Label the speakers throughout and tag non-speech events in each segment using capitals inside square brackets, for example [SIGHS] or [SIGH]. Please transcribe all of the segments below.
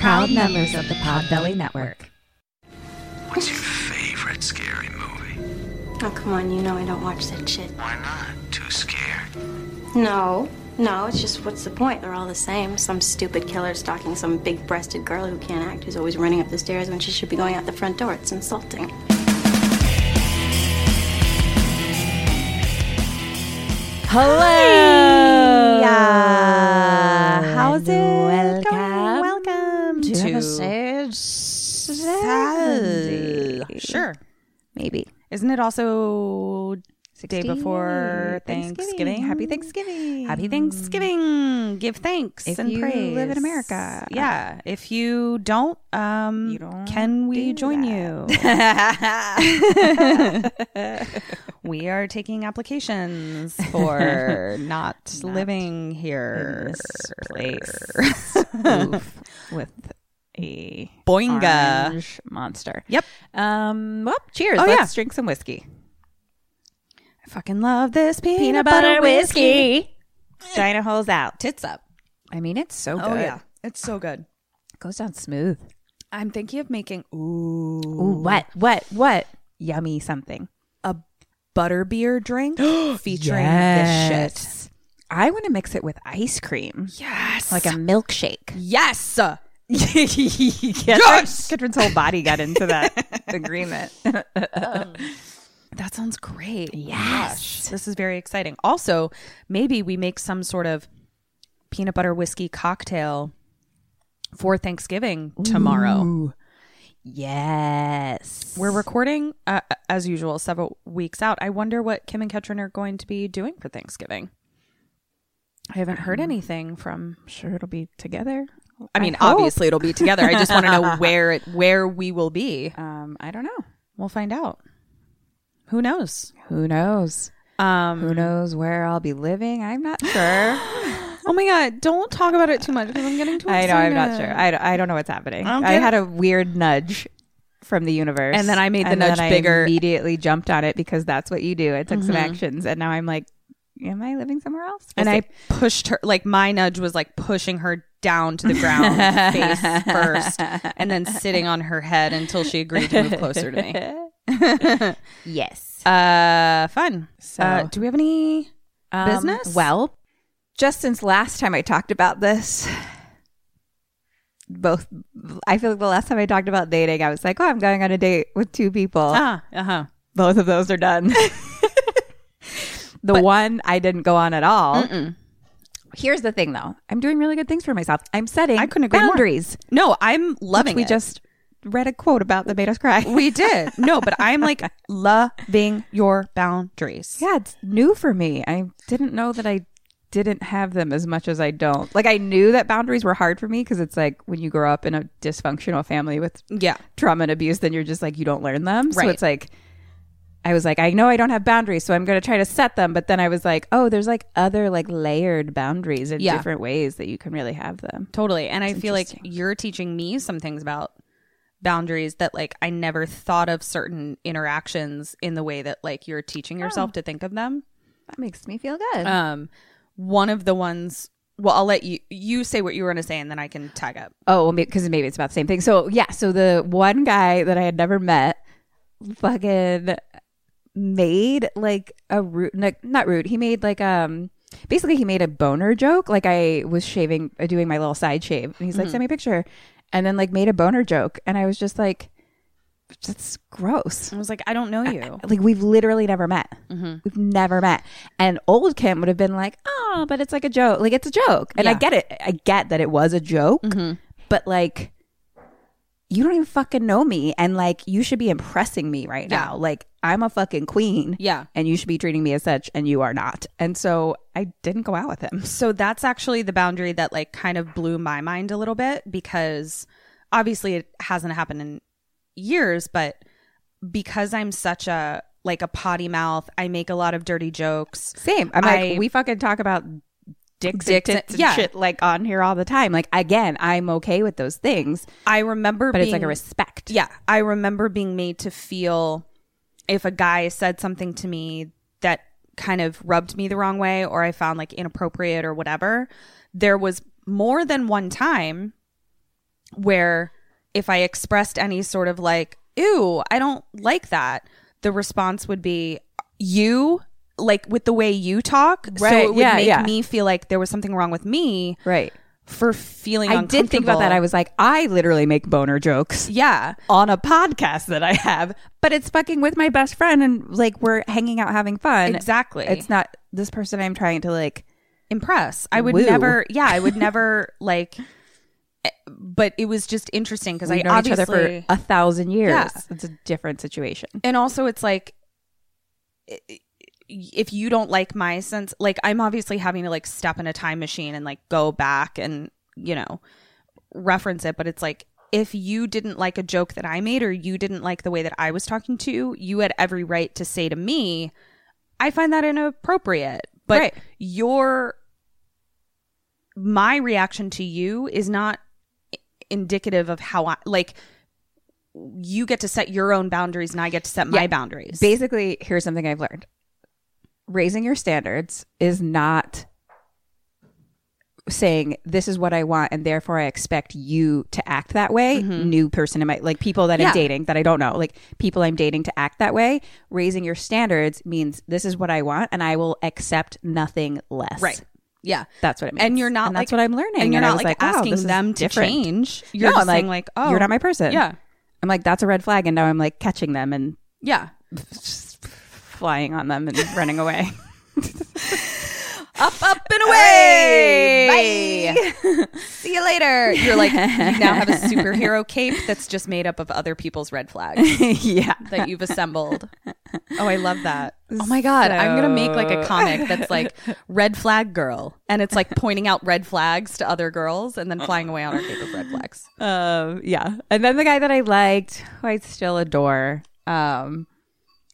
Speaker 1: Proud members of the Podbelly Network.
Speaker 2: What's your favorite scary movie?
Speaker 3: Oh, come on, you know I don't watch that shit.
Speaker 2: Why not? Too scared?
Speaker 3: No, no, it's just what's the point? They're all the same. Some stupid killer stalking some big breasted girl who can't act, who's always running up the stairs when she should be going out the front door. It's insulting.
Speaker 1: Hello.
Speaker 4: Yeah. How's it
Speaker 1: Welcome
Speaker 4: going? Welcome to,
Speaker 1: to
Speaker 4: episode
Speaker 1: Saturday. Sure.
Speaker 4: Maybe.
Speaker 1: Isn't it also day before Thanksgiving? Happy Thanksgiving. Happy Thanksgiving. Give thanks
Speaker 4: If
Speaker 1: and
Speaker 4: you
Speaker 1: praise.
Speaker 4: live in America.
Speaker 1: Yeah. If you don't, um,
Speaker 4: You don't
Speaker 1: can we
Speaker 4: do
Speaker 1: join [LAUGHS] you? We are taking [LAUGHS] applications for not, living here
Speaker 4: in this
Speaker 1: place [LAUGHS]
Speaker 4: Oof.
Speaker 1: with a
Speaker 4: Boinga.
Speaker 1: boinga monster.
Speaker 4: Yep.
Speaker 1: Um. Well, cheers.
Speaker 4: Oh,
Speaker 1: Let's
Speaker 4: yeah.
Speaker 1: drink some whiskey. I fucking love this peanut,
Speaker 4: Peanut
Speaker 1: butter,
Speaker 4: butter
Speaker 1: whiskey.
Speaker 4: whiskey.
Speaker 1: China holes out, tits up. I mean, Oh, it's so good.
Speaker 4: It's so good.
Speaker 1: It goes down smooth. I'm thinking of making ooh, what, what, what, yummy something
Speaker 4: A butterbeer [GASPS] drink.
Speaker 1: featuring this shit. I want to mix it with ice cream,
Speaker 4: yes.
Speaker 1: like a milkshake. [LAUGHS]
Speaker 4: yes.
Speaker 1: yes, yes. Katrina's whole body got into that [LAUGHS] agreement. Um,
Speaker 4: That sounds great.
Speaker 1: Yes. This is very exciting. Also, maybe we make some sort of peanut butter whiskey cocktail for Thanksgiving tomorrow.
Speaker 4: Yes.
Speaker 1: We're recording, uh, as usual, several weeks out. I wonder what Kim and Ketrin are going to be doing for Thanksgiving. I haven't heard
Speaker 4: Um,
Speaker 1: anything from. Sure, it'll be together. I mean,
Speaker 4: hope.
Speaker 1: obviously it'll be together. I just want to
Speaker 4: [LAUGHS]
Speaker 1: know where it, where we will be. Um, I don't know. We'll find out. Who knows?
Speaker 4: Who knows?
Speaker 1: Um,
Speaker 4: Who knows where I'll be living? I'm not sure.
Speaker 1: [GASPS] Oh my god! Don't talk about it too much because I'm getting too.
Speaker 4: I know. I'm not sure. I, don't- I don't know what's happening.
Speaker 1: don't
Speaker 4: I
Speaker 1: get
Speaker 4: had a weird nudge from the universe,
Speaker 1: And then I made the
Speaker 4: and
Speaker 1: nudge
Speaker 4: then I
Speaker 1: bigger.
Speaker 4: immediately jumped on it because that's what you do. I took some actions, and now I'm like, am I living somewhere else?
Speaker 1: and
Speaker 4: We'll
Speaker 1: I
Speaker 4: see.
Speaker 1: pushed her like my nudge was like pushing her down to the
Speaker 4: [LAUGHS]
Speaker 1: ground face first, and then sitting on her head until she agreed to move closer to me.
Speaker 4: [LAUGHS] yes.
Speaker 1: Uh, fun. So,
Speaker 4: Uh,
Speaker 1: do we have any business?
Speaker 4: business. Um, Well, just since last time I talked about this, both I feel like the last time I talked about dating, I was like, oh, I'm going on a date with two people.
Speaker 1: ah, uh
Speaker 4: uh-huh.
Speaker 1: huh.
Speaker 4: both of those are done. [LAUGHS] the one I didn't go on at all. Here's the thing, though. I'm doing really good things for myself. I'm setting
Speaker 1: I couldn't agree more.
Speaker 4: boundaries.
Speaker 1: No, I'm loving
Speaker 4: which we
Speaker 1: it.
Speaker 4: just read a quote about that made us cry.
Speaker 1: we did no, but I'm
Speaker 4: [LAUGHS]
Speaker 1: like loving your boundaries.
Speaker 4: yeah, it's new for me. I didn't know that I didn't have them as much as I don't. Like I knew that boundaries were hard for me because it's like when you grow up in a dysfunctional family with
Speaker 1: Yeah.
Speaker 4: trauma and abuse, then you're just like you don't learn them. So
Speaker 1: Right.
Speaker 4: it's like I was like, I know I don't have boundaries, so I'm going to try to set them. But then I was like, oh, there's like other like layered boundaries in
Speaker 1: Yeah.
Speaker 4: different ways that you can really have them.
Speaker 1: Totally. And I feel like
Speaker 4: interesting.
Speaker 1: you're teaching me some things about boundaries that like I never thought of certain interactions in the way that like you're teaching yourself
Speaker 4: Oh.
Speaker 1: to think of them.
Speaker 4: That makes me feel good.
Speaker 1: Um one of the ones well I'll let you you say what you were going to say and then I can tag up.
Speaker 4: oh, because maybe it's about the same thing. So yeah, so the one guy that I had never met, fucking made like a rude, like not rude. He made like um. Basically, he made a boner joke. Like I was shaving, uh, doing my little side shave, and he's like, "Send me a picture," and then like made a boner joke, and I was just like, "That's gross."
Speaker 1: I was like I don't know you. Mm-hmm.
Speaker 4: Like we've literally never met. We've never met. And old Kim would have been like, "Oh, but it's like a joke. Like it's a joke." And I
Speaker 1: Yeah. Mm-hmm.
Speaker 4: get it. I get that it was a joke. But like you don't even fucking know me and like you should be impressing me right
Speaker 1: Yeah.
Speaker 4: now. Like I'm a fucking queen.
Speaker 1: Yeah.
Speaker 4: And you should be treating me as such and you are not. And so I didn't go out with him. [LAUGHS]
Speaker 1: So that's actually the boundary that like kind of blew my mind a little bit because obviously it hasn't happened in years, but because I'm such a like a potty mouth, I make a lot of dirty jokes.
Speaker 4: Same. I'm like,
Speaker 1: I-
Speaker 4: we fucking talk about dicks,
Speaker 1: Dicks
Speaker 4: and
Speaker 1: and-
Speaker 4: tits and
Speaker 1: yeah.
Speaker 4: shit like on here all the time. Like again, I'm okay with those things,
Speaker 1: I remember
Speaker 4: but
Speaker 1: being
Speaker 4: it's like a respect.
Speaker 1: Yeah, I remember being made to feel if a guy said something to me that kind of rubbed me the wrong way or I found like inappropriate or whatever, there was more than one time where if I expressed any sort of like, ew, I don't like that, the response would be, you, like with the way you talk. so
Speaker 4: Right,
Speaker 1: it would
Speaker 4: yeah,
Speaker 1: make
Speaker 4: yeah.
Speaker 1: me feel like there was something wrong with me
Speaker 4: Right.
Speaker 1: for feeling
Speaker 4: I did think about that. I was like, I literally make boner jokes
Speaker 1: yeah.
Speaker 4: on a podcast that I have, but it's fucking with my best friend and like we're hanging out having fun.
Speaker 1: Exactly.
Speaker 4: It's not this person I'm trying to like
Speaker 1: impress. I would
Speaker 4: Woo.
Speaker 1: never, yeah, I
Speaker 4: [LAUGHS]
Speaker 1: would never like, eh, but it was just interesting because I
Speaker 4: we've known each
Speaker 1: obviously,
Speaker 4: other for a thousand years.
Speaker 1: Yeah.
Speaker 4: It's a different situation.
Speaker 1: and also it's like, i- i- if you don't like my sense, like I'm obviously having to like step in a time machine and like go back and, you know, reference it, but it's like, if you didn't like a joke that I made or you didn't like the way that I was talking to you, you had every right to say to me, I find that inappropriate. But
Speaker 4: Right.
Speaker 1: your my reaction to you is not i- indicative of how I like you get to set your own boundaries and I get to set my
Speaker 4: Yeah.
Speaker 1: boundaries.
Speaker 4: Basically, here's something I've learned. Raising your standards is not saying this is what I want and therefore I expect you to act that way. New person in my like people that
Speaker 1: Mm-hmm. Yeah.
Speaker 4: I'm dating that I don't know, like people I'm dating to act that way. Raising your standards means this is what I want and I will accept nothing less.
Speaker 1: right. Yeah.
Speaker 4: That's what it means.
Speaker 1: And you're not like
Speaker 4: that's what I'm learning.
Speaker 1: And you're
Speaker 4: I
Speaker 1: not
Speaker 4: was
Speaker 1: like,
Speaker 4: wow,
Speaker 1: asking
Speaker 4: this is
Speaker 1: them to
Speaker 4: different.
Speaker 1: change. You're
Speaker 4: no,
Speaker 1: just
Speaker 4: I'm like,
Speaker 1: saying like, oh
Speaker 4: you're not my person.
Speaker 1: Yeah.
Speaker 4: I'm like, that's a red flag. And now I'm like catching them and
Speaker 1: Yeah.
Speaker 4: flying on them and
Speaker 1: [LAUGHS]
Speaker 4: running away.
Speaker 1: Up, up and away. Bye. See you later. You're like, you now have a superhero cape that's just made up of other people's red flags
Speaker 4: [LAUGHS] [LAUGHS] yeah.
Speaker 1: that you've assembled. Oh, I love that. Oh my God. I'm going to make like a comic that's like red flag girl. And it's like pointing out red flags to other girls and then flying away on our cape of red flags.
Speaker 4: Um, yeah. And then the guy that I liked, who I still adore, um,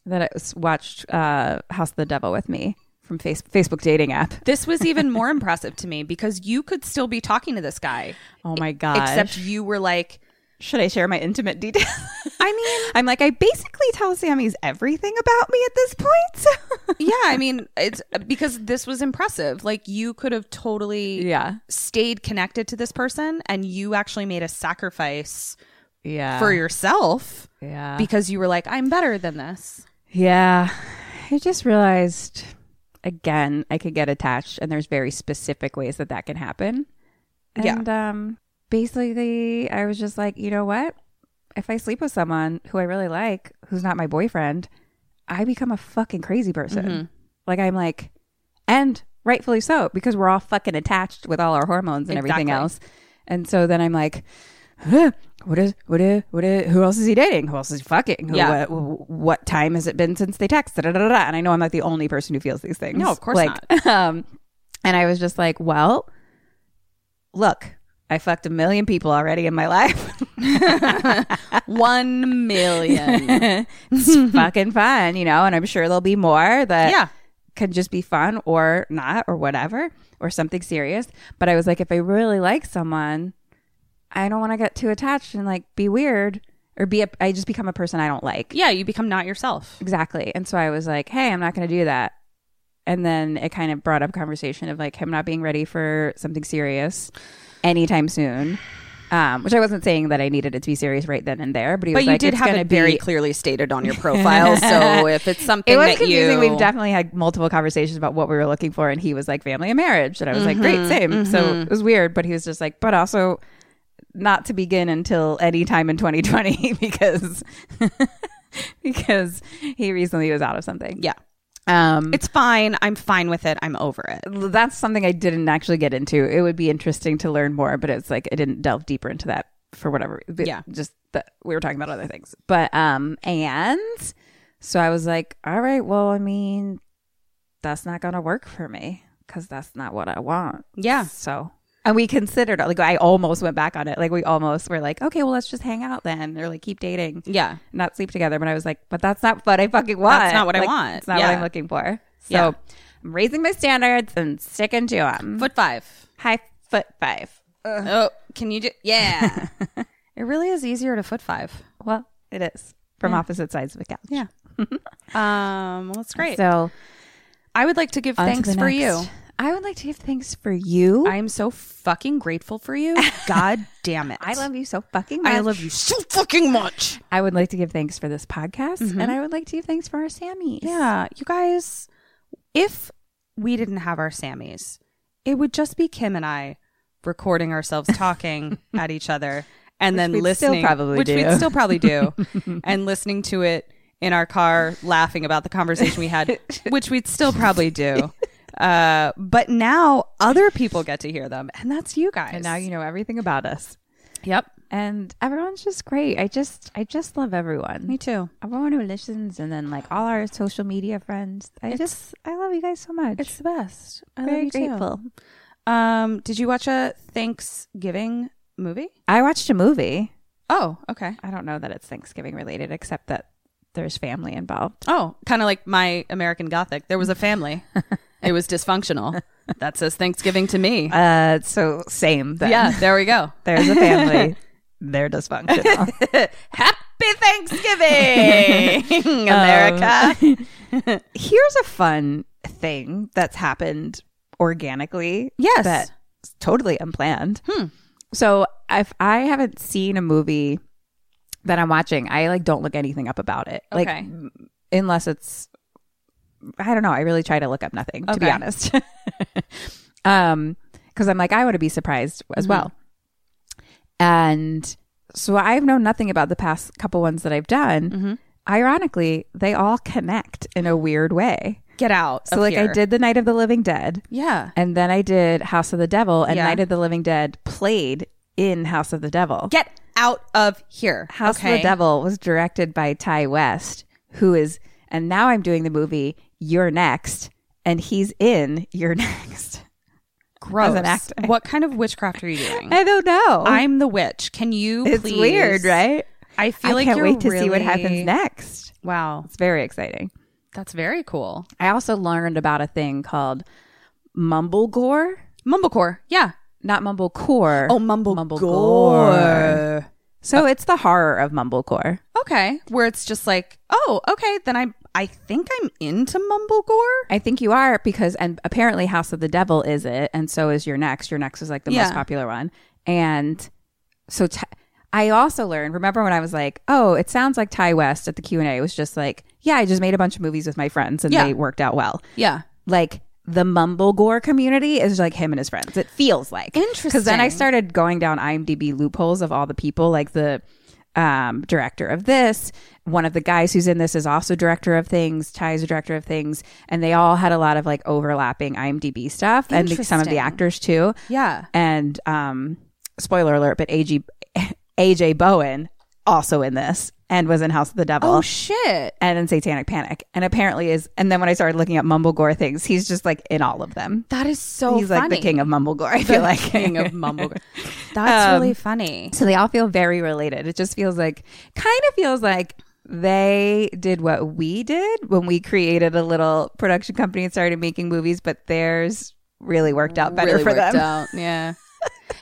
Speaker 4: that I s- watched uh, House of the Devil with me from face- Facebook dating app.
Speaker 1: This was even more impressive to me because you could still be talking to this guy,
Speaker 4: Oh my God.
Speaker 1: except you were like,
Speaker 4: should I share my intimate details?
Speaker 1: I mean,
Speaker 4: [LAUGHS] I'm like, I basically tell Sammy's everything about me at
Speaker 1: [LAUGHS]
Speaker 4: this point.
Speaker 1: yeah, I mean, it's because this was impressive. Like you could have totally
Speaker 4: yeah.
Speaker 1: stayed connected to this person and you actually made a sacrifice
Speaker 4: Yeah.
Speaker 1: for yourself
Speaker 4: yeah.
Speaker 1: because you were like, I'm better than this.
Speaker 4: Yeah. I just realized again, I could get attached, and there's very specific ways that that can happen.
Speaker 1: Yeah.
Speaker 4: And um, basically, I was just like, you know what? If I sleep with someone who I really like, who's not my boyfriend, I become a fucking crazy person.
Speaker 1: Mm-hmm.
Speaker 4: Like, I'm like, and rightfully so, because we're all fucking attached with all our hormones and everything
Speaker 1: Exactly.
Speaker 4: else. And so then I'm like, "Huh, what is what is what is who else is he dating? Who else is he fucking? Who,
Speaker 1: Yeah.
Speaker 4: What, what time has it been since they text? Da, da, da, da, da. And I know I'm not the only person who feels these things.
Speaker 1: No, of course
Speaker 4: like, not. [LAUGHS] Um, and I was just like, well, look, I fucked a million people already in my [LAUGHS] life.
Speaker 1: One million.
Speaker 4: it's fucking fun, you know. And I'm sure there'll be more that
Speaker 1: yeah.
Speaker 4: can just be fun or not or whatever or something serious. But I was like, if I really like someone, I don't want to get too attached and like be weird or be a, I just become a person I don't like.
Speaker 1: [LAUGHS] Yeah, you become not yourself.
Speaker 4: Exactly. And so I was like, hey, I'm not going to do that. And then it kind of brought up conversation of like him not being ready for something serious anytime soon. Um, which I wasn't saying that I needed it to be serious right then and there, but he
Speaker 1: But
Speaker 4: was
Speaker 1: you
Speaker 4: like,
Speaker 1: did
Speaker 4: it's
Speaker 1: have
Speaker 4: gonna
Speaker 1: it very
Speaker 4: be-
Speaker 1: clearly stated
Speaker 4: [LAUGHS]
Speaker 1: on your profile. so if it's something
Speaker 4: it was
Speaker 1: that
Speaker 4: confusing.
Speaker 1: you
Speaker 4: We've definitely had multiple conversations about what we were looking for, and he was like family and marriage, and I was like, great,
Speaker 1: Mm-hmm.
Speaker 4: same. So it was weird, but he was just like, but also not to begin until any time in 2020 [LAUGHS] because because he recently was out of something.
Speaker 1: yeah,
Speaker 4: Um,
Speaker 1: it's fine. I'm fine with it. I'm over it.
Speaker 4: that's something I didn't actually get into. It would be interesting to learn more, but it's like I didn't delve deeper into that for whatever. but
Speaker 1: Yeah.
Speaker 4: just that we were talking about other things. But um, and so I was like, all right, well, I mean, that's not gonna work for me because that's not what I want.
Speaker 1: Yeah.
Speaker 4: So And we considered like I almost went back on it. Like we almost were like, okay, well let's just hang out then, or like keep dating,
Speaker 1: Yeah.
Speaker 4: not sleep together. But I was like, but that's not what I fucking want.
Speaker 1: not what I
Speaker 4: Like,
Speaker 1: want.
Speaker 4: It's not
Speaker 1: Yeah.
Speaker 4: what I'm looking for. So
Speaker 1: Yeah.
Speaker 4: I'm raising my standards and sticking to them.
Speaker 1: Foot five.
Speaker 4: High foot five.
Speaker 1: Oh, can you do? Yeah.
Speaker 4: [LAUGHS]
Speaker 1: it really is easier to foot five.
Speaker 4: Well, it is from opposite sides of the couch.
Speaker 1: Yeah. Um, well, that's great.
Speaker 4: So
Speaker 1: I would like to give
Speaker 4: on to
Speaker 1: thanks
Speaker 4: the
Speaker 1: for you.
Speaker 4: next. I would like to give thanks for you.
Speaker 1: I am so fucking grateful for you.
Speaker 4: [LAUGHS]
Speaker 1: God damn it.
Speaker 4: I love you so fucking much.
Speaker 1: I love you so fucking much. Mm-hmm.
Speaker 4: I would like to give thanks for this podcast, and I would like to give thanks for our Sammys.
Speaker 1: Yeah, Uh, you guys, if we didn't have our Sammys, it would just be Kim and I recording ourselves
Speaker 4: [LAUGHS]
Speaker 1: talking at each other and then
Speaker 4: we'd still
Speaker 1: listening,
Speaker 4: probably
Speaker 1: which
Speaker 4: do.
Speaker 1: we'd still probably
Speaker 4: [LAUGHS]
Speaker 1: do, and listening to it in our car, laughing about the conversation we had, which we'd still probably
Speaker 4: [LAUGHS]
Speaker 1: do. Uh, but now other people get to hear them, and that's you guys.
Speaker 4: And now you know everything about us.
Speaker 1: Yep.
Speaker 4: And everyone's just great. I just, I just love everyone.
Speaker 1: Me too.
Speaker 4: Everyone who listens, and then like all our social media friends. I just, I love you guys so much.
Speaker 1: It's the best. I
Speaker 4: Very
Speaker 1: love you too.
Speaker 4: grateful.
Speaker 1: Um, did you watch a Thanksgiving movie?
Speaker 4: I watched a movie.
Speaker 1: Oh, okay.
Speaker 4: I don't know that it's Thanksgiving related, except that there's family involved.
Speaker 1: Oh, kind of like my American Gothic. There was a
Speaker 4: [LAUGHS]
Speaker 1: family. it was dysfunctional. That says Thanksgiving to me.
Speaker 4: Uh, so same. Then.
Speaker 1: yeah, there we go.
Speaker 4: [LAUGHS] there's a family.
Speaker 1: [LAUGHS]
Speaker 4: They're dysfunctional.
Speaker 1: Happy Thanksgiving, America. [LAUGHS]
Speaker 4: Here's a fun thing that's happened organically.
Speaker 1: Yes. Hmm.
Speaker 4: That's totally unplanned. So if I haven't seen a movie that I'm watching, I like don't look anything up about it. Like
Speaker 1: Okay.
Speaker 4: m- unless it's I don't know, I really try to look up nothing, to be
Speaker 1: Okay.
Speaker 4: honest. [LAUGHS] um because I'm like, I want to be surprised as
Speaker 1: Mm-hmm.
Speaker 4: well. And so I've known nothing about the past couple ones that I've done.
Speaker 1: Mm-hmm.
Speaker 4: Ironically, they all connect in a weird way.
Speaker 1: [LAUGHS] Get out.
Speaker 4: So
Speaker 1: of
Speaker 4: like I
Speaker 1: here.
Speaker 4: did The Night of the Living Dead.
Speaker 1: Yeah.
Speaker 4: And then I did House of the Devil and
Speaker 1: Yeah.
Speaker 4: Night of the Living Dead played in House of the Devil.
Speaker 1: Get out of here.
Speaker 4: House of the Devil was directed by Ty West, who is and now I'm doing the movie You're Next and he's in You're Next. [LAUGHS]
Speaker 1: Gross.
Speaker 4: as an actor.
Speaker 1: What kind of witchcraft are you doing?
Speaker 4: I don't know.
Speaker 1: I'm the witch. Can you
Speaker 4: it's
Speaker 1: please?
Speaker 4: weird, right?
Speaker 1: I feel like
Speaker 4: can't
Speaker 1: you're
Speaker 4: wait to see what
Speaker 1: really-
Speaker 4: happens next.
Speaker 1: Wow.
Speaker 4: It's very exciting.
Speaker 1: That's very cool.
Speaker 4: I also learned about a thing called mumblecore.
Speaker 1: Mumblecore. Yeah.
Speaker 4: Not Oh, mumblecore.
Speaker 1: mumble
Speaker 4: Mumblegore. so it's the horror of mumblecore.
Speaker 1: Okay, where it's just like, oh, okay, then I I think I'm into Mumblegore.
Speaker 4: I think you are because, and apparently, House of the Devil is it, and so is Your Next. Your Next is like the
Speaker 1: Yeah.
Speaker 4: most popular one, and so Ty- I also learned. Remember when I was like, "Oh, it sounds like Ty West at the Q and A was just like, yeah, I just made a bunch of movies with my friends and
Speaker 1: Yeah.
Speaker 4: they worked out well."
Speaker 1: Yeah.
Speaker 4: Like the mumblegore community is like him and his friends. It feels like because then I
Speaker 1: Interesting.
Speaker 4: started going down IMDb loopholes of all the people, like the um, director of this. One of the guys who's in this is also director of things. Ty is a director of things, and they all had a lot of like overlapping IMDb stuff, and the- some of
Speaker 1: Interesting.
Speaker 4: the actors too.
Speaker 1: Yeah.
Speaker 4: And um, spoiler alert, but [LAUGHS] AJ AJ Bowen also in this and was in House of the Devil
Speaker 1: Oh shit.
Speaker 4: and in Satanic Panic, and apparently is. And then when I started looking up Mumblegore things, he's just like in all of them.
Speaker 1: That is so
Speaker 4: he's
Speaker 1: funny.
Speaker 4: like the king of Mumblegore. I feel like
Speaker 1: King
Speaker 4: [LAUGHS]
Speaker 1: of Mumblegore. That's
Speaker 4: Um,
Speaker 1: really funny.
Speaker 4: So they all feel very related. It just feels like, kind of feels like they did what we did when we created a little production company and started making movies, but theirs really worked out better
Speaker 1: really
Speaker 4: for
Speaker 1: worked
Speaker 4: them.
Speaker 1: out. Yeah.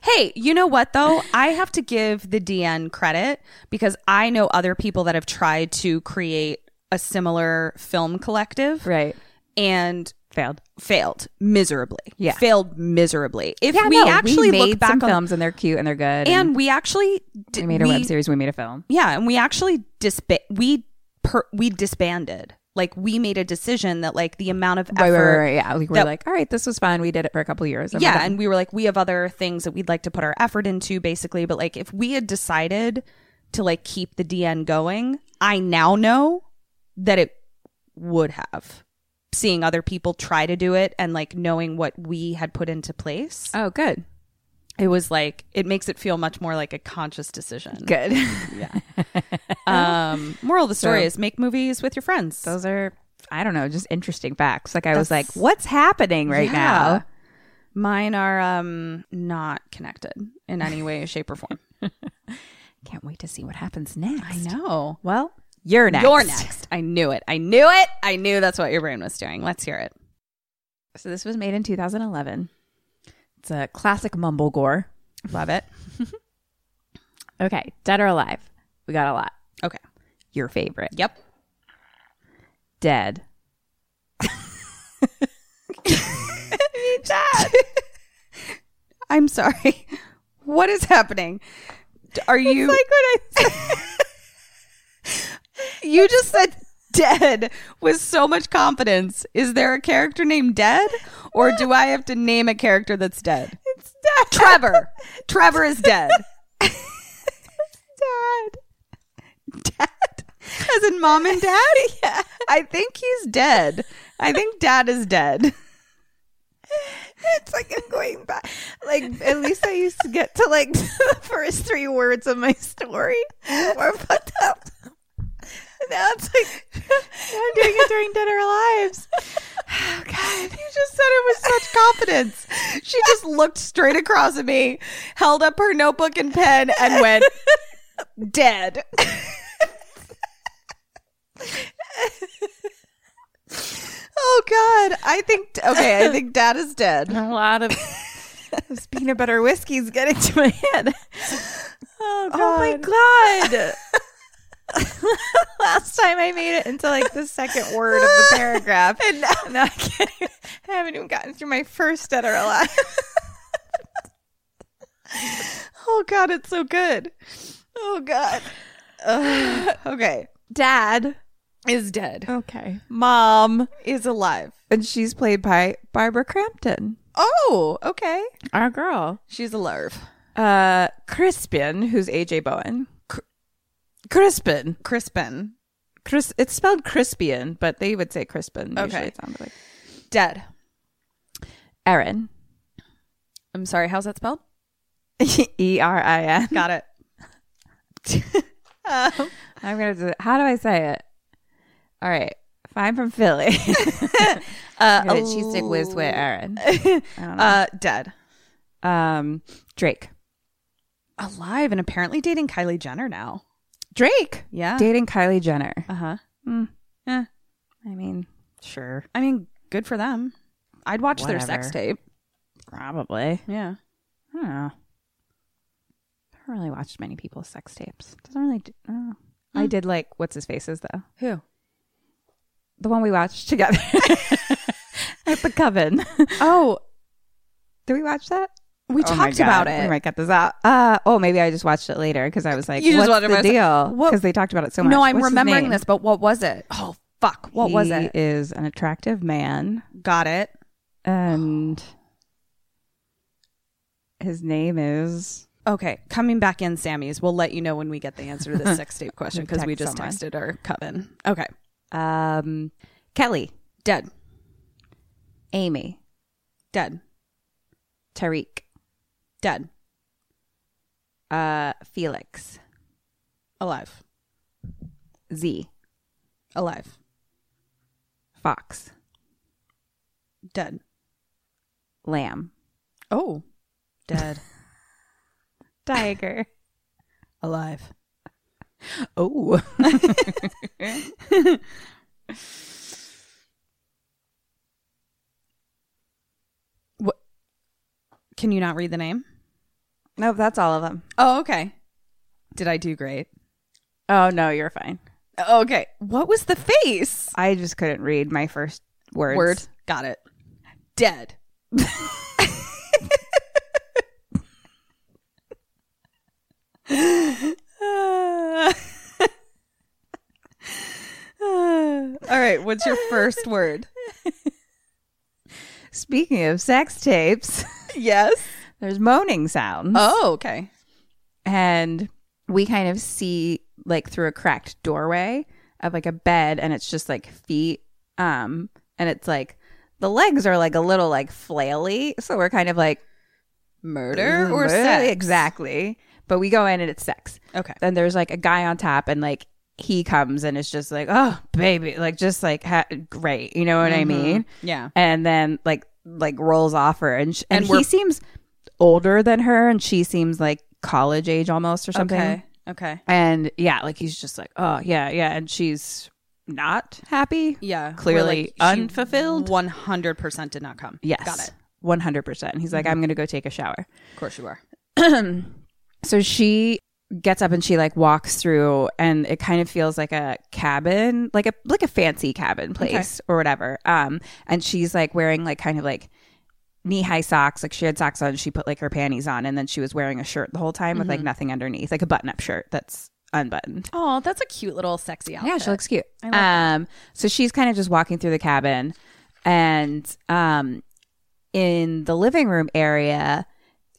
Speaker 1: hey, you know what though? I have to give the DN credit because I know other people that have tried to create a similar film collective
Speaker 4: [LAUGHS] Right.
Speaker 1: and
Speaker 4: Failed.
Speaker 1: failed miserably.
Speaker 4: Yeah.
Speaker 1: Failed miserably. If
Speaker 4: Yeah,
Speaker 1: we
Speaker 4: no,
Speaker 1: actually
Speaker 4: made
Speaker 1: look back
Speaker 4: some
Speaker 1: on
Speaker 4: films and they're cute and they're good.
Speaker 1: and we actually did,
Speaker 4: we made a web series. We made a film.
Speaker 1: Yeah, and we actually disba- we per- we disbanded. Like we made a decision that like the amount of effort
Speaker 4: Right, right, right, right. Yeah, we were
Speaker 1: that-
Speaker 4: like, all right, this was fun. We did it for a couple of years. and we're
Speaker 1: yeah,
Speaker 4: done.
Speaker 1: and we were like we have other things that we'd like to put our effort into basically, but like if we had decided to like keep the DN going, I now know that it would have seeing other people try to do it and like knowing what we had put into place.
Speaker 4: oh, good,
Speaker 1: It was like it makes it feel much more like a conscious decision. [LAUGHS]
Speaker 4: good.
Speaker 1: Um, moral of the story
Speaker 4: So-
Speaker 1: is make movies with your friends.
Speaker 4: Those are, I don't know, just interesting facts. Like I was like,
Speaker 1: That's-
Speaker 4: what's happening right
Speaker 1: Yeah.
Speaker 4: now?
Speaker 1: Mine are um not connected in any way, shape, or form.
Speaker 4: Can't wait to see what happens next. I
Speaker 1: know.
Speaker 4: Well, you're next.
Speaker 1: You're next. I knew it. I knew it. I knew that's what your brain was doing. Let's hear it.
Speaker 4: [LAUGHS] So this was made in 2011. It's a classic mumble gore.
Speaker 1: Love it.
Speaker 4: Okay, dead or alive. We got a lot.
Speaker 1: Okay.
Speaker 4: Your favorite.
Speaker 1: Yep. [LAUGHS]
Speaker 4: Dead.
Speaker 1: [LAUGHS] I'm sorry. [LAUGHS] What is happening? Are you
Speaker 4: [LAUGHS]
Speaker 1: like what I You just said dead with so much confidence. Is there a character named Dead? Or do I have to name a character that's dead? It's dead. Trevor. Trevor
Speaker 5: [LAUGHS]
Speaker 1: is dead. dead. Dead. As in mom
Speaker 5: [LAUGHS]
Speaker 1: and dad? yeah. I think he's dead. I think dad is dead.
Speaker 5: It's like I'm going back. Like at least I used to get to like [LAUGHS] the first three words of my story were fucked up. Now it's like [LAUGHS] I'm doing it during dinner lives. Oh
Speaker 1: [LAUGHS]
Speaker 5: God, you
Speaker 1: just said it with such confidence. She just looked straight across at me, held up her notebook and pen, and went, dead. oh, God. I think, okay, I think dad is dead.
Speaker 5: a lot of this peanut butter whiskey is getting to my head. Oh, my God. Last time I made it into like the second word of
Speaker 1: [LAUGHS]
Speaker 5: the paragraph, and now, I, can't, even- I haven't even gotten through my first dead or alive.
Speaker 1: Oh, God, it's so good.
Speaker 5: Oh God,
Speaker 1: Okay.
Speaker 5: Dad
Speaker 1: Is dead.
Speaker 5: Okay. Mom,
Speaker 1: Is alive.
Speaker 5: and she's played by Barbara Crampton,
Speaker 1: Oh, okay.
Speaker 5: our girl.
Speaker 1: She's alive.
Speaker 5: Uh, Crispin, who's AJ Bowen. Cr- Crispin,
Speaker 1: Crispin.
Speaker 5: Cris. It's spelled Crispian, but they would say Crispin. Usually
Speaker 1: Okay.
Speaker 5: it sounded like
Speaker 1: Dead.
Speaker 5: Erin.
Speaker 1: I'm sorry, how's that spelled?
Speaker 5: [LAUGHS] E R I N.
Speaker 1: Got it.
Speaker 4: I'm gonna. Do, how do I say it? All right. Fine from Philly. [LAUGHS] uh, a cheese stick whiz with Aaron.
Speaker 1: Uh, dead.
Speaker 4: Um, [LAUGHS] Drake.
Speaker 1: Alive and apparently dating Kylie Jenner now.
Speaker 4: Drake.
Speaker 1: Yeah.
Speaker 4: Dating Kylie Jenner. Hmm,
Speaker 1: Uh huh.
Speaker 4: Uh-huh. I mean,
Speaker 1: Sure. I mean, good for them. I'd watch their sex
Speaker 4: Whatever.
Speaker 1: tape.
Speaker 4: probably.
Speaker 1: Yeah.
Speaker 4: I don't know. I haven't really watched many people's sex tapes. Doesn't really. Do, I, don't know. I did like what's his faces though.
Speaker 1: Who?
Speaker 4: The one we watched [LAUGHS] together at the coven.
Speaker 1: Oh,
Speaker 4: [LAUGHS] Did we watch that?
Speaker 1: we
Speaker 4: Oh my
Speaker 1: talked
Speaker 4: God.
Speaker 1: about
Speaker 4: We
Speaker 1: it.
Speaker 4: might cut this out. Uh, oh, maybe I just watched it later because I was like,
Speaker 1: You just
Speaker 4: "What's
Speaker 1: wanted
Speaker 4: the
Speaker 1: to-
Speaker 4: deal?"
Speaker 1: What-
Speaker 4: Because they talked about it so much.
Speaker 1: no, I'm
Speaker 4: What's his
Speaker 1: remembering
Speaker 4: name?
Speaker 1: this, but what was it? Oh, fuck. What was
Speaker 4: He
Speaker 1: it?
Speaker 4: Is an attractive man,
Speaker 1: Got it.
Speaker 4: and his name is
Speaker 1: Okay. Coming back in, Sammy's. We'll let you know when we get the answer to
Speaker 4: [LAUGHS]
Speaker 1: this sex tape question because we
Speaker 4: Text
Speaker 1: just
Speaker 4: someone.
Speaker 1: texted our coven. Okay.
Speaker 4: um, Kelly,
Speaker 1: Dead.
Speaker 4: Amy,
Speaker 1: Dead.
Speaker 4: Tariq,
Speaker 1: Dead.
Speaker 4: uh, Felix,
Speaker 1: Alive.
Speaker 4: Z,
Speaker 1: Alive.
Speaker 4: Fox,
Speaker 1: Dead.
Speaker 4: Lamb,
Speaker 1: Oh. Dead.
Speaker 4: [LAUGHS] Tiger.
Speaker 1: Alive.
Speaker 4: [LAUGHS]
Speaker 1: [LAUGHS]
Speaker 4: oh,
Speaker 1: Can you not read the name?
Speaker 4: no, that's all of them.
Speaker 1: Oh, okay. Did I do great?
Speaker 4: Oh no, you're fine.
Speaker 1: Okay. What was the face?
Speaker 4: I just couldn't read my first words.
Speaker 1: Word. Got it. Dead. All right. What's your first word?
Speaker 4: Speaking of sex tapes, [LAUGHS]
Speaker 1: Yes.
Speaker 4: there's moaning sounds.
Speaker 1: Oh, okay.
Speaker 4: and we kind of see like through a cracked doorway of like a bed and it's just like feet um and it's like the legs are like a little like flaily so we're kind of like
Speaker 1: Mm, Murder or
Speaker 4: "Ugh,
Speaker 1: sex?
Speaker 4: exactly but we go in and it's sex
Speaker 1: Okay.
Speaker 4: then there's like a guy on top and like he comes and it's
Speaker 1: Mm-hmm.
Speaker 4: just like oh baby like just like ha- great you know what i mean
Speaker 1: Yeah.
Speaker 4: and then like like rolls off her, and sh- and,
Speaker 1: And we're-
Speaker 4: he seems older than her, and she seems like college age almost or something.
Speaker 1: Okay. Okay.
Speaker 4: And yeah, like he's just like, oh yeah, yeah, and she's not happy.
Speaker 1: Yeah.
Speaker 4: clearly unfulfilled.
Speaker 1: One hundred percent did not come.
Speaker 4: Yes,
Speaker 1: Got it. Mm-hmm.
Speaker 4: one hundred percent. And he's like, I'm gonna go take a shower.
Speaker 1: Of course you are.
Speaker 4: so she gets up and she like walks through and it kind of feels like a cabin like a like a fancy cabin place or whatever um and she's like wearing like kind of like knee-high socks like she had socks on she put like her panties on and then she was wearing a shirt the whole time with
Speaker 1: Mm-hmm.
Speaker 4: like nothing underneath like a button-up shirt that's unbuttoned
Speaker 1: Oh, that's a cute little sexy outfit.
Speaker 4: yeah, she looks cute. um, so she's kind of just walking through the cabin, and um, in the living room area,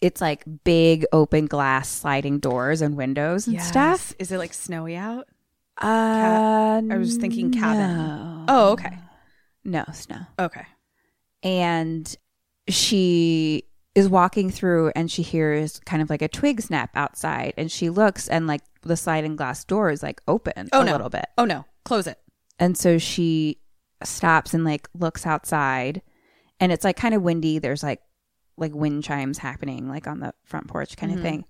Speaker 4: it's like big open glass sliding doors and windows and stuff.
Speaker 1: Is it like snowy out?
Speaker 4: Uh,
Speaker 1: I was thinking cabin.
Speaker 4: No,
Speaker 1: Oh, okay.
Speaker 4: no snow.
Speaker 1: Okay.
Speaker 4: And she is walking through, and she hears kind of like a twig snap outside, and she looks, and like the sliding glass door is like open
Speaker 1: Oh
Speaker 4: a
Speaker 1: no.
Speaker 4: little bit.
Speaker 1: Oh no. Close it.
Speaker 4: And so she stops and like looks outside and it's like kind of windy. There's like like wind chimes happening like on the front porch kind
Speaker 1: Mm-hmm.
Speaker 4: of thing.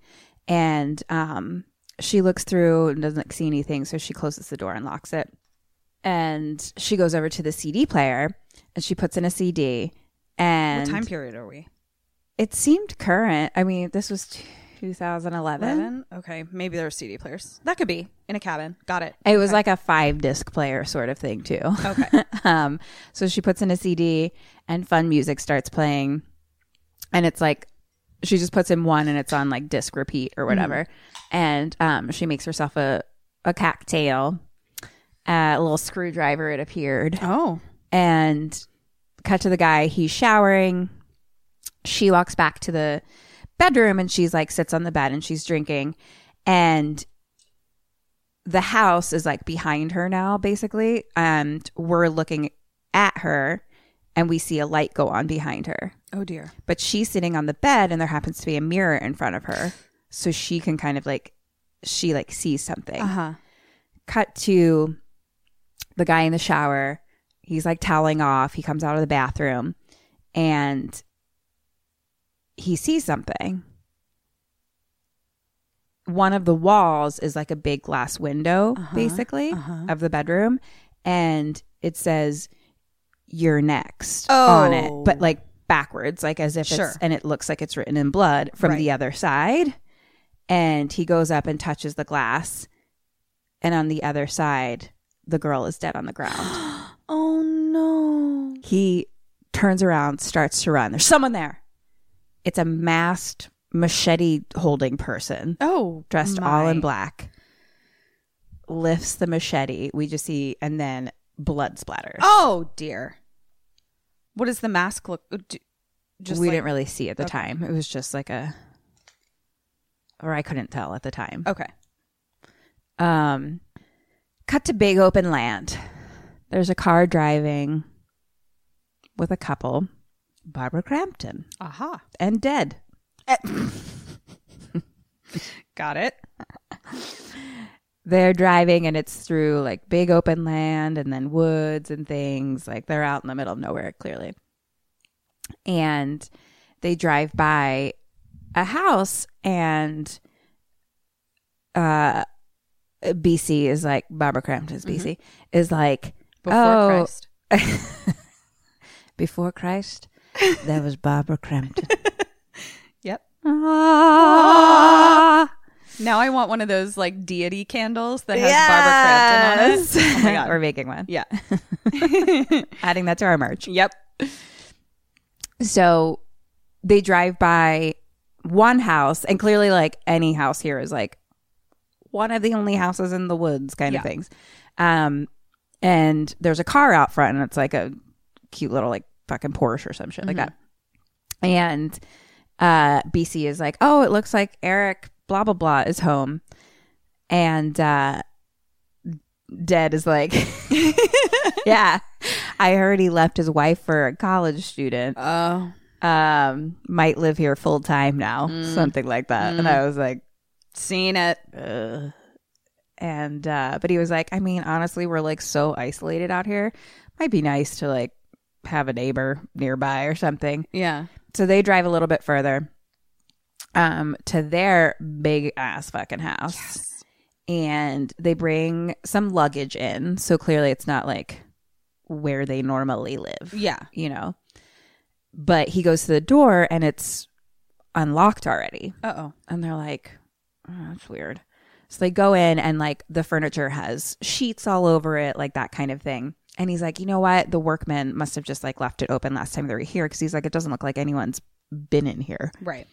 Speaker 4: And um she looks through and doesn't like, see anything, so she closes the door and locks it. And she goes over to the CD player and she puts in a CD and
Speaker 1: what time period are we?
Speaker 4: it seemed current. I mean, this was 2011.
Speaker 1: Eleven. Okay. Maybe there are CD players. That could be in a cabin. Got it.
Speaker 4: It was like a five disc player sort of thing too. Okay. [LAUGHS] um, so she puts in a CD and fun music starts playing, and it's like she just puts in one and it's on like disc repeat or whatever, and um, she makes herself a a cocktail, uh, a little screwdriver. It appeared
Speaker 1: Oh.
Speaker 4: and cut to the guy he's showering she walks back to the bedroom and she's like sits on the bed and she's drinking and the house is like behind her now basically and we're looking at her and we see a light go on behind her
Speaker 1: Oh dear.
Speaker 4: but she's sitting on the bed and there happens to be a mirror in front of her so she can kind of like she like sees something
Speaker 1: huh.
Speaker 4: cut to the guy in the shower. He's like toweling off. He comes out of the bathroom and he sees something. One of the walls is like a big glass window, basically, of the bedroom. And it says, You're next on
Speaker 1: Oh.
Speaker 4: it, but like backwards, like as if
Speaker 1: Sure.
Speaker 4: it's, and it looks like it's written in blood from the
Speaker 1: Right.
Speaker 4: other side. And he goes up and touches the glass and on the other side the girl is dead on the ground
Speaker 1: [GASPS] Oh no.
Speaker 4: he turns around starts to run there's someone there it's a masked machete holding person
Speaker 1: Oh.
Speaker 4: dressed all in
Speaker 1: my.
Speaker 4: black lifts the machete we just see and then blood splatters
Speaker 1: Oh dear. What does the mask look? do- Just
Speaker 4: we
Speaker 1: like-
Speaker 4: didn't really see at the time it was just like a or i couldn't tell at the time
Speaker 1: Okay.
Speaker 4: um cut to big open land there's a car driving with a couple barbara crampton
Speaker 1: Aha.
Speaker 4: and dead Eh.
Speaker 1: [LAUGHS] Got it.
Speaker 4: they're driving and it's through like big open land and then woods and things like they're out in the middle of nowhere clearly and they drive by a house and uh bc is like barbara crampton's bc is like
Speaker 1: Mm-hmm. Before
Speaker 4: oh,
Speaker 1: Christ.
Speaker 4: before christ there was barbara crampton
Speaker 1: [LAUGHS] Yep.
Speaker 4: Ah.
Speaker 1: Now I want one of those like deity candles that has Barbara Crampton on it. Oh my god.
Speaker 4: we're making one
Speaker 1: Yeah.
Speaker 4: [LAUGHS] adding that to our merch
Speaker 1: Yep.
Speaker 4: So they drive by one house, and clearly, like any house here is like one of the only houses in the woods, kind of
Speaker 1: Yeah.
Speaker 4: things. Um, and there's a car out front, and it's like a cute little like fucking Porsche or some shit like that. And uh, BC is like, oh, it looks like Eric blah blah blah is home, and uh, Dead is like, [LAUGHS] yeah, I heard he left his wife for a college student
Speaker 1: Oh.
Speaker 4: um, might live here full time now, something like that. And I was like,
Speaker 1: seen it.
Speaker 4: and uh, but he was like, I mean, honestly, we're like so isolated out here. Might be nice to like have a neighbor nearby or something.
Speaker 1: Yeah.
Speaker 4: So they drive a little bit further um to their big ass fucking house. And they bring some luggage in, so clearly it's not like where they normally live.
Speaker 1: Yeah.
Speaker 4: You know. But he goes to the door and it's unlocked already.
Speaker 1: Uh oh.
Speaker 4: And they're like, oh, that's weird. So they go in and like the furniture has sheets all over it, like that kind of thing. And he's like, you know what? The workmen must have just like left it open last time they were here because he's like, it doesn't look like anyone's been in here.
Speaker 1: Right.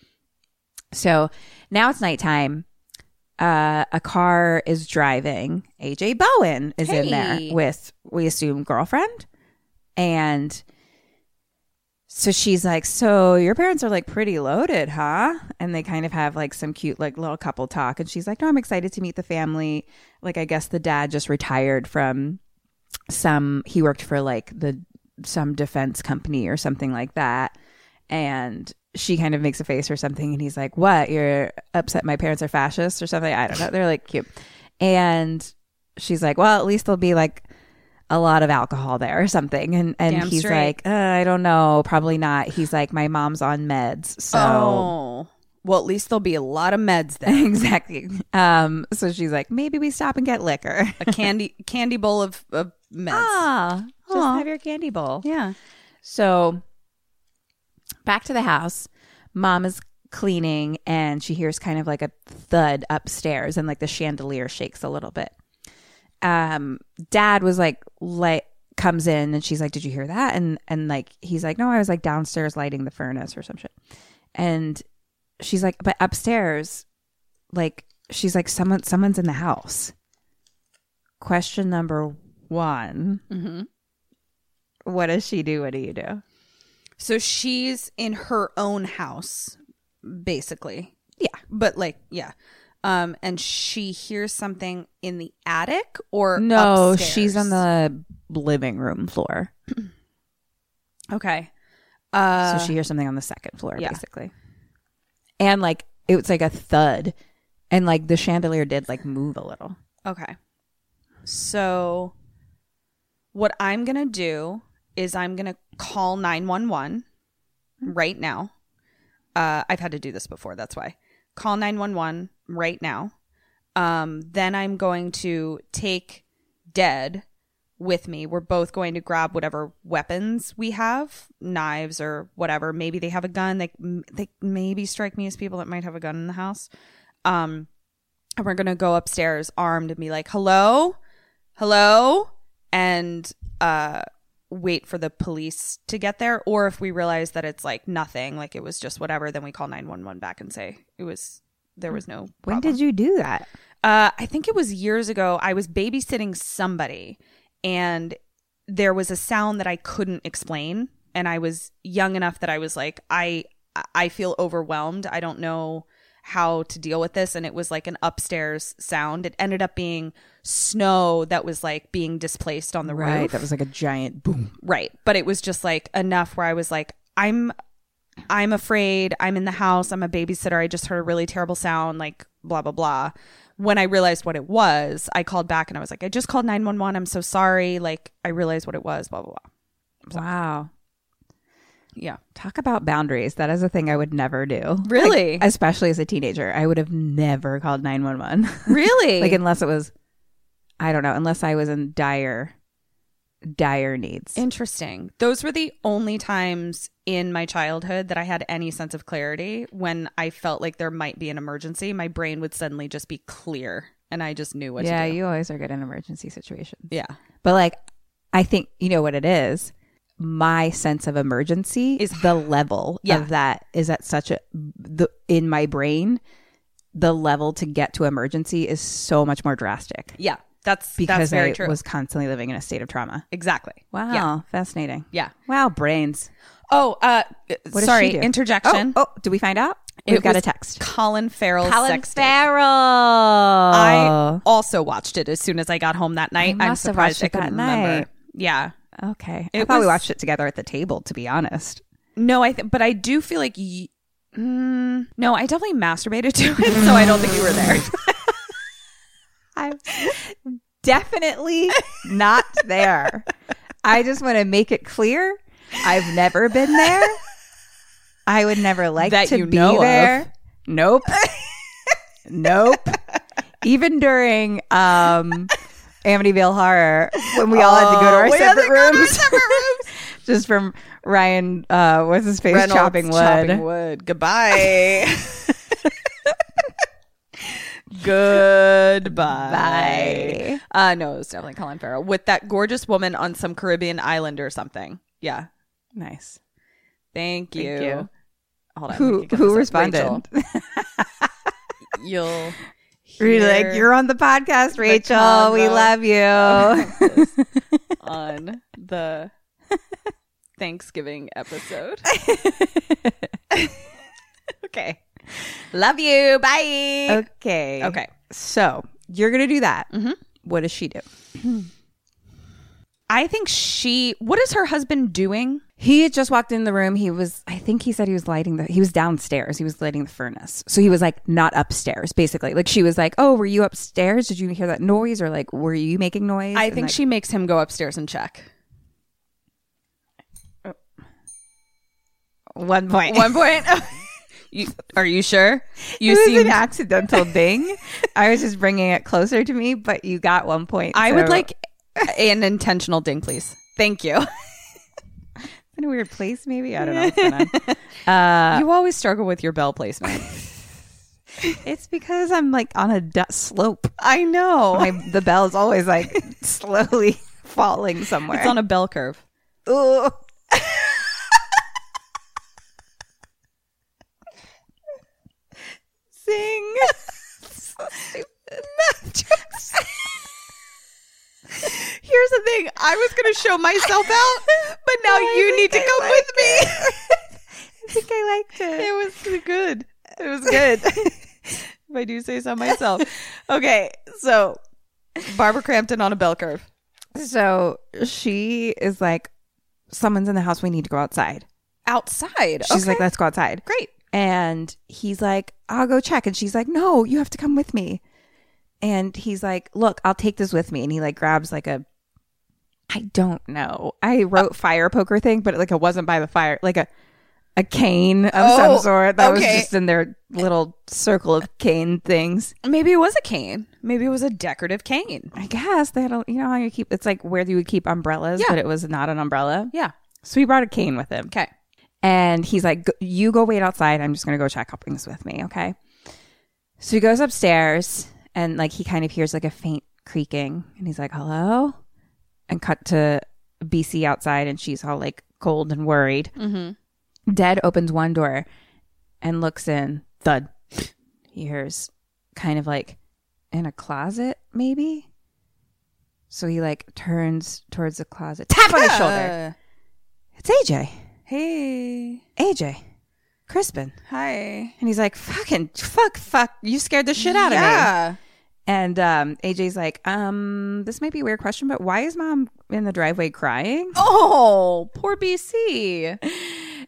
Speaker 4: So now it's nighttime. Uh, a car is driving. AJ Bowen is in
Speaker 1: Hey.
Speaker 4: there with, we assume, girlfriend. And so she's like, So your parents are like pretty loaded, huh? And they kind of have like some cute, like little couple talk. And she's like, No, I'm excited to meet the family. Like, I guess the dad just retired from some, he worked for like the, some defense company or something like that. And she kind of makes a face or something. And he's like, What? You're upset my parents are fascists or something? I don't know. They're like cute. And she's like, Well, at least there'll be like, a lot of alcohol there or something and and
Speaker 1: Damn
Speaker 4: he's
Speaker 1: straight.
Speaker 4: like uh, I don't know, probably not. He's like, my mom's on meds, so
Speaker 1: Oh. Well, at
Speaker 4: [LAUGHS]
Speaker 1: least there'll be a lot of meds then.
Speaker 4: exactly. Um, so she's like, maybe we stop and
Speaker 1: [LAUGHS]
Speaker 4: get liquor.
Speaker 1: a candy candy bowl of, of meds.
Speaker 4: ah, just have your candy bowl.
Speaker 1: Yeah.
Speaker 4: So back to the house, mom is cleaning and she hears kind of like a thud upstairs and like the chandelier shakes a little bit. Um dad was like light comes in and she's like, Did you hear that? And and like he's like, No, I was like downstairs lighting the furnace or some shit. And she's like, But upstairs, like she's like, Someone someone's in the house. Question number one.
Speaker 1: Mm-hmm.
Speaker 4: What does she do? What do you do?
Speaker 1: So she's in her own house, basically.
Speaker 4: Yeah.
Speaker 1: But like, yeah. Um, and she hears something in the attic or
Speaker 4: No,
Speaker 1: upstairs?
Speaker 4: she's on the living room floor.
Speaker 1: Okay. Uh
Speaker 4: so she hears something on the second floor,
Speaker 1: yeah.
Speaker 4: basically. And like it was like a thud. And like the chandelier did like move a little.
Speaker 1: Okay. So what I'm going to do is I'm going to call 911 right now. Uh, I've had to do this before, that's why. Call 911 right now. Um, then I'm going to take Dead with me. We're both going to grab whatever weapons we have, knives or whatever. Maybe they have a gun. They, they maybe strike me as people that might have a gun in the house. Um, and we're gonna go upstairs armed and be like hello hello and uh wait for the police to get there or if we realize that it's like nothing like it was just whatever then we call 911 back and say it was there was no
Speaker 4: When did you do that?
Speaker 1: uh, I think it was years ago. I was babysitting somebody, and there was a sound that I couldn't explain, and I was young enough that I was like, I I feel overwhelmed. I don't know how to deal with this, and it was like an upstairs sound. It ended up being snow that was like being displaced on the roof,
Speaker 4: That was like a giant boom.
Speaker 1: right? But it was just like enough where I was like, I'm I'm afraid. I'm in the house. I'm a babysitter. I just heard a really terrible sound, like blah, blah, blah. When I realized what it was, I called back and I was like, I just called 911. I'm so sorry. Like, I realized what it was, blah, blah, blah.
Speaker 4: Wow.
Speaker 1: Yeah.
Speaker 4: Talk about boundaries. That is a thing I would never do.
Speaker 1: Really?
Speaker 4: Like, especially as a teenager. I would have never called 911. [LAUGHS]
Speaker 1: Really?
Speaker 4: [LAUGHS] like unless it was I don't know, unless I was in dire dire needs.
Speaker 1: Interesting. Those were the only times in my childhood that I had any sense of clarity. When I felt like there might be an emergency, my brain would suddenly just be clear and I just knew what
Speaker 4: yeah,
Speaker 1: to do.
Speaker 4: you always are good in emergency situations.
Speaker 1: yeah.
Speaker 4: But like, I think you know what it is. My sense of emergency is the level
Speaker 1: Yeah.
Speaker 4: of that is at such a the in my brain. The level to get to emergency is so much more drastic
Speaker 1: Yeah. That's, that's
Speaker 4: because
Speaker 1: very
Speaker 4: I
Speaker 1: true.
Speaker 4: was constantly living in a state of trauma.
Speaker 1: exactly.
Speaker 4: Wow, fascinating.
Speaker 1: Yeah.
Speaker 4: Wow, brains.
Speaker 1: Oh, uh,
Speaker 4: What does
Speaker 1: sorry,
Speaker 4: she do?
Speaker 1: interjection.
Speaker 4: Oh, oh, did we find out?
Speaker 1: It
Speaker 4: We've got a
Speaker 1: was
Speaker 4: text.
Speaker 1: Colin Farrell. sex tape.
Speaker 4: Farrell.
Speaker 1: I also watched it as soon as I got home that night. I'm
Speaker 4: must have
Speaker 1: surprised
Speaker 4: watched
Speaker 1: I
Speaker 4: it that
Speaker 1: couldn't
Speaker 4: night.
Speaker 1: remember. Yeah.
Speaker 4: okay. I
Speaker 1: It
Speaker 4: thought we
Speaker 1: was-
Speaker 4: watched it together at the table. To be honest.
Speaker 1: No, I. Th- but I do feel like. Y- mm, no, I definitely masturbated to it, so I don't think you were
Speaker 4: [LAUGHS]
Speaker 1: there.
Speaker 4: I'm definitely not there. I just want to make it clear I've never been there. I would never like
Speaker 1: That
Speaker 4: to
Speaker 1: you
Speaker 4: be
Speaker 1: know of.
Speaker 4: there. Nope. nope. Even during um Amityville Horror, when Oh, we all had to go to our
Speaker 5: we had to
Speaker 4: separate
Speaker 5: go to our
Speaker 4: rooms, [LAUGHS] just from Ryan, uh, what's his face,
Speaker 5: Reynolds
Speaker 4: chopping wood.
Speaker 5: Chopping wood. Goodbye.
Speaker 1: [LAUGHS]
Speaker 5: Goodbye.
Speaker 4: Bye.
Speaker 1: Uh, no, it was definitely Colin Farrell with that gorgeous woman on some Caribbean island or something. Yeah.
Speaker 4: Nice.
Speaker 1: Thank you.
Speaker 4: you.
Speaker 1: Hold on.
Speaker 4: Who
Speaker 1: we can get this
Speaker 4: who
Speaker 1: up.
Speaker 4: responded?
Speaker 1: [LAUGHS] Rachel, You'll.
Speaker 4: [LAUGHS] We're
Speaker 1: hear
Speaker 4: like, you're on the podcast, Rachel. we
Speaker 1: combo."
Speaker 4: love you.
Speaker 1: on the Thanksgiving episode. okay. [LAUGHS] Love you. Bye.
Speaker 4: okay.
Speaker 1: Okay. Mm-hmm.
Speaker 4: So you're gonna do that. What does she do?
Speaker 1: [LAUGHS] I think she. What is her husband doing?
Speaker 4: He had just walked in the room. He was, I think he said he was lighting the, he was downstairs. He was lighting the furnace. So he was like, not upstairs, basically. Like she was like, oh, were you upstairs? Did you hear that noise? Or like, were you making noise?
Speaker 1: I
Speaker 4: And,
Speaker 1: think
Speaker 4: like,
Speaker 1: she makes him go upstairs and check.
Speaker 4: one point.
Speaker 1: One
Speaker 4: [LAUGHS]
Speaker 1: point. [LAUGHS] you, are you sure? You
Speaker 4: it was
Speaker 1: seem.
Speaker 4: an accidental ding. I was just bringing it closer to me, but you got one point.
Speaker 1: I would
Speaker 4: so-
Speaker 1: like an intentional ding, please. Thank you.
Speaker 4: in a weird place, maybe. I don't know. What's going on.
Speaker 1: you always [LAUGHS] struggle with your bell placement.
Speaker 4: [LAUGHS] it's because I'm like on a du- slope.
Speaker 1: I know.
Speaker 4: My, the bell's always [LAUGHS] like slowly falling somewhere.
Speaker 1: It's on a bell curve.
Speaker 4: Ooh. Sing. [LAUGHS]
Speaker 1: Here's the thing. I was going to show myself out, but [LAUGHS] now you need to come with me.
Speaker 4: [LAUGHS] I think I liked it.
Speaker 1: It was good. It was
Speaker 4: [LAUGHS]
Speaker 1: good. if I do say so myself. Okay, so Barbara Crampton on a bell curve.
Speaker 4: So she is like, someone's in the house. We need to go outside.
Speaker 1: Outside.
Speaker 4: She's
Speaker 1: okay.
Speaker 4: like, let's go outside.
Speaker 1: great.
Speaker 4: And he's like, I'll go check. And she's like, no, you have to come with me. And he's like, look, I'll take this with me. And he like grabs like a, I don't know. I wrote fire poker thing, but like it wasn't by the fire, like a, a cane of some
Speaker 1: Oh,
Speaker 4: sort that was
Speaker 1: okay.
Speaker 4: just in their little circle of cane things.
Speaker 1: Maybe it was a cane. Maybe it was a decorative cane.
Speaker 4: I guess they don't, you know how you keep, it's like where you would keep umbrellas,
Speaker 1: Yeah.
Speaker 4: but it was not an umbrella.
Speaker 1: Yeah.
Speaker 4: So he brought a cane with him.
Speaker 1: Okay.
Speaker 4: And he's like, "Go- You go wait outside. I'm just going to go check how things with me. Okay. So he goes upstairs and like he kind of hears like a faint creaking and he's like, Hello? And cut to BC outside and she's all like cold and worried. Mm-hmm. Dead opens one door and looks in. Thud. He hears kind of like in a closet, maybe. So he like turns towards the closet, tap on his shoulder. It's AJ.
Speaker 1: Hey.
Speaker 4: AJ, Crispin.
Speaker 1: Hi.
Speaker 4: And he's like, fucking, fuck, fuck, you scared the shit out of me.
Speaker 1: Yeah.
Speaker 4: And um, AJ's like, um, this might be a weird question, but why is mom in the driveway crying?
Speaker 1: Oh, poor BC.
Speaker 4: [LAUGHS]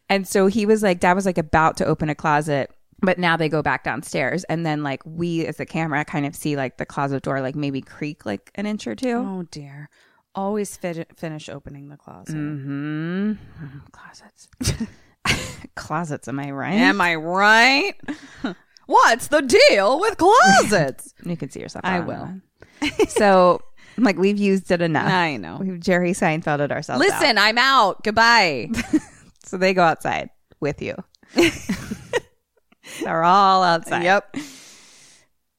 Speaker 4: And so he was like, dad was like about to open a closet, but now they go back downstairs. And then like we as the camera kind of see like the closet door like maybe creak like an inch or two.
Speaker 1: Oh dear. Always fit- finish opening the closet.
Speaker 4: Mm-hmm. Closets. Closets, am I right?
Speaker 1: Am I right? [LAUGHS] What's the deal with closets?
Speaker 4: You can see yourself.
Speaker 1: I
Speaker 4: on
Speaker 1: will.
Speaker 4: that. so I'm like, we've used it enough.
Speaker 1: I know.
Speaker 4: We've Jerry Seinfelded ourselves. out.
Speaker 1: Listen, [LAUGHS] I'm out. Goodbye.
Speaker 4: [LAUGHS] So they go outside
Speaker 1: [LAUGHS]
Speaker 4: with you. They're all outside. Yep.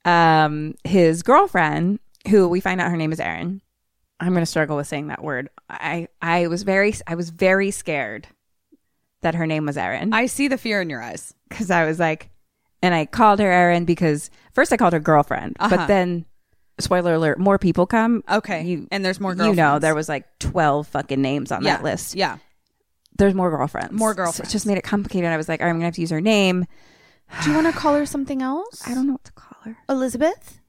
Speaker 4: Um, his girlfriend, who we find out her name is Erin. I'm going to struggle with saying that word. I I was very I was very scared that her name was Erin
Speaker 1: I see the fear in your eyes.
Speaker 4: because I was like, and I called her Erin because first I called her girlfriend, but then spoiler alert, more people come.
Speaker 1: Uh-huh. Okay. And there's more
Speaker 4: You know,
Speaker 1: girlfriends.
Speaker 4: there was like twelve fucking names on that list.
Speaker 1: Yeah.
Speaker 4: There's more girlfriends.
Speaker 1: More
Speaker 4: So
Speaker 1: girlfriends.
Speaker 4: it just made it complicated. I was like, all right, I'm gonna have to use her name.
Speaker 1: [SIGHS] Do you want to call her something else?
Speaker 4: I don't know what to call her.
Speaker 1: Elizabeth?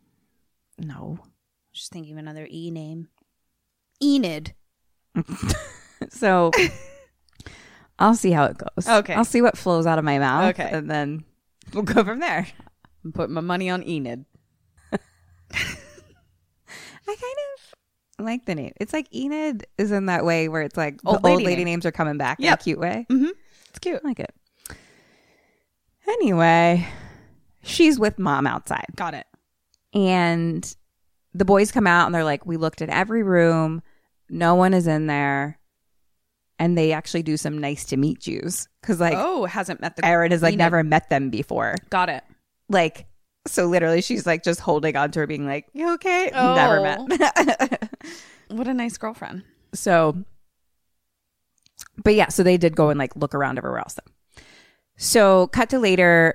Speaker 4: No.
Speaker 1: Just thinking of another E name. Enid. [LAUGHS]
Speaker 4: So I'll see how it goes.
Speaker 1: Okay.
Speaker 4: I'll see what flows out of my mouth.
Speaker 1: Okay.
Speaker 4: And then we'll go from there.
Speaker 1: I'm putting my money on Enid.
Speaker 4: I kind of like the name. It's like Enid is in that way where it's like
Speaker 1: Old
Speaker 4: the
Speaker 1: lady
Speaker 4: old lady
Speaker 1: name.
Speaker 4: names are coming back in a
Speaker 1: Yep. Mm-hmm.
Speaker 4: cute way.
Speaker 1: It's cute.
Speaker 4: I like it. Anyway, she's with mom outside.
Speaker 1: Got it.
Speaker 4: And the boys come out and they're like, We looked at every room. No one is in there. And they actually do some nice to meet yous. Cause like
Speaker 1: oh, hasn't met the
Speaker 4: Erin has like
Speaker 1: Enid.
Speaker 4: never met them before.
Speaker 1: Got it.
Speaker 4: Like, so literally she's like just holding on to her, being like, You okay?
Speaker 1: Oh.
Speaker 4: Never met. [LAUGHS]
Speaker 1: What a nice girlfriend.
Speaker 4: so, but yeah, so they did go and like look around everywhere else though. So, cut to later,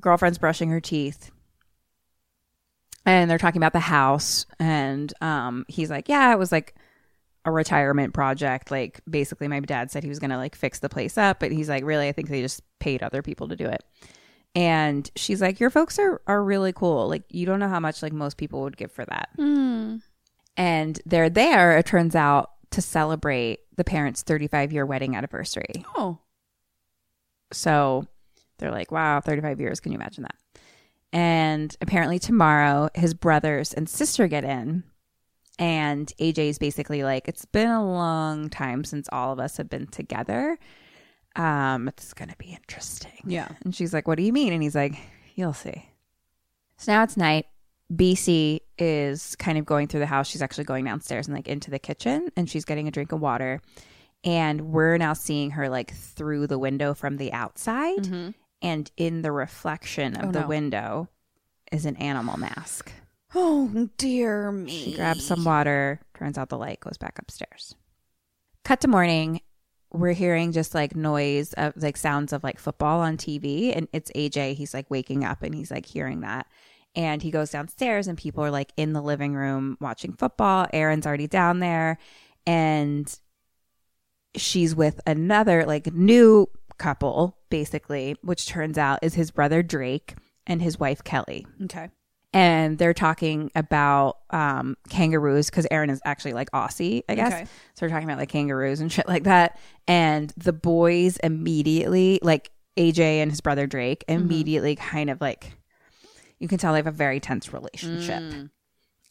Speaker 4: girlfriend's brushing her teeth and they're talking about the house and um he's like yeah it was like a retirement project like basically my dad said he was gonna like fix the place up but he's like really i think they just paid other people to do it and she's like your folks are are really cool like you don't know how much like most people would give for that and they're there it turns out to celebrate the parents 35 year wedding anniversary
Speaker 1: Oh,
Speaker 4: so they're like, wow, 35 years. Can you imagine that? And apparently, tomorrow, his brothers and sister get in. And AJ's basically like, it's been a long time since all of us have been together. Um, it's going to be interesting.
Speaker 1: yeah.
Speaker 4: And she's like, What do you mean? And he's like, You'll see. So now it's night. BC is kind of going through the house. She's actually going downstairs and like into the kitchen and she's getting a drink of water. And we're now seeing her like through the window from the outside. And in the reflection of
Speaker 1: Oh,
Speaker 4: the
Speaker 1: no.
Speaker 4: window is an animal mask.
Speaker 1: Oh dear me.
Speaker 4: She grabs some water. Turns out the light goes back upstairs. Cut to morning. We're hearing just like noise of like sounds of like football on TV. And it's AJ. He's like waking up and he's like hearing that. And he goes downstairs and people are like in the living room watching football. Aaron's already down there. And she's with another like new couple, basically, which turns out is his brother Drake and his wife Kelly
Speaker 1: Okay.
Speaker 4: and they're talking about um, kangaroos because Aaron is actually like Aussie, I guess.
Speaker 1: Okay.
Speaker 4: So they're talking about like kangaroos and shit like that. And the boys immediately, like AJ and his brother Drake, immediately kind of like, you can tell they have a very tense relationship.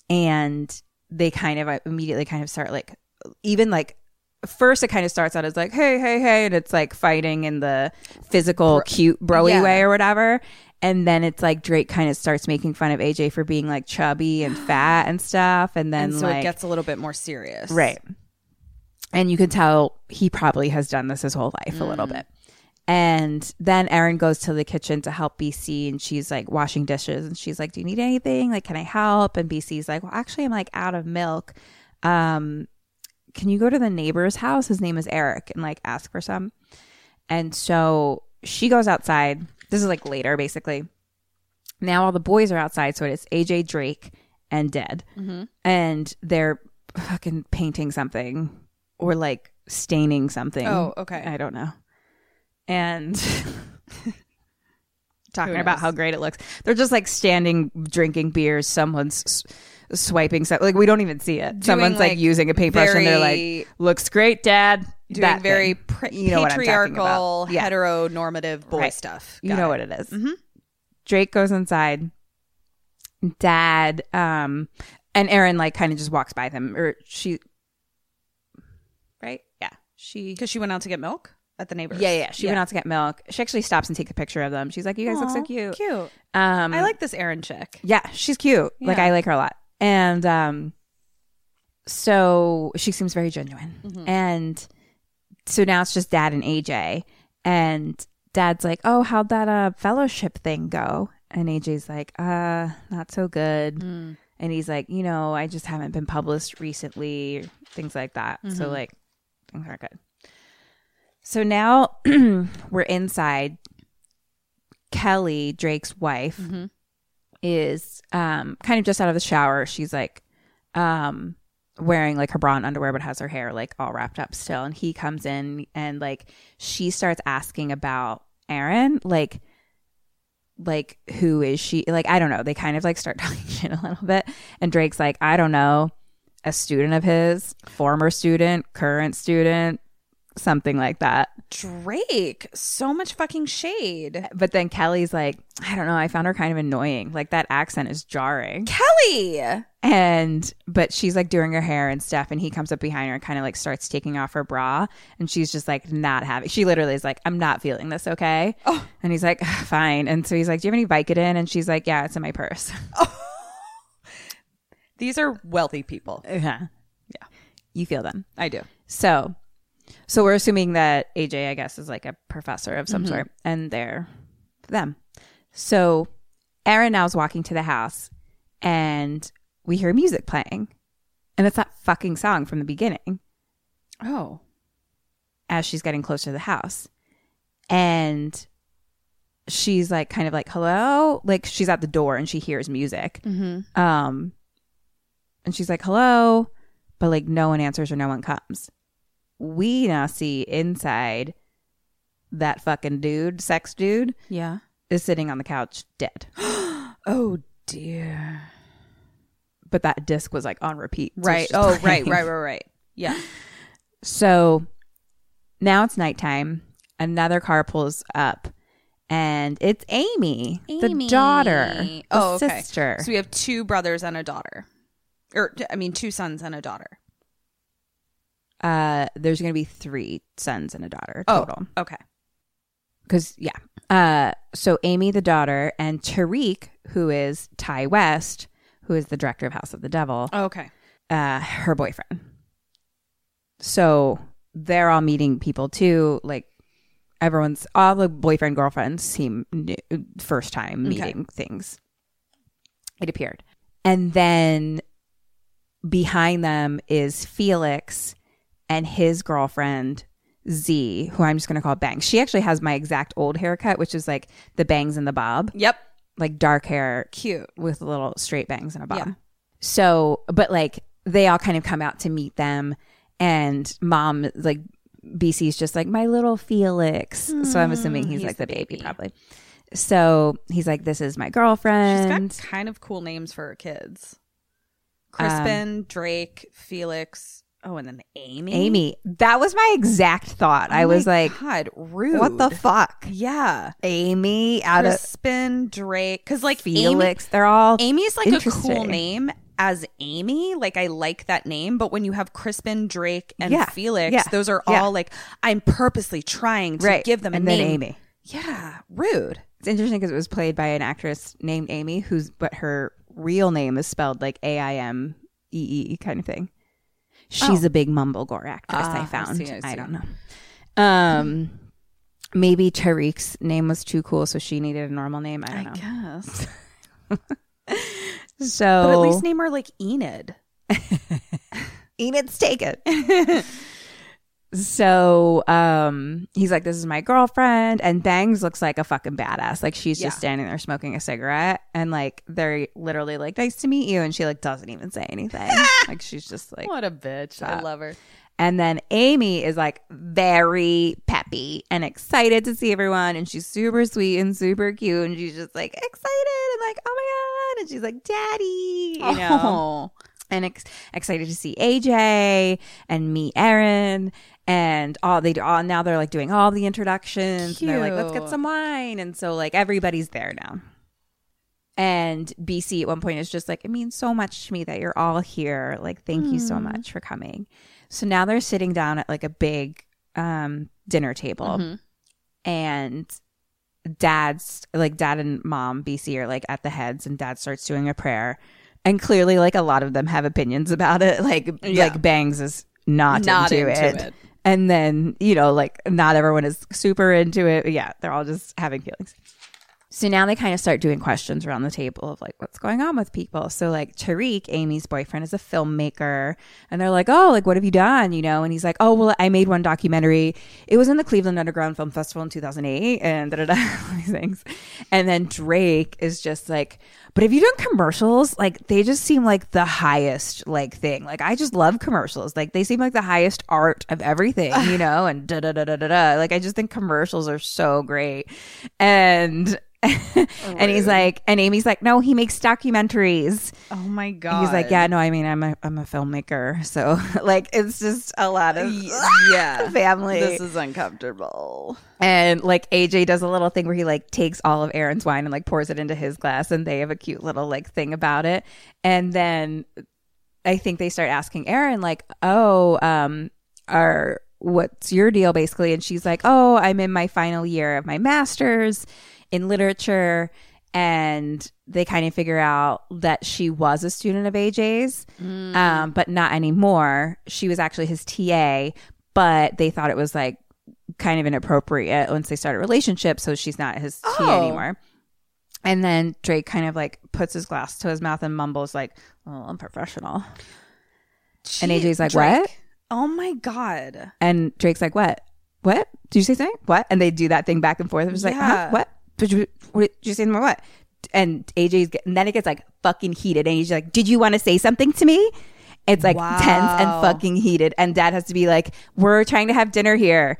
Speaker 4: And they kind of uh, immediately kind of start like, even like, First, it kind of starts out as like, hey, hey, hey, and it's like fighting in the physical, cute, broy
Speaker 1: Yeah.
Speaker 4: way or whatever. And then it's like Drake kind of starts making fun of AJ for being like chubby and fat and stuff. And then
Speaker 1: And, so it
Speaker 4: like,
Speaker 1: gets a little bit more serious.
Speaker 4: right. And you can tell he probably has done this his whole life a little bit. And then Erin goes to the kitchen to help BC and she's like washing dishes and she's like, Do you need anything? Like, can I help? And BC's like, Well, actually, I'm like out of milk. Um, can you go to the neighbor's house? His name is Eric and like ask for some. And so she goes outside. This is like later, basically. Now all the boys are outside. So it's AJ, Drake, and Dead.
Speaker 1: Mm-hmm.
Speaker 4: And they're fucking painting something or like staining something.
Speaker 1: Oh, okay.
Speaker 4: I don't know. And [LAUGHS] talking
Speaker 1: Who
Speaker 4: about
Speaker 1: knows?
Speaker 4: how great it looks. They're just like standing, drinking beers. Someone's s- swiping something. Like we don't even see it. Someone's like,
Speaker 1: like,
Speaker 4: using a paintbrush and they're
Speaker 1: very-
Speaker 4: like, looks great, dad.
Speaker 1: Doing
Speaker 4: That
Speaker 1: very
Speaker 4: thing.
Speaker 1: pr-
Speaker 4: You know what I'm talking
Speaker 1: patriarchal,
Speaker 4: about. Yeah.
Speaker 1: heteronormative boy
Speaker 4: Right.
Speaker 1: stuff.
Speaker 4: you
Speaker 1: Got
Speaker 4: know
Speaker 1: it.
Speaker 4: what it Mm-hmm. Drake goes inside. Dad, um, and Aaron like kind of just walks by them, or she, right? Yeah, she.
Speaker 1: Because she went out to get milk at the neighbor's.
Speaker 4: Yeah, yeah. She went out to get milk. She actually stops and takes a picture of them. She's like, "You guys look so cute."
Speaker 1: Cute.
Speaker 4: Um,
Speaker 1: I like this Aaron chick.
Speaker 4: Yeah, she's cute. Like
Speaker 1: Yeah.
Speaker 4: I like her a lot. And um so she seems very genuine.
Speaker 1: Mm-hmm.
Speaker 4: And so now it's just dad and AJ and dad's like, "Oh, how'd that uh fellowship thing go?" And AJ's like, "Uh, not so good."
Speaker 1: Mm.
Speaker 4: And he's like, "You know, I just haven't been published recently, things like that."
Speaker 1: Mm-hmm.
Speaker 4: So like things aren't good. So now [CLEARS THROAT] we're inside Kelly, Drake's wife,
Speaker 1: Mm-hmm.
Speaker 4: is um kind of just out of the shower. She's like um wearing like her bra and underwear but has her hair like all wrapped up still and he comes in and like she starts asking about Aaron like like who is she like I don't know they kind of like start [LAUGHS] talking shit a little bit and Drake's like I don't know a student of his former student current student something like that.
Speaker 1: Drake, so much fucking shade.
Speaker 4: But then Kelly's like, I don't know, I found her kind of annoying. Like that accent is jarring.
Speaker 1: Kelly.
Speaker 4: And but she's like doing her hair and stuff, and he comes up behind her and kind of like starts taking off her bra, and she's just like not having. She literally is like, "I'm not feeling this, okay?" Oh. And he's like, "Ugh, "Fine." And so he's like, "Do you have any Vicodin?" And she's like, "Yeah, it's in my purse." [LAUGHS]
Speaker 1: These are wealthy people.
Speaker 4: yeah, yeah, you feel them.
Speaker 1: I do.
Speaker 4: So, so we're assuming that AJ, I guess, is like a professor of some sort, and they're them. So, Aaron now is walking to the house, and we hear music playing, and it's that fucking song from the beginning
Speaker 1: Oh.
Speaker 4: as she's getting closer to the house. And she's like, kind of like, hello? Like, she's at the door and she hears music. Mm-hmm. Um, and she's like, hello? But like, no one answers or no one comes. We now see inside that fucking dude, sex dude,
Speaker 1: Yeah.
Speaker 4: is sitting on the couch dead. [GASPS]
Speaker 1: Oh dear.
Speaker 4: But that disc was like on repeat. so it's
Speaker 1: Right.
Speaker 4: just
Speaker 1: Oh, right, [LAUGHS]
Speaker 4: playing.
Speaker 1: right, right,
Speaker 4: [LAUGHS]
Speaker 1: right. Yeah.
Speaker 4: So now it's nighttime. Another car pulls up, and it's Amy, the daughter, the
Speaker 1: Oh, okay.
Speaker 4: sister.
Speaker 1: So we have two brothers and a daughter. Or t- I mean two sons and a daughter.
Speaker 4: Uh, there's going to be three sons and a daughter total.
Speaker 1: Oh, okay.
Speaker 4: Because yeah, uh, so Amy, the daughter, and Tariq, who is Ty West, who is the director of House of the Devil,
Speaker 1: Okay.
Speaker 4: uh, her boyfriend. So they're all meeting people too. Like everyone's, all the boyfriend girlfriends seem new, first time meeting things. It appeared, and then behind them is Felix and his girlfriend Z, who I'm just going to call Bangs. She actually has my exact old haircut, which is like the bangs and the bob
Speaker 1: Yep.
Speaker 4: like dark hair, cute with little straight bangs and a bob. So, but like they all kind of come out to meet them, and mom like BC's just like my little Felix. so
Speaker 1: Mm,
Speaker 4: I'm assuming he's, like the baby, probably. So he's like, this is my
Speaker 1: She's
Speaker 4: girlfriend.
Speaker 1: got kind of cool names for her kids.
Speaker 4: Um,
Speaker 1: Crispin, Drake, Felix. Oh, and then Amy.
Speaker 4: Amy, that was my exact thought. I
Speaker 1: Oh
Speaker 4: was
Speaker 1: my
Speaker 4: like,
Speaker 1: God, rude.
Speaker 4: what the fuck?
Speaker 1: yeah.
Speaker 4: Amy out of
Speaker 1: Crispin, Drake. Because like Felix.
Speaker 4: Felix, they're all
Speaker 1: Amy is like a cool
Speaker 4: Interesting.
Speaker 1: name as Amy. Like I like that name, but when you have Crispin, Drake, and
Speaker 4: Yeah,
Speaker 1: Felix,
Speaker 4: yeah,
Speaker 1: those are
Speaker 4: yeah.
Speaker 1: all like I'm purposely trying to
Speaker 4: right.
Speaker 1: give them a
Speaker 4: and
Speaker 1: name.
Speaker 4: then Amy.
Speaker 1: Yeah, rude.
Speaker 4: It's interesting because it was played by an actress named Amy, who's but her real name is spelled like A I M E E kind of thing. She's a big mumblegore actress.
Speaker 1: Oh. Ah,
Speaker 4: I
Speaker 1: I
Speaker 4: found.
Speaker 1: see, I
Speaker 4: I
Speaker 1: see.
Speaker 4: don't know. Um, maybe Tariq's name was too cool, so she needed a normal name. I don't know.
Speaker 1: Yes,
Speaker 4: [LAUGHS] So,
Speaker 1: but at least name her like Enid.
Speaker 4: Enid's taken. so um he's like, This is my girlfriend. And Bangs looks like a fucking badass. Like she's just
Speaker 1: Yeah.
Speaker 4: standing there smoking a cigarette and like they're literally like, Nice to meet you. And she like doesn't even say anything. like she's just like
Speaker 1: a bitch! I love her.
Speaker 4: and then Amy is like very peppy and excited to see everyone. And she's super sweet and super cute. And she's just like excited and like, oh my God. And she's like, Daddy. You know? and ex- excited to see AJ and meet Erin and all they do. All, now they're like doing all the introductions. And they're like, let's get
Speaker 1: Cute.
Speaker 4: some wine, and so like everybody's there now. And BC at one point is just like, it means so much to me that you're all here. Like, thank you
Speaker 1: Hmm.
Speaker 4: so much for coming. So now they're sitting down at like a big um, dinner table,
Speaker 1: Mm-hmm.
Speaker 4: and dad's like dad and mom bc are like at the heads and dad starts doing a prayer and clearly like a lot of them have opinions about it [LAUGHS] like like bangs is not,
Speaker 1: Not
Speaker 4: into,
Speaker 1: into
Speaker 4: it.
Speaker 1: it.
Speaker 4: and then you know like not everyone is super into it yeah they're all just having feelings so now they kind of start doing questions around the table of like what's going on with people. So like Tariq, Amy's boyfriend, is a filmmaker, and they're like, "Oh, like what have you done?" You know, and he's like, "Oh, well, I made one documentary. It was in the Cleveland Underground Film Festival in 2008, and da [LAUGHS] da da all these things." And then Drake is just like, "But have you done commercials? Like they just seem like the highest like thing. Like I just love commercials. Like they seem like the highest art of everything, you know." And da da da da da da. Like I just think commercials are so great, and and he's like, and Amy's like, no, he makes documentaries.
Speaker 1: Oh my god.
Speaker 4: He's like, yeah, no, I mean, I'm a, I'm a filmmaker. So [LAUGHS] like, it's just a lot of
Speaker 6: yeah.
Speaker 4: [LAUGHS] family.
Speaker 6: This is uncomfortable.
Speaker 4: and like AJ does a little thing where he like takes all of Aaron's wine and like pours it into his glass and they have a cute little like thing about it. And then I think they start asking Aaron like, "Oh, um are what's your deal basically?" And she's like, "Oh, I'm in my final year of my masters in literature." And they kind of figure out that she was a student of AJ's, um, but not anymore. She was actually his TA, but they thought it was like kind of inappropriate once they start a relationship. So she's not his TA anymore. And then Drake kind of like puts his glass to his mouth and mumbles like, "Oh, I'm professional." and AJ's like, "What?"
Speaker 1: Oh my god.
Speaker 4: And Drake's like, "What? What? Did you say something? What?" And they do that thing back and forth. It was like, huh?
Speaker 1: Yeah.
Speaker 4: "What? Did you? What did you say something? What?" And AJ's get, and then it gets like fucking heated, and he's like, "Did you want to say something to me?" It's like tense and fucking heated, and Dad has to be like, "We're trying to have dinner here,"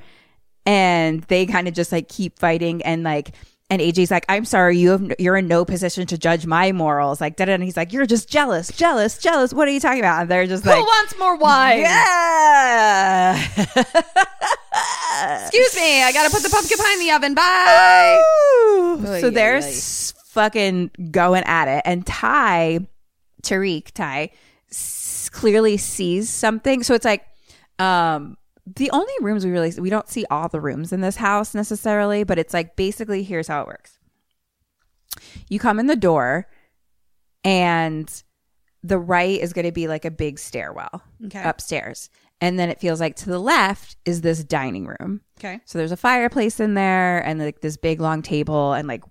Speaker 4: and they kind of just like keep fighting and like. And AJ's like, I'm sorry, you have, you're in no position to judge my morals. Like, da da. And he's like, you're just jealous, jealous, jealous. What are you talking about? And they're just like,
Speaker 1: wants more wine? [LAUGHS]
Speaker 4: yeah.
Speaker 1: Excuse me, I gotta put the pumpkin pie in the oven. Bye.
Speaker 4: so they're s- fucking going at it. And Ty, Tariq, Ty, s- clearly sees something. So it's like, um, the only rooms we really we don't see all the rooms in this house necessarily, but it's like basically here's how it works. You come in the door, and the right is going to be like a big stairwell
Speaker 1: Okay.
Speaker 4: upstairs, and then it feels like to the left is this dining room.
Speaker 1: Okay.
Speaker 4: So there's a fireplace in there and like this big long table and like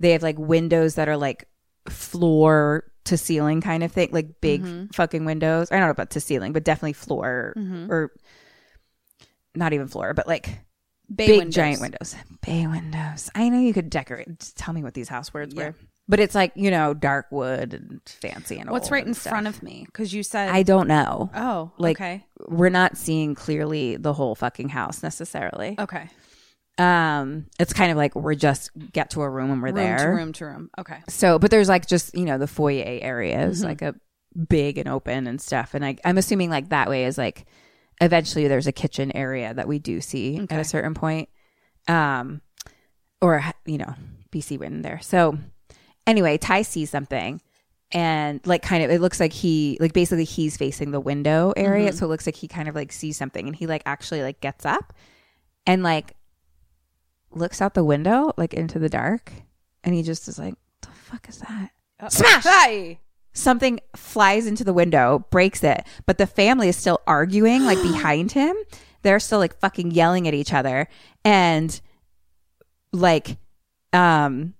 Speaker 4: they have like windows that are like floor to ceiling kind of thing, like big
Speaker 1: Mm-hmm.
Speaker 4: fucking windows. I don't know about to ceiling, but definitely floor
Speaker 1: Mm-hmm.
Speaker 4: or not even floor, but like
Speaker 1: Bay
Speaker 4: big
Speaker 1: windows.
Speaker 4: giant windows. Bay windows. I know you could decorate. Just tell me what these house words were. But it's like, you know, dark wood and fancy and
Speaker 1: What's
Speaker 4: old
Speaker 1: right
Speaker 4: and
Speaker 1: in
Speaker 4: stuff.
Speaker 1: front of me? Because you said
Speaker 4: I don't know.
Speaker 1: Oh,
Speaker 4: like
Speaker 1: okay.
Speaker 4: we're not seeing clearly the whole fucking house necessarily
Speaker 1: Okay.
Speaker 4: um it's kind of like we're just get to a room and we're
Speaker 1: Room
Speaker 4: there
Speaker 1: to room to room. Okay.
Speaker 4: so but there's like just you know the foyer area is like a big and open and stuff and I, i'm assuming like that way is like eventually there's a kitchen area that we do see at a certain point um or you know bc went in there so anyway ty sees something and like kind of it looks like he like basically he's facing the window area so it looks like he kind of like sees something and he like actually like gets up and like looks out the window like into the dark and he just is like the fuck is that
Speaker 1: Uh,
Speaker 4: smash something flies into the window breaks it but the family is still arguing like behind him they're still like fucking yelling at each other and like um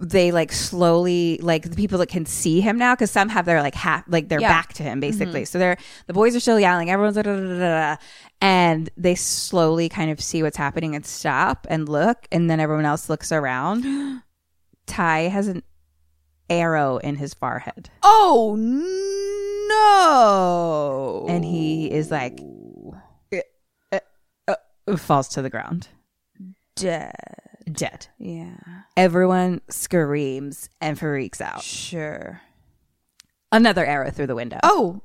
Speaker 4: they like slowly like the people that can see him now because some have their like half like their back to him basically so they're the boys are still yelling everyone's like, "Da, da, da, da, da," and they slowly kind of see what's happening and stop and look and then everyone else looks around ty has an arrow in his forehead
Speaker 1: Oh no.
Speaker 4: and he is like uh, uh, uh, falls to the ground
Speaker 1: dead.
Speaker 4: dead
Speaker 1: Yeah.
Speaker 4: everyone screams and freaks out
Speaker 1: Sure.
Speaker 4: another arrow through the window
Speaker 1: Oh.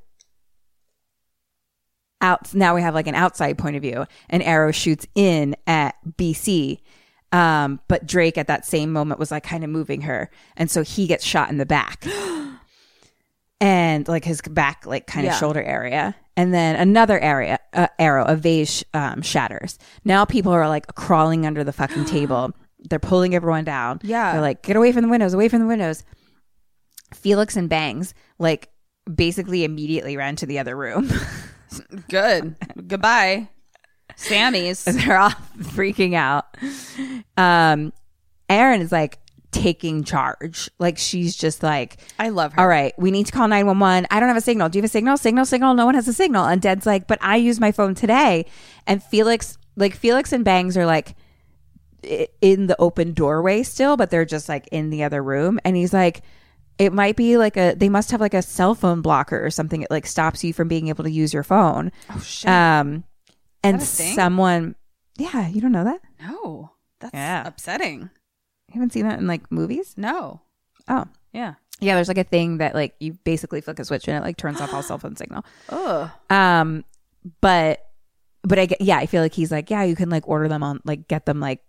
Speaker 4: out now we have like an outside point of view an arrow shoots in at bc um, but drake at that same moment was like kind of moving her and so he gets shot in
Speaker 1: [GASPS]
Speaker 4: the back and like his back like kind
Speaker 1: Yeah.
Speaker 4: of shoulder area and then another area uh, arrow a vase um, shatters now people are like crawling under
Speaker 1: [GASPS]
Speaker 4: the fucking table they're pulling everyone down
Speaker 1: Yeah.
Speaker 4: they're like get away from the windows away from the windows felix and bangs like basically immediately ran to the other room
Speaker 1: Good. Goodbye. Sammy's.
Speaker 4: [LAUGHS] they're all freaking out. Um, Erin is like taking charge. Like she's just like,
Speaker 1: I love her.
Speaker 4: all right, we need to call 911. I don't have a signal. Do you have a signal? Signal, signal. No one has a signal. And Dead's like, but I used my phone today. And Felix, like Felix and Bangs are like i- in the open doorway still, but they're just like in the other room. And he's like, it might be like a, they must have like a cell phone blocker or something. It like stops you from being able to use your phone. Oh, shit. Um, and
Speaker 1: that a thing?
Speaker 4: someone, yeah, you don't know that?
Speaker 1: No. That's
Speaker 4: Yeah.
Speaker 1: upsetting.
Speaker 4: haven't seen that in like movies.
Speaker 1: No.
Speaker 4: Oh,
Speaker 1: Yeah.
Speaker 4: yeah. There's like a thing that like you basically flick a switch and it like turns off all cell phone signal.
Speaker 1: Ugh.
Speaker 4: Um, but but I get yeah, I feel like he's like yeah, you can like order them on like get them like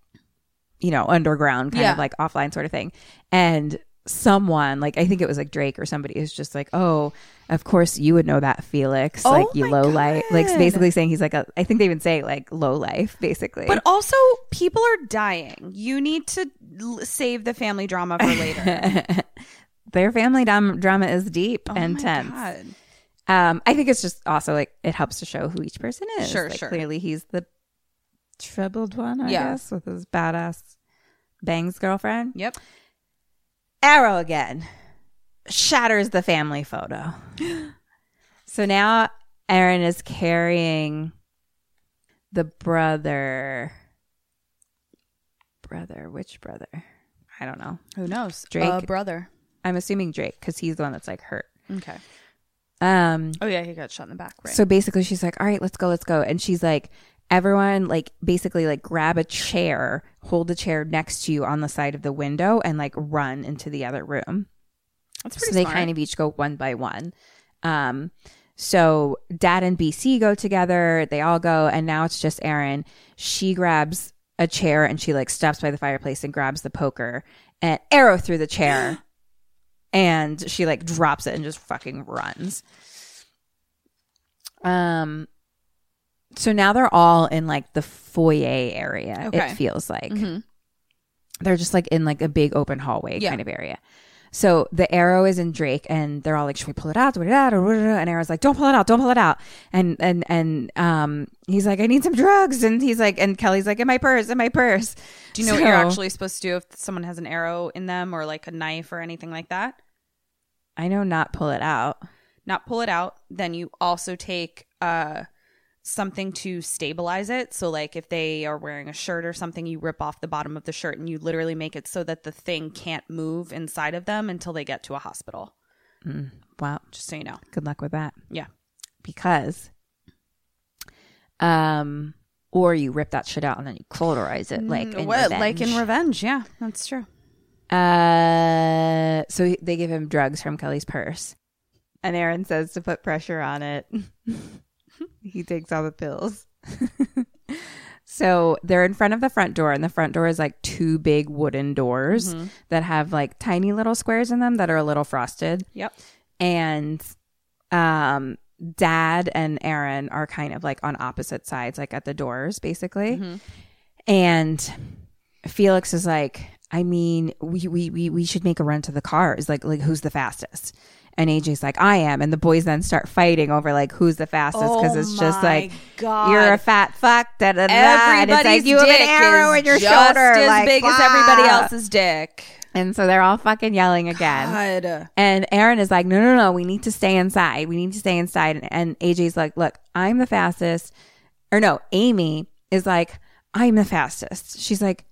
Speaker 4: you know underground kind
Speaker 1: Yeah.
Speaker 4: of like offline sort of thing, and someone like I think it was like Drake or somebody is just like oh of course you would know that Felix
Speaker 1: Oh
Speaker 4: like you low life like basically saying he's like a, I think they even say like low life basically [LAUGHS]
Speaker 1: But oh also, people are dying. You need to l- save the family drama for later.
Speaker 4: their family dam- drama is deep
Speaker 1: [LAUGHS] Oh
Speaker 4: and
Speaker 1: my
Speaker 4: tense.
Speaker 1: God.
Speaker 4: Um, I think it's just also like it helps to show who each person is.
Speaker 1: Sure,
Speaker 4: Like,
Speaker 1: sure.
Speaker 4: Clearly, he's the troubled one, I
Speaker 1: Yeah.
Speaker 4: guess, with his badass bangs girlfriend.
Speaker 1: Yep.
Speaker 4: Arrow again shatters the
Speaker 1: [GASPS]
Speaker 4: family photo. so now Aaron is carrying the brother. Brother, which brother? I don't know.
Speaker 1: Who knows?
Speaker 4: Drake.
Speaker 1: Uh, brother.
Speaker 4: I'm assuming Drake because he's the one that's like hurt.
Speaker 1: Okay.
Speaker 4: Um,
Speaker 1: Oh yeah, he got shot in the back. Right.
Speaker 4: So basically, she's like, "All right, let's go, let's go," and she's like, "Everyone, like, basically, like, grab a chair, hold the chair next to you on the side of the window, and like, run into the other room."
Speaker 1: That's
Speaker 4: so they kind of each go one by one. Um, so Dad and BC go together. They all go, and now it's just Erin. She grabs a chair and she like stops by the fireplace and grabs the poker and arrow through the
Speaker 1: [GASPS]
Speaker 4: chair, and she like drops it and just fucking runs. Um. So now they're all in like the foyer area.
Speaker 1: Okay. Mm-hmm.
Speaker 4: It feels like they're just like in like a big open hallway
Speaker 1: Yeah.
Speaker 4: kind of area. So the arrow is in Drake, and they're all like, "Should we pull it out? Do it out?" And Arrow's like, "Don't pull it out! Don't pull it out!" And and and um, he's like, "I need some drugs," and he's like, and Kelly's like, "In my purse, in my purse."
Speaker 1: Do you know what you're
Speaker 4: So-
Speaker 1: actually supposed to do if someone has an arrow in them or like a knife or anything like that?
Speaker 4: I know not pull it out.
Speaker 1: Not pull it out. Then you also take uh something to stabilize it. So like if they are wearing a shirt or something, you rip off the bottom of the shirt and you literally make it so that the thing can't move inside of them until they get to a hospital.
Speaker 4: Mm, Wow,
Speaker 1: Just so you know.
Speaker 4: good luck with that.
Speaker 1: Yeah.
Speaker 4: because um or you rip that shit out and then you cauterize it Mm, like in
Speaker 1: like in
Speaker 4: revenge.
Speaker 1: revenge. Yeah, that's true.
Speaker 4: uh so he- they give him drugs from kelly's purse and aaron says to put pressure on it [LAUGHS] he takes all the pills [LAUGHS] so they're in front of the front door and the front door is like two big wooden doors that have like tiny little squares in them that are a little frosted
Speaker 1: Yep.
Speaker 4: and um dad and aaron are kind of like on opposite sides like at the doors basically
Speaker 1: Mm-hmm.
Speaker 4: and felix is like i mean we, we we we should make a run to the cars like like who's the fastest and aj's like i am and the boys then start fighting over like who's the fastest because
Speaker 1: Oh
Speaker 4: it's just
Speaker 1: my
Speaker 4: like
Speaker 1: God.
Speaker 4: you're a fat fuck da, da, da, da. And it's
Speaker 1: Everybody's
Speaker 4: like you have
Speaker 1: dick
Speaker 4: an arrow
Speaker 1: is
Speaker 4: in your
Speaker 1: just
Speaker 4: shoulder
Speaker 1: as
Speaker 4: like,
Speaker 1: big as everybody
Speaker 4: "Wow."
Speaker 1: else's dick.
Speaker 4: and so they're all fucking yelling again
Speaker 1: uh,
Speaker 4: and Aaron is like, no, no, no, we need to stay inside. We need to stay inside. And, and AJ's like, look, I'm the fastest. Or no, Amy is like, I'm the fastest. She's like,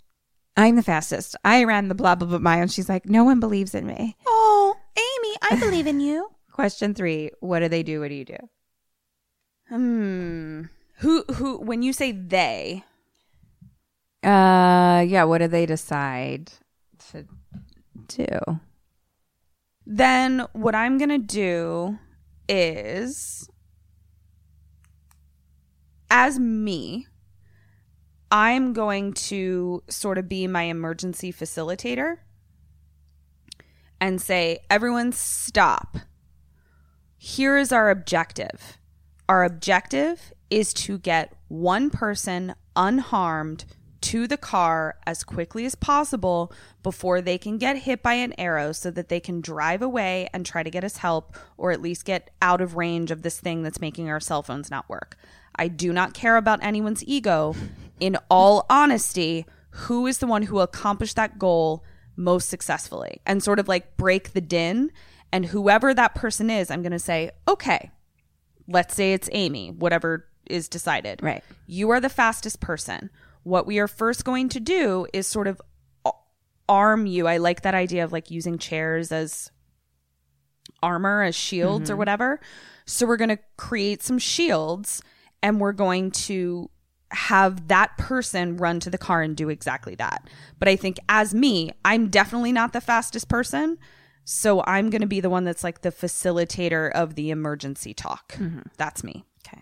Speaker 4: I'm the fastest. I ran the blah, blah, blah mile. And she's like, no one believes in me.
Speaker 1: Oh, Amy, I believe in you.
Speaker 4: Question three What do they do? What do you do?
Speaker 1: Hmm. [LAUGHS] Who who when you say they,
Speaker 4: Uh, yeah, what do they decide to do?
Speaker 1: then what I'm going to do is as me, I'm going to sort of be my emergency facilitator and say, "Everyone stop. Here is our objective. Our objective is to get one person unharmed to the car as quickly as possible before they can get hit by an arrow so that they can drive away and try to get us help or at least get out of range of this thing that's making our cell phones not work. I do not care about anyone's ego. In all honesty, who is the one who accomplished that goal most successfully and sort of like break the din? And whoever that person is, I'm going to say, okay, let's say it's Amy, whatever is decided.
Speaker 4: Right.
Speaker 1: You are the fastest person. What we are first going to do is sort of a- arm you. I like that idea of like using chairs as armor, as shields or whatever. So we're going to create some shields and we're going to have that person run to the car and do exactly that. But I think as me, I'm definitely not the fastest person. So I'm going to be the one that's like the facilitator of the emergency talk. That's me. Okay.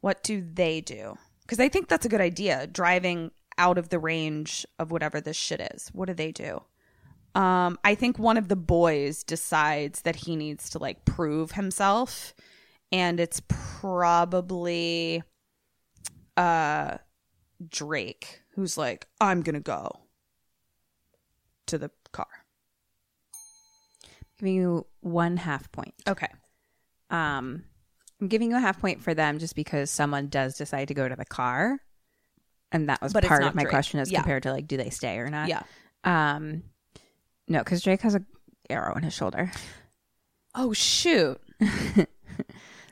Speaker 1: What do they do? Because I think that's a good idea, driving out of the range of whatever this shit is. What do they do? Um, I think one of the boys decides that he needs to like prove himself, and it's probably uh Drake who's like, I'm gonna go to the car.
Speaker 4: giving you one half point.
Speaker 1: Okay.
Speaker 4: Um, I'm giving you a half point for them just because someone does decide to go to the car, and that was
Speaker 1: But it's
Speaker 4: part
Speaker 1: not
Speaker 4: of my
Speaker 1: Drake.
Speaker 4: question as
Speaker 1: Yeah.
Speaker 4: compared to like, do they stay or not?
Speaker 1: Yeah.
Speaker 4: Um, no, because Drake has a arrow in his shoulder,
Speaker 1: Oh shoot.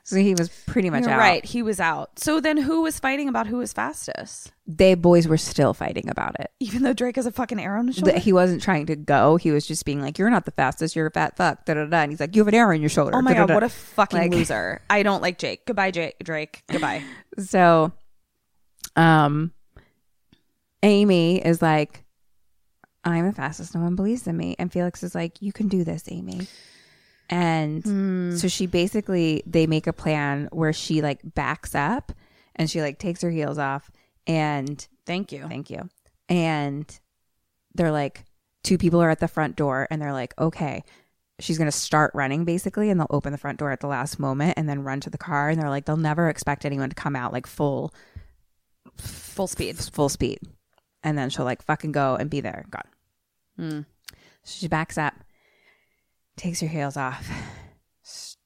Speaker 4: so he was pretty much
Speaker 1: You're
Speaker 4: out.
Speaker 1: right. He was out. So then who was fighting about who was fastest?
Speaker 4: They boys were still fighting about it.
Speaker 1: Even though Drake has a fucking arrow in his shoulder.
Speaker 4: That he wasn't trying to go. He was just being like, "You're not the fastest. You're a fat fuck." Da da da. And he's like, "You have an arrow in your shoulder."
Speaker 1: Oh my god,
Speaker 4: da-da-da."
Speaker 1: what a fucking
Speaker 4: Like-
Speaker 1: loser. I don't like Jake. Goodbye, Jake Drake. Goodbye.
Speaker 4: So, um, Amy is like, I'm the fastest. No one believes in me. And Felix is like, You can do this, Amy. And so she basically, they make a plan where she like backs up and she like takes her heels off and
Speaker 1: [SIGHS] Thank you.
Speaker 4: thank you. And they're like, two people are at the front door and they're like, okay, she's going to start running basically. And they'll open the front door at the last moment and then run to the car. And they're like, they'll never expect anyone to come out like full,
Speaker 1: Full speed.
Speaker 4: full speed. And then she'll like fucking go and be there, gone.
Speaker 1: Hmm.
Speaker 4: So she backs up, takes her heels off,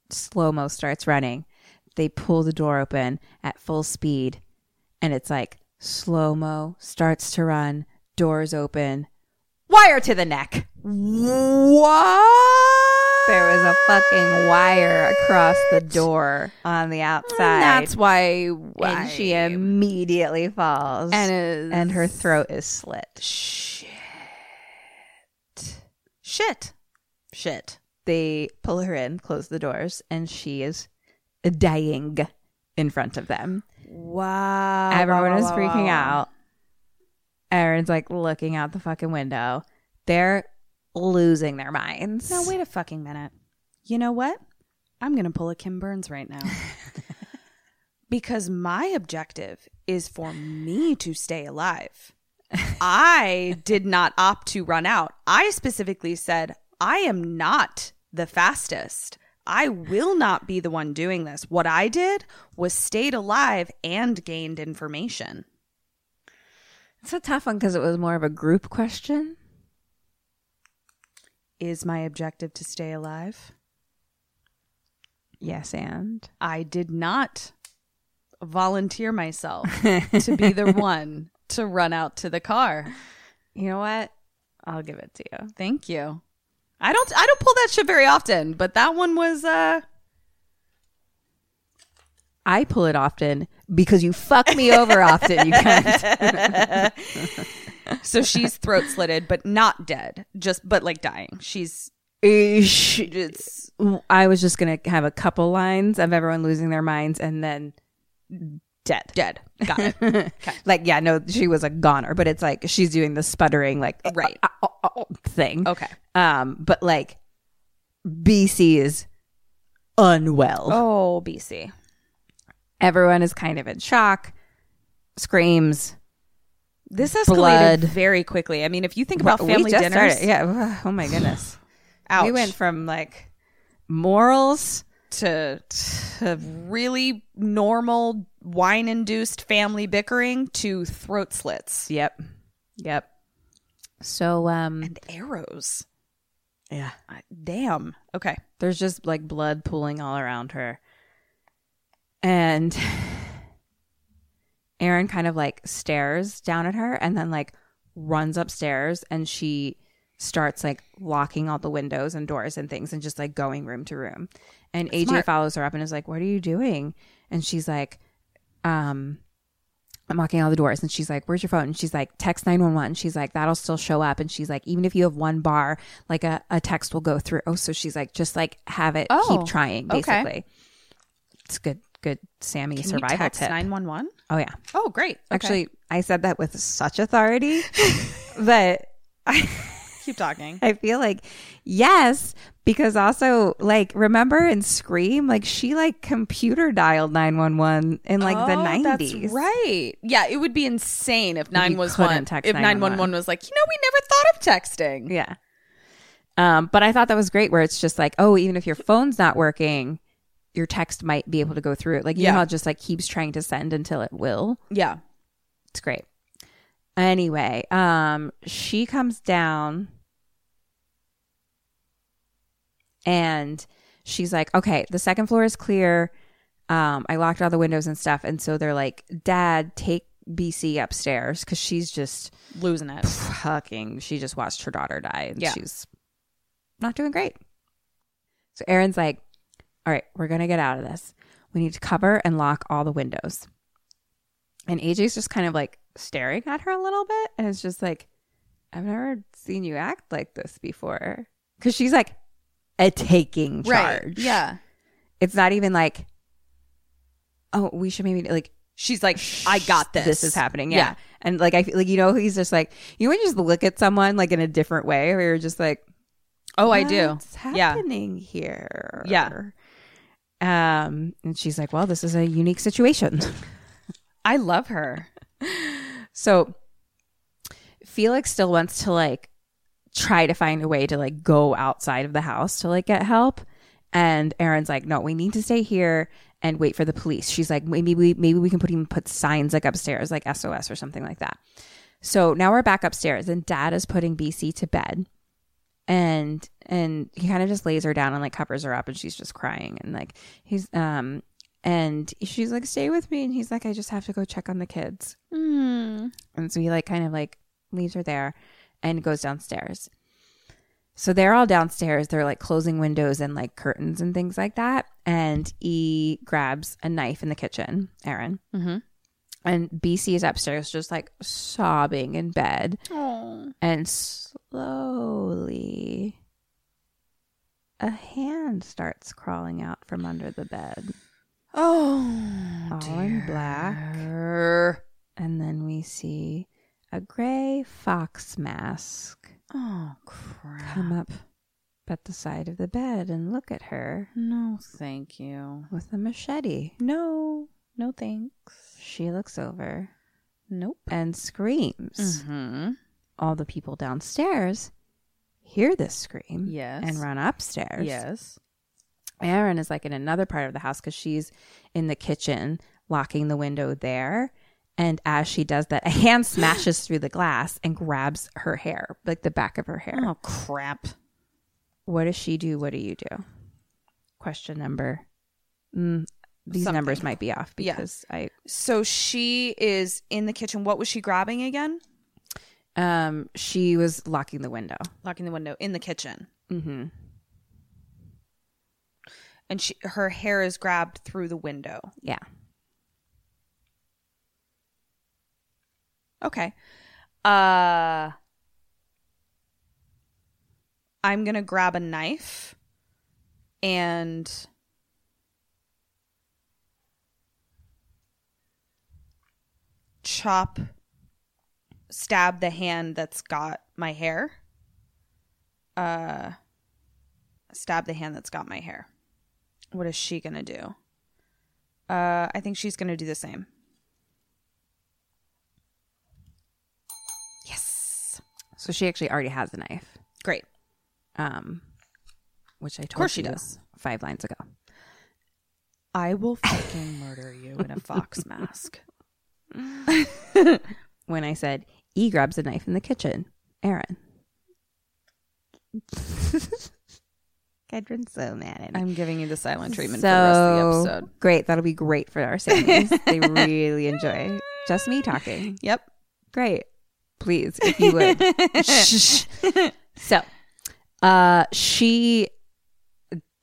Speaker 4: slow mo starts running. They pull the door open at full speed, and it's like slow mo starts to run, doors open, wire to the neck.
Speaker 1: What?
Speaker 4: There was a fucking wire across the door on the outside.
Speaker 1: That's why,
Speaker 4: and she immediately falls,
Speaker 1: And is-
Speaker 4: and her throat is slit.
Speaker 1: shit. Shit.
Speaker 4: they pull her in, close the doors, and she is dying in front of them.
Speaker 1: Wow.
Speaker 4: Everyone is freaking out. Aaron's like looking out the fucking window. They're losing their minds.
Speaker 1: Now, wait a fucking minute. You know what? I'm going to pull a Kim Burns right now. because my objective is for me to stay alive. I did not opt to run out. I specifically said, I am not the fastest. I will not be the one doing this. What I did was stayed alive and gained information.
Speaker 4: It's a tough one because it was more of a group question.
Speaker 1: Is my objective to stay alive?
Speaker 4: Yes, and
Speaker 1: I did not volunteer
Speaker 4: [LAUGHS]
Speaker 1: myself to be the one to run out to the car.
Speaker 4: you know what? I'll give it to you.
Speaker 1: Thank you. I don't I don't pull that shit very often, but that one was uh
Speaker 4: I pull it often because you fuck me over often. You can't.
Speaker 1: so
Speaker 4: [LAUGHS]
Speaker 1: she's throat slitted but not dead, just but like dying. She's it's
Speaker 4: I was just gonna have a couple lines of everyone losing their minds and then dead.
Speaker 1: dead. Got it.
Speaker 4: [LAUGHS] Like, yeah, no, she was a goner, but it's like she's doing the sputtering, like,
Speaker 1: Right.
Speaker 4: uh, uh, uh, uh, thing.
Speaker 1: Okay.
Speaker 4: Um, but like, BC is unwell.
Speaker 1: Oh, BC.
Speaker 4: Everyone is kind of in shock, screams.
Speaker 1: This escalated
Speaker 4: Blood.
Speaker 1: very quickly. I mean, if you think about
Speaker 4: We
Speaker 1: family
Speaker 4: just
Speaker 1: dinners,
Speaker 4: started- Yeah. [SIGHS] Oh my goodness.
Speaker 1: ouch,
Speaker 4: We went from like morals
Speaker 1: to, to really normal wine induced family bickering to throat slits
Speaker 4: Yep. Yep. So um
Speaker 1: and arrows.
Speaker 4: yeah.
Speaker 1: I- Damn. Okay.
Speaker 4: There's just like blood pooling all around her. And [SIGHS] Aaron kind of like stares down at her and then like runs upstairs and she starts like locking all the windows and doors and things and just like going room to room. And AJ follows her up and is like, "What are you doing?" And she's like, um I'm locking all the doors and she's like, Where's your phone? And she's like, Text 911. She's like, That'll still show up. And she's like, Even if you have one bar, like a, a Oh, text will go through. So she's like, Just like have it,
Speaker 1: Oh,
Speaker 4: keep trying,
Speaker 1: okay.
Speaker 4: basically. It's good, good Sammy
Speaker 1: Can you
Speaker 4: survival
Speaker 1: text
Speaker 4: tip.
Speaker 1: 911?
Speaker 4: Oh yeah.
Speaker 1: Oh, great. Okay.
Speaker 4: Actually, I said that with such authority [LAUGHS] that I,
Speaker 1: keep talking.
Speaker 4: I feel like yes, because also like remember in Scream, like she like computer dialed nine one one in like the
Speaker 1: Oh,
Speaker 4: nineties.
Speaker 1: That's right. Yeah, it would be insane if nine was
Speaker 4: couldn't
Speaker 1: one.
Speaker 4: text
Speaker 1: if nine one
Speaker 4: 911.
Speaker 1: one was like, you know, we never thought of texting.
Speaker 4: Yeah. Um, but I thought that was great where it's just like, oh, even if your phone's not working, your text might be able to go through it. Like
Speaker 1: Yeah.
Speaker 4: email just like keeps trying to send until it will.
Speaker 1: Yeah.
Speaker 4: It's great. Anyway, um, she comes down and she's like, okay, the second floor is clear. Um, I locked all the windows and stuff. And so they're like, Dad, take BC upstairs because she's just
Speaker 1: losing it.
Speaker 4: fucking she just watched her daughter die and
Speaker 1: Yeah.
Speaker 4: she's not doing great. So Aaron's like, All right, we're gonna get out of this. We need to cover and lock all the windows. And AJ's just kind of like staring at her a little bit and it's just like, I've never seen you act like this before. Cause she's like a taking charge.
Speaker 1: Right. Yeah.
Speaker 4: It's not even like, oh, we should maybe like
Speaker 1: She's like, I got this.
Speaker 4: this is happening. Yeah. And like I feel like you know he's just like you know when you just look at someone like in a different way where you're just like
Speaker 1: Oh, I do.
Speaker 4: What's
Speaker 1: Yeah.
Speaker 4: happening here?
Speaker 1: Yeah.
Speaker 4: Um and she's like, "Well, this is a unique situation."
Speaker 1: I love her.
Speaker 4: so Felix still wants to like try to find a way to like go outside of the house to like get help. And Aaron's like, no, we need to stay here and wait for the police. She's like, maybe we maybe we can put even put signs like upstairs, like SOS or something like that. So now we're back upstairs and dad is putting BC to bed. And and he kind of just lays her down and like covers her up and she's just crying and like he's um and she's like, stay with me. And he's like, I just have to go check on the kids. And so he like kind of like leaves her there and goes downstairs. So they're all downstairs. They're like closing windows and like curtains and things like that. And E grabs a knife in the kitchen, Aaron. Mm-hmm. And BC is upstairs just like sobbing in bed. And slowly a hand starts crawling out from under the bed.
Speaker 1: Oh,
Speaker 4: All in black.
Speaker 1: dear.
Speaker 4: And then we see a gray fox mask
Speaker 1: Oh, crap.
Speaker 4: come up at the side of the bed and look at her
Speaker 1: No, thank you.
Speaker 4: with a machete.
Speaker 1: No, no thanks.
Speaker 4: She looks over
Speaker 1: Nope.
Speaker 4: and screams.
Speaker 1: Hmm.
Speaker 4: All the people downstairs hear this scream
Speaker 1: Yes.
Speaker 4: and run upstairs.
Speaker 1: Yes.
Speaker 4: Erin is like in another part of the house because she's in the kitchen locking the window there. And as she does that,
Speaker 1: [LAUGHS]
Speaker 4: a hand smashes through the glass and grabs her hair, like the back of her hair.
Speaker 1: Oh, crap.
Speaker 4: What does she do? What do you do? Question number. Mm, these
Speaker 1: Something.
Speaker 4: numbers might be off
Speaker 1: Yeah.
Speaker 4: because
Speaker 1: So she is in the kitchen. What was she grabbing again?
Speaker 4: I um she was locking the window.
Speaker 1: Locking the window in the kitchen.
Speaker 4: Mm-hmm.
Speaker 1: And she, her hair is grabbed through the window.
Speaker 4: Yeah.
Speaker 1: Okay. Uh I'm going to grab a knife and chop stab the hand that's got my hair. Uh stab the hand that's got my hair. What is she going to do? Uh I think she's going to do the same. Yes.
Speaker 4: So she actually already has a knife.
Speaker 1: Great.
Speaker 4: Um which I told
Speaker 1: course she
Speaker 4: you
Speaker 1: does.
Speaker 4: five lines ago.
Speaker 1: I will fucking murder you in a fox mask.
Speaker 4: When I said E grabs a knife in the kitchen.
Speaker 1: [LAUGHS]
Speaker 4: Aaron. Kedrin's so mad at me.
Speaker 1: I'm giving you the silent treatment
Speaker 4: so
Speaker 1: for the rest of the episode.
Speaker 4: Great. That'll be great for our
Speaker 1: [LAUGHS]
Speaker 4: Sammys. they really enjoy just me talking.
Speaker 1: Yep.
Speaker 4: great. Please, if you
Speaker 1: [LAUGHS]
Speaker 4: would. so, uh, she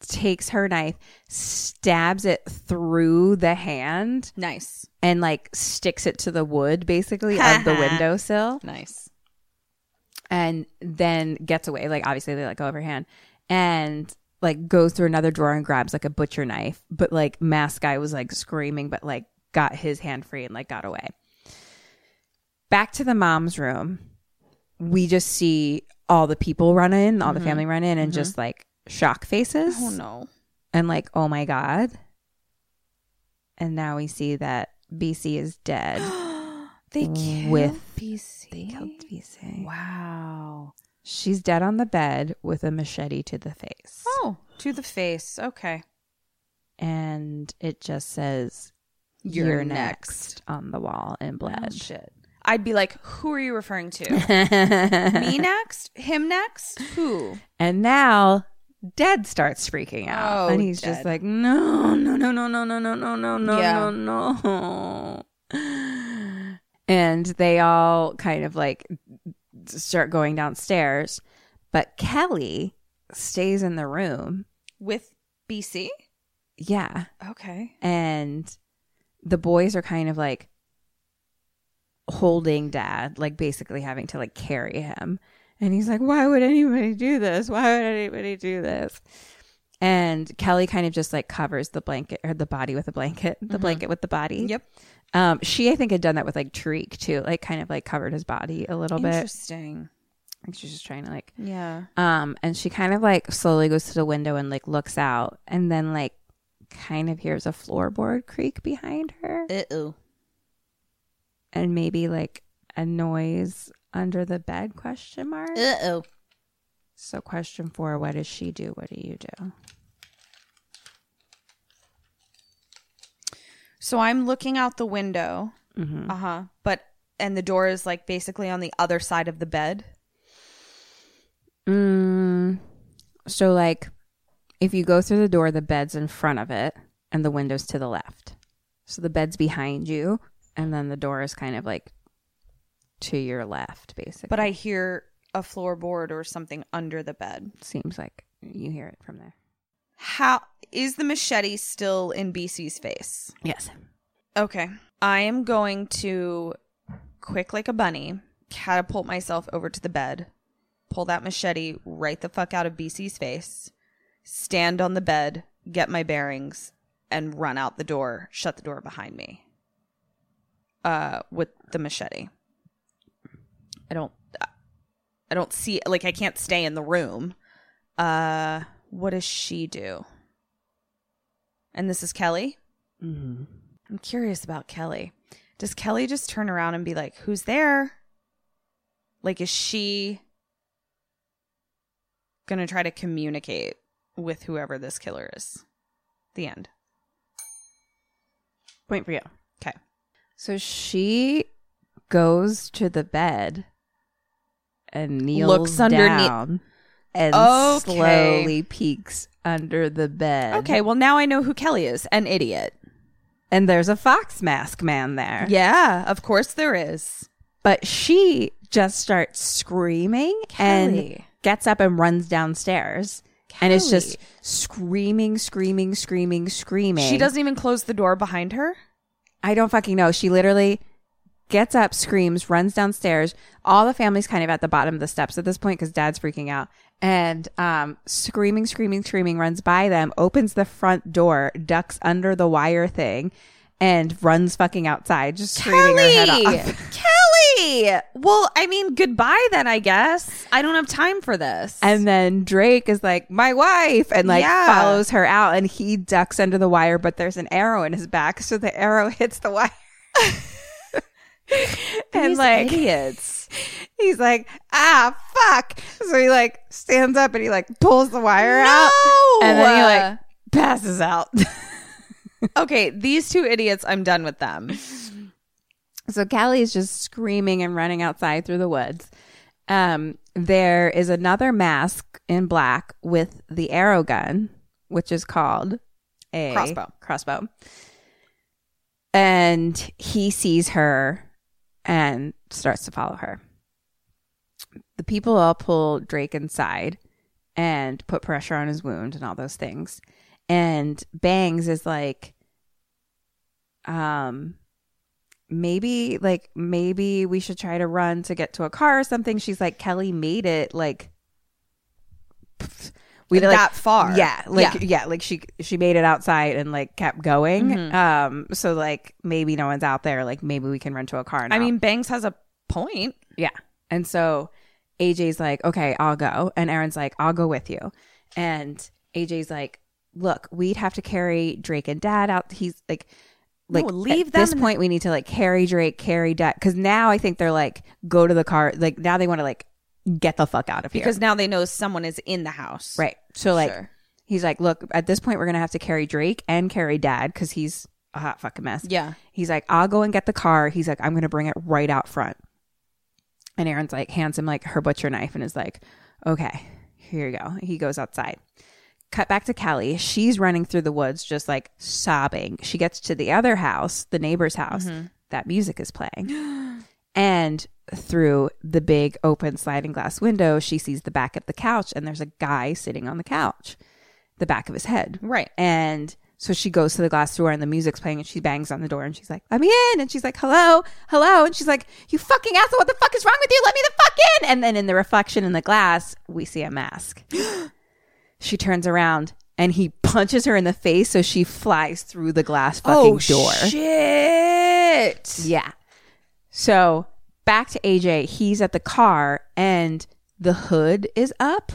Speaker 4: takes her knife, stabs it through the hand,
Speaker 1: Nice.
Speaker 4: and like sticks it to the wood basically
Speaker 1: [LAUGHS]
Speaker 4: of the windowsill,
Speaker 1: Nice.
Speaker 4: and then gets away. Like, obviously, they let go of her hand. And like goes through another drawer and grabs like a butcher knife. But like mask guy was like screaming, but like got his hand free and like got away. Back to the mom's room, we just see all the people run in, all the family run in, and just like shock faces.
Speaker 1: Mm-hmm. Oh no.
Speaker 4: And like, oh my God. And now we see that BC is dead.
Speaker 1: [GASPS] They killed
Speaker 4: With-
Speaker 1: BC.
Speaker 4: They killed BC.
Speaker 1: Wow.
Speaker 4: She's dead on the bed with a machete to the face.
Speaker 1: Oh, to the face. Okay.
Speaker 4: And it just says,
Speaker 1: You're
Speaker 4: You're,
Speaker 1: next."
Speaker 4: next. on the wall in
Speaker 1: [LAUGHS]
Speaker 4: blood.
Speaker 1: Shit. Mm. I'd be like, who are you referring
Speaker 4: [LAUGHS]
Speaker 1: to? Me next? Him next? Who?
Speaker 4: And now Dead starts freaking out.
Speaker 1: Oh,
Speaker 4: and he's just
Speaker 1: Dead.
Speaker 4: like, no, no, no, no, no, no, no, no, no, no,
Speaker 1: Yeah.
Speaker 4: no, no. And they all kind of like start going downstairs. But Kelly stays in the room.
Speaker 1: With BC?
Speaker 4: Yeah.
Speaker 1: Okay.
Speaker 4: And the boys are kind of like holding dad, like basically having to like carry him. And he's like, why would anybody do this? Why would anybody do this? And Kelly kind of just like covers the blanket or the body with a blanket, the blanket with the body.
Speaker 1: Yep.
Speaker 4: Um, she, I think, had done that with like Tariq too, like kind of like covered his body a little bit.
Speaker 1: Interesting.
Speaker 4: Like, She's just trying to like
Speaker 1: Yeah.
Speaker 4: um, and she kind of like slowly goes to the window and like looks out and then like kind of hears a floorboard creak behind her
Speaker 1: Uh-oh.
Speaker 4: and maybe like a noise under the bed question mark.
Speaker 1: Uh-oh.
Speaker 4: So question four, what does she do? What do you do?
Speaker 1: So I'm looking out the window. Uh huh. But and the door is like basically on the other side of the bed.
Speaker 4: Mm, so like if you go through the door, the bed's in front of it and the window's to the left. So the bed's behind you and then the door is kind of like to your left basically.
Speaker 1: But I hear a floorboard or something under the bed.
Speaker 4: seems like you hear it from there.
Speaker 1: How is the machete still in BC's face?
Speaker 4: Yes.
Speaker 1: Okay. I am going to quick like a bunny, catapult myself over to the bed, pull that machete right the fuck out of BC's face, stand on the bed, get my bearings, and run out the door, shut the door behind me. Uh with the machete. I don't I don't see like I can't stay in the room. Uh what does she do? And this is Kelly?
Speaker 4: Mm-hmm.
Speaker 1: I'm curious about Kelly. Does Kelly just turn around and be like, who's there? Like, is she going to try to communicate with whoever this killer is? The end.
Speaker 4: Point for you.
Speaker 1: Okay.
Speaker 4: So she goes to the bed and kneels
Speaker 1: Looks underneath-
Speaker 4: down and
Speaker 1: Okay.
Speaker 4: slowly peeks under the bed.
Speaker 1: Okay. Well, now I know who Kelly is an idiot.
Speaker 4: And there's a fox mask man there.
Speaker 1: Yeah. Of course there is.
Speaker 4: But she just starts screaming and
Speaker 1: Kelly.
Speaker 4: gets up and runs downstairs. And it's just
Speaker 1: Kelly.
Speaker 4: screaming, screaming, screaming, screaming.
Speaker 1: She doesn't even close the door behind her.
Speaker 4: I don't fucking know. She literally gets up, screams, runs downstairs. All the family's kind of at the bottom of the steps at this point because dad's freaking out. And um, screaming, screaming, screaming, runs by them, opens the front door, ducks under the wire thing, and runs fucking outside, just screaming her head
Speaker 1: Kelly!
Speaker 4: off. [LAUGHS]
Speaker 1: Kelly! Well, I mean, goodbye then, I guess. I don't have time for this.
Speaker 4: And then Drake is like, my wife, and like
Speaker 1: Yeah.
Speaker 4: follows her out, and he ducks under the wire, but there's an arrow in his back, so the arrow [LAUGHS] hits
Speaker 1: [LAUGHS]
Speaker 4: the wire. and
Speaker 1: These
Speaker 4: like,
Speaker 1: idiots.
Speaker 4: [LAUGHS] he's like, ah, fuck. So he like stands up and he like pulls the wire out,
Speaker 1: No!
Speaker 4: and then he like passes out. [LAUGHS]
Speaker 1: Okay, these two idiots, I'm done with them.
Speaker 4: so Callie is just screaming and running outside through the woods. Um, there is another mask in black with the arrow gun, which is called a
Speaker 1: Crossbow.
Speaker 4: Crossbow. And he sees her and starts to follow her. The people all pull Drake inside and put pressure on his wound and all those things. And Bangs is like, um, maybe like maybe we should try to run to get to a car or something she's like kelly made it like pff, we did, like,
Speaker 1: that far.
Speaker 4: Yeah, like yeah.
Speaker 1: Yeah.
Speaker 4: like she she made it outside and like kept going. Um, so like maybe no one's out there. Like maybe we can rent to a car. Now.
Speaker 1: I mean, Banks has a point.
Speaker 4: yeah. And so AJ's like, okay, I'll go, and Aaron's like, I'll go with you, and AJ's like, look, we'd have to carry Drake and Dad out. He's like. Like
Speaker 1: No, leave
Speaker 4: at this
Speaker 1: them-
Speaker 4: point, we need to like carry Drake, carry Dad, because now I think they're like go to the car. Like now they want to like get the fuck out of here
Speaker 1: Because now they know someone is in the house.
Speaker 4: Right. So like
Speaker 1: Sure.
Speaker 4: he's like, look, at this point we're gonna have to carry Drake and carry Dad because he's a hot fucking mess.
Speaker 1: Yeah.
Speaker 4: He's like, I'll go and get the car. He's like, I'm gonna bring it right out front. And Aaron's like hands him like her butcher knife and is like, okay, here you go. He goes outside. Cut back to Kelly. She's running through the woods, just like sobbing. She gets to the other house, the neighbor's house. That music is playing. And through the big open sliding glass window, she sees the back of the couch and there's a guy sitting on the couch, the back of his head.
Speaker 1: Right.
Speaker 4: And so she goes to the glass door and the music's playing and she bangs on the door and she's like, let me in. And she's like, hello, hello. And she's like, you fucking asshole, what the fuck is wrong with you? Let me the fuck in. And then in the reflection in the glass, we see a mask. she turns around and he punches her in the face so she flies through the glass fucking door.
Speaker 1: Shit.
Speaker 4: Yeah. So back to AJ, he's at the car and the hood is up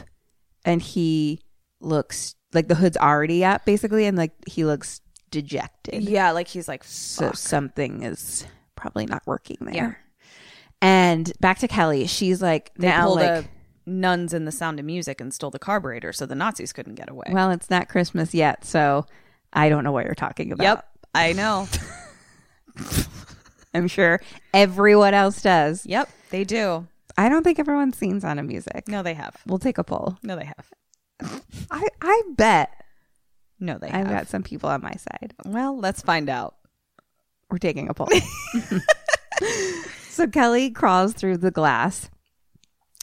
Speaker 4: and he looks like the hood's already up basically and like he looks dejected.
Speaker 1: Yeah. Like he's like,
Speaker 4: So something is probably not working there. And back to Kelly, she's like
Speaker 1: they
Speaker 4: now
Speaker 1: pulled
Speaker 4: like
Speaker 1: a nuns in the sound of music and stole the carburetor so the Nazis couldn't get away.
Speaker 4: well, it's not Christmas yet, so I don't know what you're talking about.
Speaker 1: yep. I
Speaker 4: [LAUGHS]
Speaker 1: know.
Speaker 4: I'm sure everyone else does.
Speaker 1: yep. They do.
Speaker 4: I don't think everyone's seen Sound of Music.
Speaker 1: No, they have.
Speaker 4: We'll take a poll.
Speaker 1: No, they have.
Speaker 4: I, I bet
Speaker 1: No, they
Speaker 4: I've
Speaker 1: have.
Speaker 4: got some people on my side.
Speaker 1: well, let's find out.
Speaker 4: We're taking [LAUGHS] a poll. so Kelly crawls through the glass,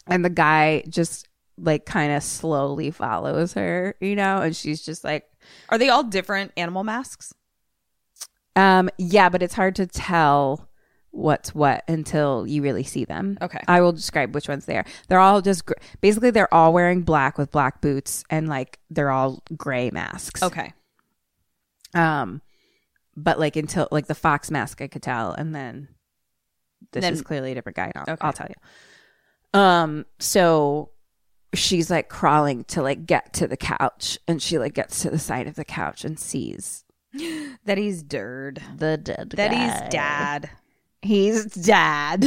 Speaker 4: and the guy just like kind of slowly follows her, you know, and she's just like,
Speaker 1: Are they all different animal masks?
Speaker 4: um, yeah, but it's hard to tell what's what until you really see them.
Speaker 1: Okay.
Speaker 4: I will describe which ones they are. They're all just gr- basically they're all wearing black with black boots and like they're all gray masks.
Speaker 1: Okay.
Speaker 4: Um, but like until like the fox mask, I could tell, and then this
Speaker 1: Then-
Speaker 4: is clearly a different guy. Now I'll tell you. Um, so she's like crawling to like get to the couch, and she like gets to the side of the couch and sees
Speaker 1: [GASPS] That he's dirt.
Speaker 4: the dead.
Speaker 1: That he's dad. [LAUGHS]
Speaker 4: He's dad.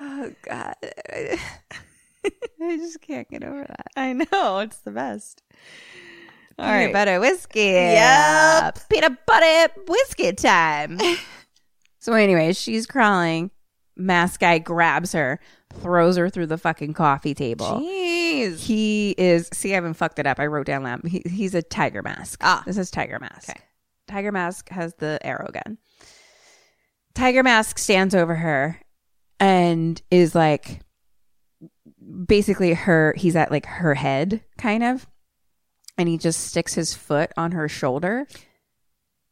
Speaker 4: oh God, I just can't get over that.
Speaker 1: I know. It's the best. All
Speaker 4: peanut
Speaker 1: right.
Speaker 4: butter whiskey. Yeah, Peanut butter
Speaker 1: [LAUGHS]
Speaker 4: whiskey time. so anyway, she's crawling. Mask guy grabs her, throws her through the fucking coffee table.
Speaker 1: Jeez.
Speaker 4: He is see, I haven't fucked it up. I wrote down lamb. He, he's a tiger mask.
Speaker 1: Ah.
Speaker 4: This is tiger mask. Tiger mask has the arrow gun. Tiger mask stands over her and is like basically her he's at like her head kind of and he just sticks his foot on her shoulder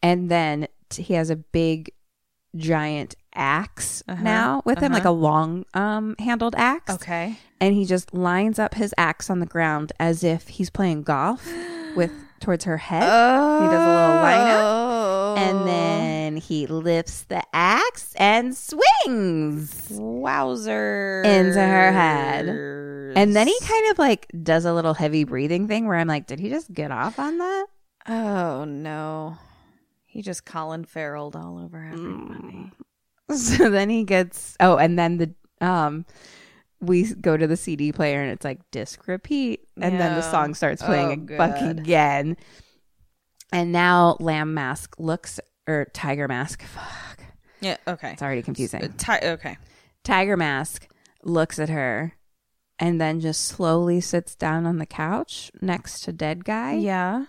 Speaker 4: and then t- he has a big giant ax now with him like a long um handled ax
Speaker 1: Okay.
Speaker 4: and he just lines up his axe on the ground as if he's playing golf with towards her head. He does a little
Speaker 1: Oh,
Speaker 4: lineup, and then he lifts the axe and swings
Speaker 1: Wowzer.
Speaker 4: into her head. And then he kind of like does a little heavy breathing thing where I'm like, did he just get off on that?
Speaker 1: Oh no. He just Colin Farrelled all over
Speaker 4: Mm.
Speaker 1: everybody.
Speaker 4: [LAUGHS] So then he gets oh, and then the um we go to the CD player and it's like disc repeat, and then the
Speaker 1: Yeah.
Speaker 4: song starts playing
Speaker 1: Oh,
Speaker 4: ag- fuck
Speaker 1: good.
Speaker 4: again. And now Lamb Mask looks or Tiger Mask, fuck,
Speaker 1: Yeah. Okay.
Speaker 4: it's already confusing.
Speaker 1: Ti- okay.
Speaker 4: Tiger Mask looks at her, and then just slowly sits down on the couch next to dead guy.
Speaker 1: Yeah.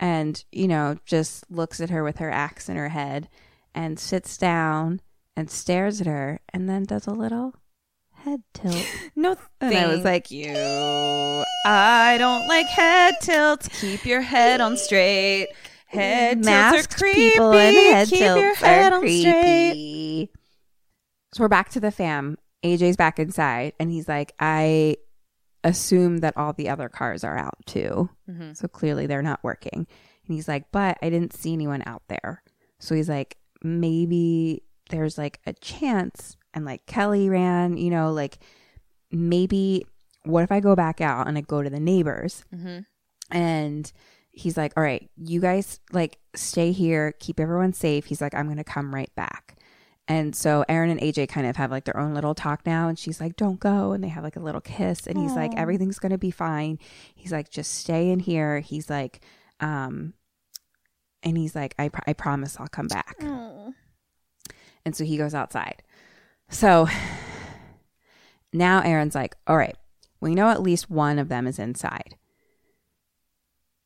Speaker 4: and you know just looks at her with her axe in her head and sits down and stares at her and then does a little head tilt
Speaker 1: [LAUGHS] No.
Speaker 4: and i was
Speaker 1: thank
Speaker 4: like
Speaker 1: you. I don't like head tilts. Keep your head on straight. Head tilts
Speaker 4: Mm, masked
Speaker 1: are creepy.
Speaker 4: people and head
Speaker 1: Keep
Speaker 4: tilts
Speaker 1: your head
Speaker 4: are
Speaker 1: on straight.
Speaker 4: creepy So we're back to the fam. AJ's back inside, and he's like, I assume that all the other cars are out too.
Speaker 1: Mm-hmm.
Speaker 4: So clearly they're not working. And he's like, But I didn't see anyone out there. So he's like, Maybe there's like a chance. And like Kelly ran, you know, like maybe what if I go back out and I go to the neighbors?
Speaker 1: Mm-hmm.
Speaker 4: And he's like, All right, you guys like stay here, keep everyone safe. He's like, I'm going to come right back. And so Aaron and AJ kind of have like their own little talk now. And she's like, Don't go. And they have like a little kiss. And he's like, Everything's going to be fine. He's like, Just stay in here. He's like, um, and he's like, I, pr- I promise I'll come back. And so he goes outside. So [SIGHS] now Aaron's like, all right, we know at least one of them is inside.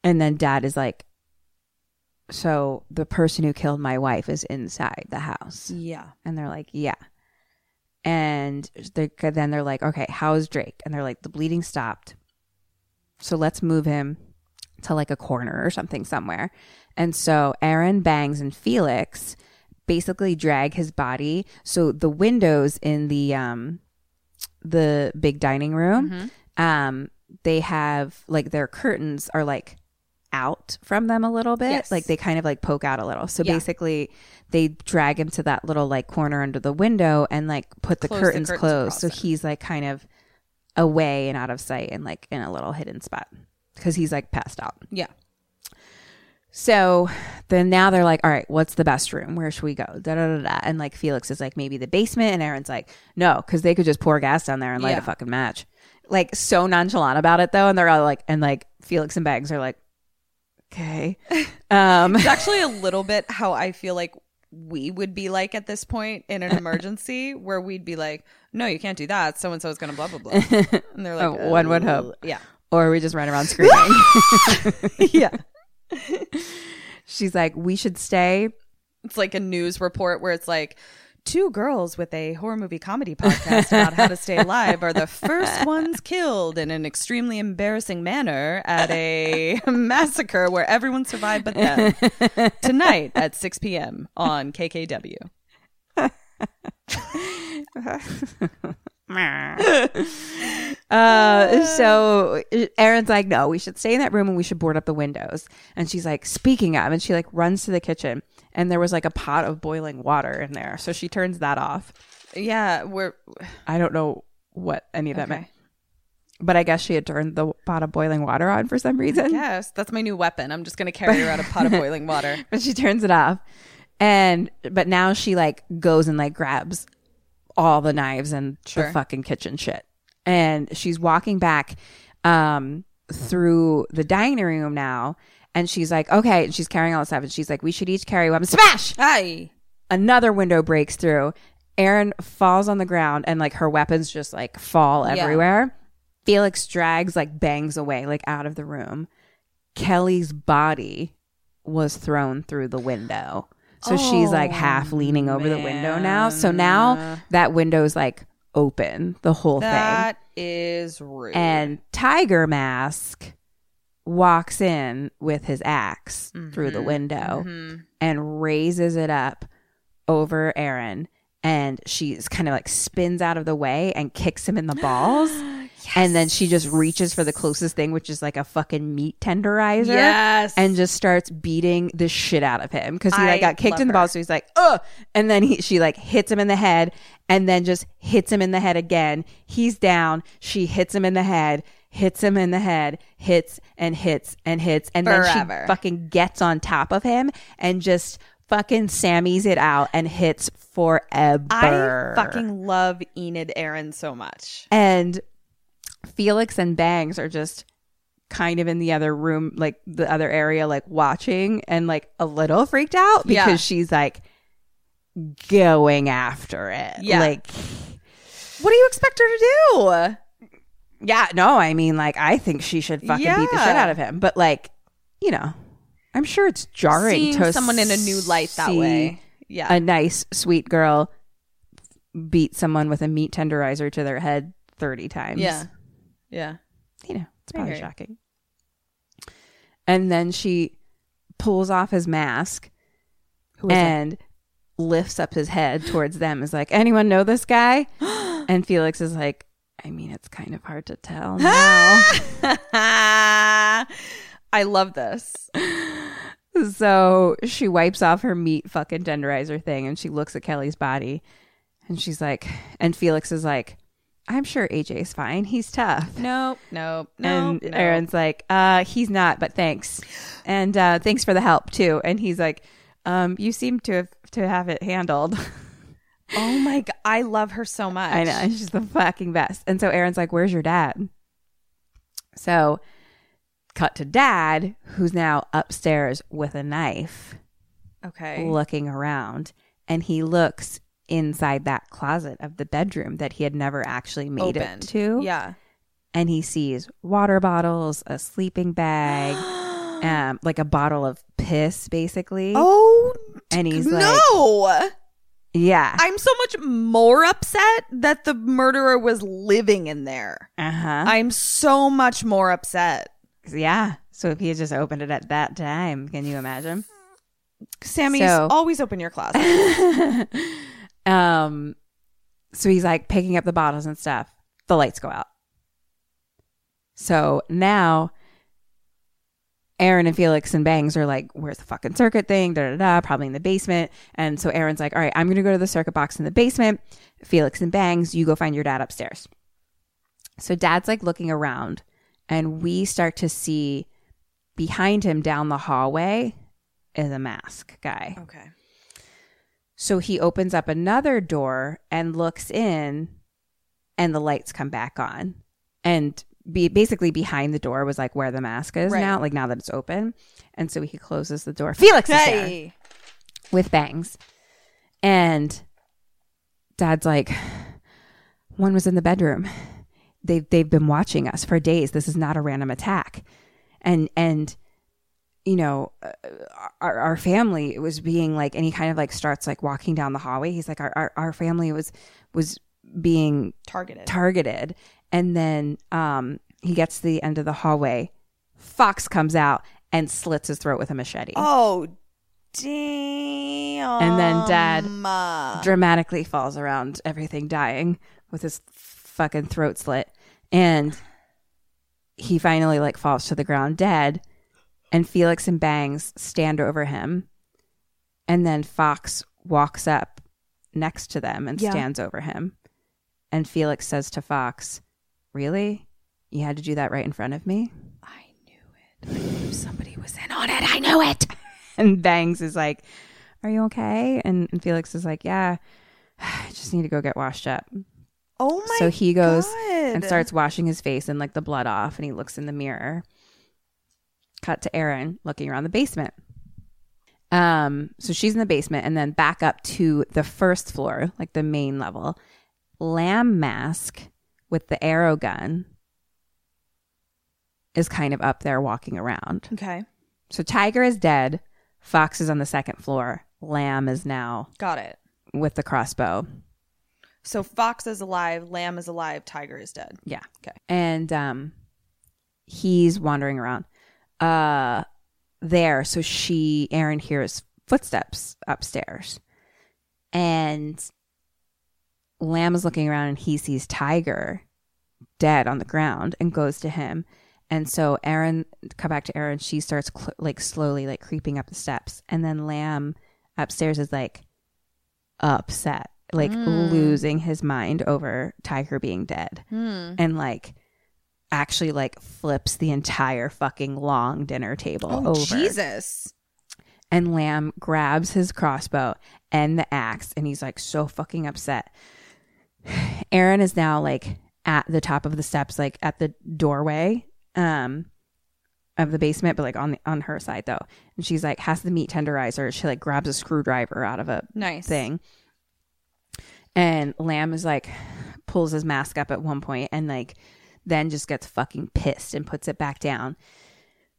Speaker 4: And then dad is like, so the person who killed my wife is inside the house.
Speaker 1: Yeah.
Speaker 4: And they're like, yeah. And they then they're like, okay, how's Drake? And they're like, the bleeding stopped. So let's move him to like a corner or something somewhere. And so Aaron, Bangs, and Felix basically drag his body. So the windows in the um the big dining room,
Speaker 1: Mm-hmm.
Speaker 4: um, they have like their curtains are like out from them a little bit.
Speaker 1: Yes.
Speaker 4: Like they kind of like poke out a little. So
Speaker 1: Yeah.
Speaker 4: basically they drag him to that little like corner under the window and like put the
Speaker 1: Close the
Speaker 4: curtains
Speaker 1: curtains
Speaker 4: closed.
Speaker 1: across
Speaker 4: So
Speaker 1: it.
Speaker 4: he's like kind of away and out of sight and like in a little hidden spot because he's like passed out.
Speaker 1: Yeah.
Speaker 4: So then now they're like, all right, what's the best room? Where should we go? Da, da, da, da. And like Felix is like, maybe the basement. And Aaron's like, no, because they could just pour gas down there and light
Speaker 1: Yeah.
Speaker 4: a fucking match. Like so nonchalant about it though. And they're all like, and like Felix and Bags are like,
Speaker 1: [LAUGHS]
Speaker 4: okay. Um,
Speaker 1: It's actually a little bit how I feel like we would be like at this point in an emergency
Speaker 4: [LAUGHS]
Speaker 1: where we'd be like, no, you can't do that. So and so is going to blah, blah, blah. And they're like,
Speaker 4: Oh, one would
Speaker 1: "Uh,
Speaker 4: hope."
Speaker 1: Yeah.
Speaker 4: or we just run around screaming. [LAUGHS]
Speaker 1: [LAUGHS]
Speaker 4: yeah. She's like, we should stay.
Speaker 1: It's like a news report where it's like, two girls with a horror movie comedy podcast about how to stay alive are the first ones killed in an extremely embarrassing manner at a [LAUGHS] massacre where everyone survived but
Speaker 4: [LAUGHS]
Speaker 1: them tonight at 6 p.m. on KKW.
Speaker 4: Uh, so Aaron's like, no, we should stay in that room and we should board up the windows. And she's like, speaking of, and she like runs to the kitchen and there was like a pot of boiling water in there. So she turns that off.
Speaker 1: Yeah, we're
Speaker 4: I don't know what any of that meant, but I guess she had turned the pot of boiling water on for some reason.
Speaker 1: Yes, that's my new weapon. I'm just going to carry around a pot of [LAUGHS] boiling water.
Speaker 4: but she turns it off and but now she like goes and like grabs all the knives and the fucking kitchen shit and she's walking back um through the dining room now and she's like okay and she's carrying all this stuff and she's like we should each carry one smash
Speaker 1: Hi.
Speaker 4: another window breaks through Erin falls on the ground and like her weapons just like fall everywhere Felix drags like bangs away like out of the room Kelly's body was thrown through the window. So she's like half leaning over the window now. So now that window's like open, the whole thing.
Speaker 1: That is rude.
Speaker 4: And Tiger Mask walks in with his ax through the window and raises it up over Aaron. And she's kind of like spins out of the way and kicks him in
Speaker 1: [GASPS]
Speaker 4: the balls. And then she just reaches for the closest thing, which is like a fucking meat tenderizer
Speaker 1: yes.
Speaker 4: and just starts beating the shit out of him because he like
Speaker 1: I
Speaker 4: got kicked
Speaker 1: love
Speaker 4: in the
Speaker 1: her.
Speaker 4: balls. So he's like, "Ugh!" And then he she like hits him in the head, and then just hits him in the head again. He's down. She hits him in the head, hits him in the head, hits and hits and hits, and then
Speaker 1: Forever.
Speaker 4: she fucking gets on top of him and just fucking Sammy's it out and hits forever.
Speaker 1: I fucking love Enid Aaron so much.
Speaker 4: and Felix and Bangs are just kind of in the other room, like the other area, like watching and like a little freaked out because
Speaker 1: Yeah.
Speaker 4: she's like going after it.
Speaker 1: Yeah.
Speaker 4: Like,
Speaker 1: What do you expect her to
Speaker 4: yeah, no, I mean, like, I think she should fucking beat the
Speaker 1: Yeah.
Speaker 4: shit out of him. But like, you know, I'm sure it's
Speaker 1: do?
Speaker 4: jarring
Speaker 1: Seeing
Speaker 4: to
Speaker 1: someone in a new light that
Speaker 4: see
Speaker 1: way. Yeah.
Speaker 4: A nice, sweet girl beat someone with a meat tenderizer to their head 30 times.
Speaker 1: yeah.
Speaker 4: [LAUGHS]
Speaker 1: Yeah.
Speaker 4: you know, it's
Speaker 1: I hear
Speaker 4: probably
Speaker 1: you.
Speaker 4: shocking. And then she pulls off his mask
Speaker 1: is that?
Speaker 4: and lifts up his head towards them, is like, anyone know
Speaker 1: [GASPS]
Speaker 4: this guy? And Felix is like, I mean, it's kind of hard
Speaker 1: [LAUGHS]
Speaker 4: to tell. now."
Speaker 1: I love this.
Speaker 4: so she wipes off her meat fucking tenderizer thing and she looks at Kelly's body and she's like, and Felix is like, I'm sure AJ's fine. He's tough.
Speaker 1: Nope, nope,
Speaker 4: and Aaron's like, uh, he's not, but thanks. And uh, thanks for the help too. And he's like, um, you seem to have to have it handled. [LAUGHS]
Speaker 1: Oh my god, I love her so much.
Speaker 4: I know. She's the fucking best. And so Aaron's like, Where's your dad? So cut to dad, who's now upstairs with a knife
Speaker 1: Okay.
Speaker 4: looking around. And he looks inside that closet of the bedroom that he had never actually made
Speaker 1: Opened.
Speaker 4: it to.
Speaker 1: Yeah.
Speaker 4: And he sees water bottles, a sleeping bag,
Speaker 1: [GASPS]
Speaker 4: um, like a bottle of piss, basically.
Speaker 1: Oh
Speaker 4: and he's like,
Speaker 1: no.
Speaker 4: Yeah.
Speaker 1: I'm so much more upset that the murderer was living in there.
Speaker 4: Uh huh.
Speaker 1: I'm so much more upset.
Speaker 4: Yeah. So if he had just opened it at that time, can you imagine?
Speaker 1: Sammy,
Speaker 4: So-
Speaker 1: always open your closet.
Speaker 4: Um, so he's like picking up the bottles and stuff. The lights go out. So now Aaron and Felix and Bangs are like, where's the fucking circuit thing? Da da da, probably in the basement. And so Aaron's like, all right, I'm going to go to the circuit box in the basement. Felix and Bangs, you go find your dad upstairs. So dad's like looking around, and we start to see behind him down the hallway is a mask guy.
Speaker 1: okay.
Speaker 4: So he opens up another door and looks in, and the lights come back on. And be, basically, behind the door was like where the mask is
Speaker 1: Right.
Speaker 4: now, like now that it's open. And so he closes the door. Felix is there
Speaker 1: Hey.
Speaker 4: with bangs. And dad's like, one was in the bedroom. They've they've been watching us for days. This is not a random attack. And and you know, uh, our, our family was being like, and he kind of like starts like walking down the hallway. He's like, our, our, our family was, was being
Speaker 1: Targeted.
Speaker 4: targeted. And then um, he gets to the end of the hallway. Fox comes out and slits his throat with a machete.
Speaker 1: Oh, damn.
Speaker 4: And then dad
Speaker 1: Uh,
Speaker 4: dramatically falls around everything dying with his fucking throat slit and he finally like falls to the ground dead and felix and bangs stand over him and then fox walks up next to them and
Speaker 1: Yeah.
Speaker 4: stands over him and felix says to fox really you had to do that right in front of me
Speaker 1: somebody was in on it. I knew it.
Speaker 4: [LAUGHS] and bangs is like are you okay and, and felix is like yeah [SIGHS] i just need to go get washed up
Speaker 1: Oh my
Speaker 4: so he goes and
Speaker 1: God.
Speaker 4: starts washing his face and like the blood off and he looks in the mirror cut to Erin looking around the basement um so she's in the basement and then back up to the first floor like the main level lamb mask with the arrow gun is kind of up there walking around
Speaker 1: Okay.
Speaker 4: so tiger is dead fox is on the second floor lamb is now
Speaker 1: Got it.
Speaker 4: with the crossbow
Speaker 1: So fox is alive, lamb is alive, tiger is dead.
Speaker 4: Yeah.
Speaker 1: Okay.
Speaker 4: And um he's wandering around. Uh there. So she Aaron hears footsteps upstairs. And Lamb is looking around and he sees Tiger dead on the ground and goes to him. And so Aaron come back to Aaron, she starts cl- like slowly like creeping up the steps. And then Lamb upstairs is like upset, like losing his mind over Tiger being dead and like actually like flips the entire fucking long dinner table over.
Speaker 1: Oh, Jesus.
Speaker 4: And Lamb grabs his crossbow and the axe and he's like so fucking upset. [SIGHS] Aaron is now like at the top of the steps, like at the doorway um of the basement, but like on the on her side though. And she's like has the meat tenderizer. She like grabs a screwdriver out of a
Speaker 1: Nice.
Speaker 4: thing. And Lamb is like pulls his mask up at one point and like then just gets fucking pissed and puts it back down.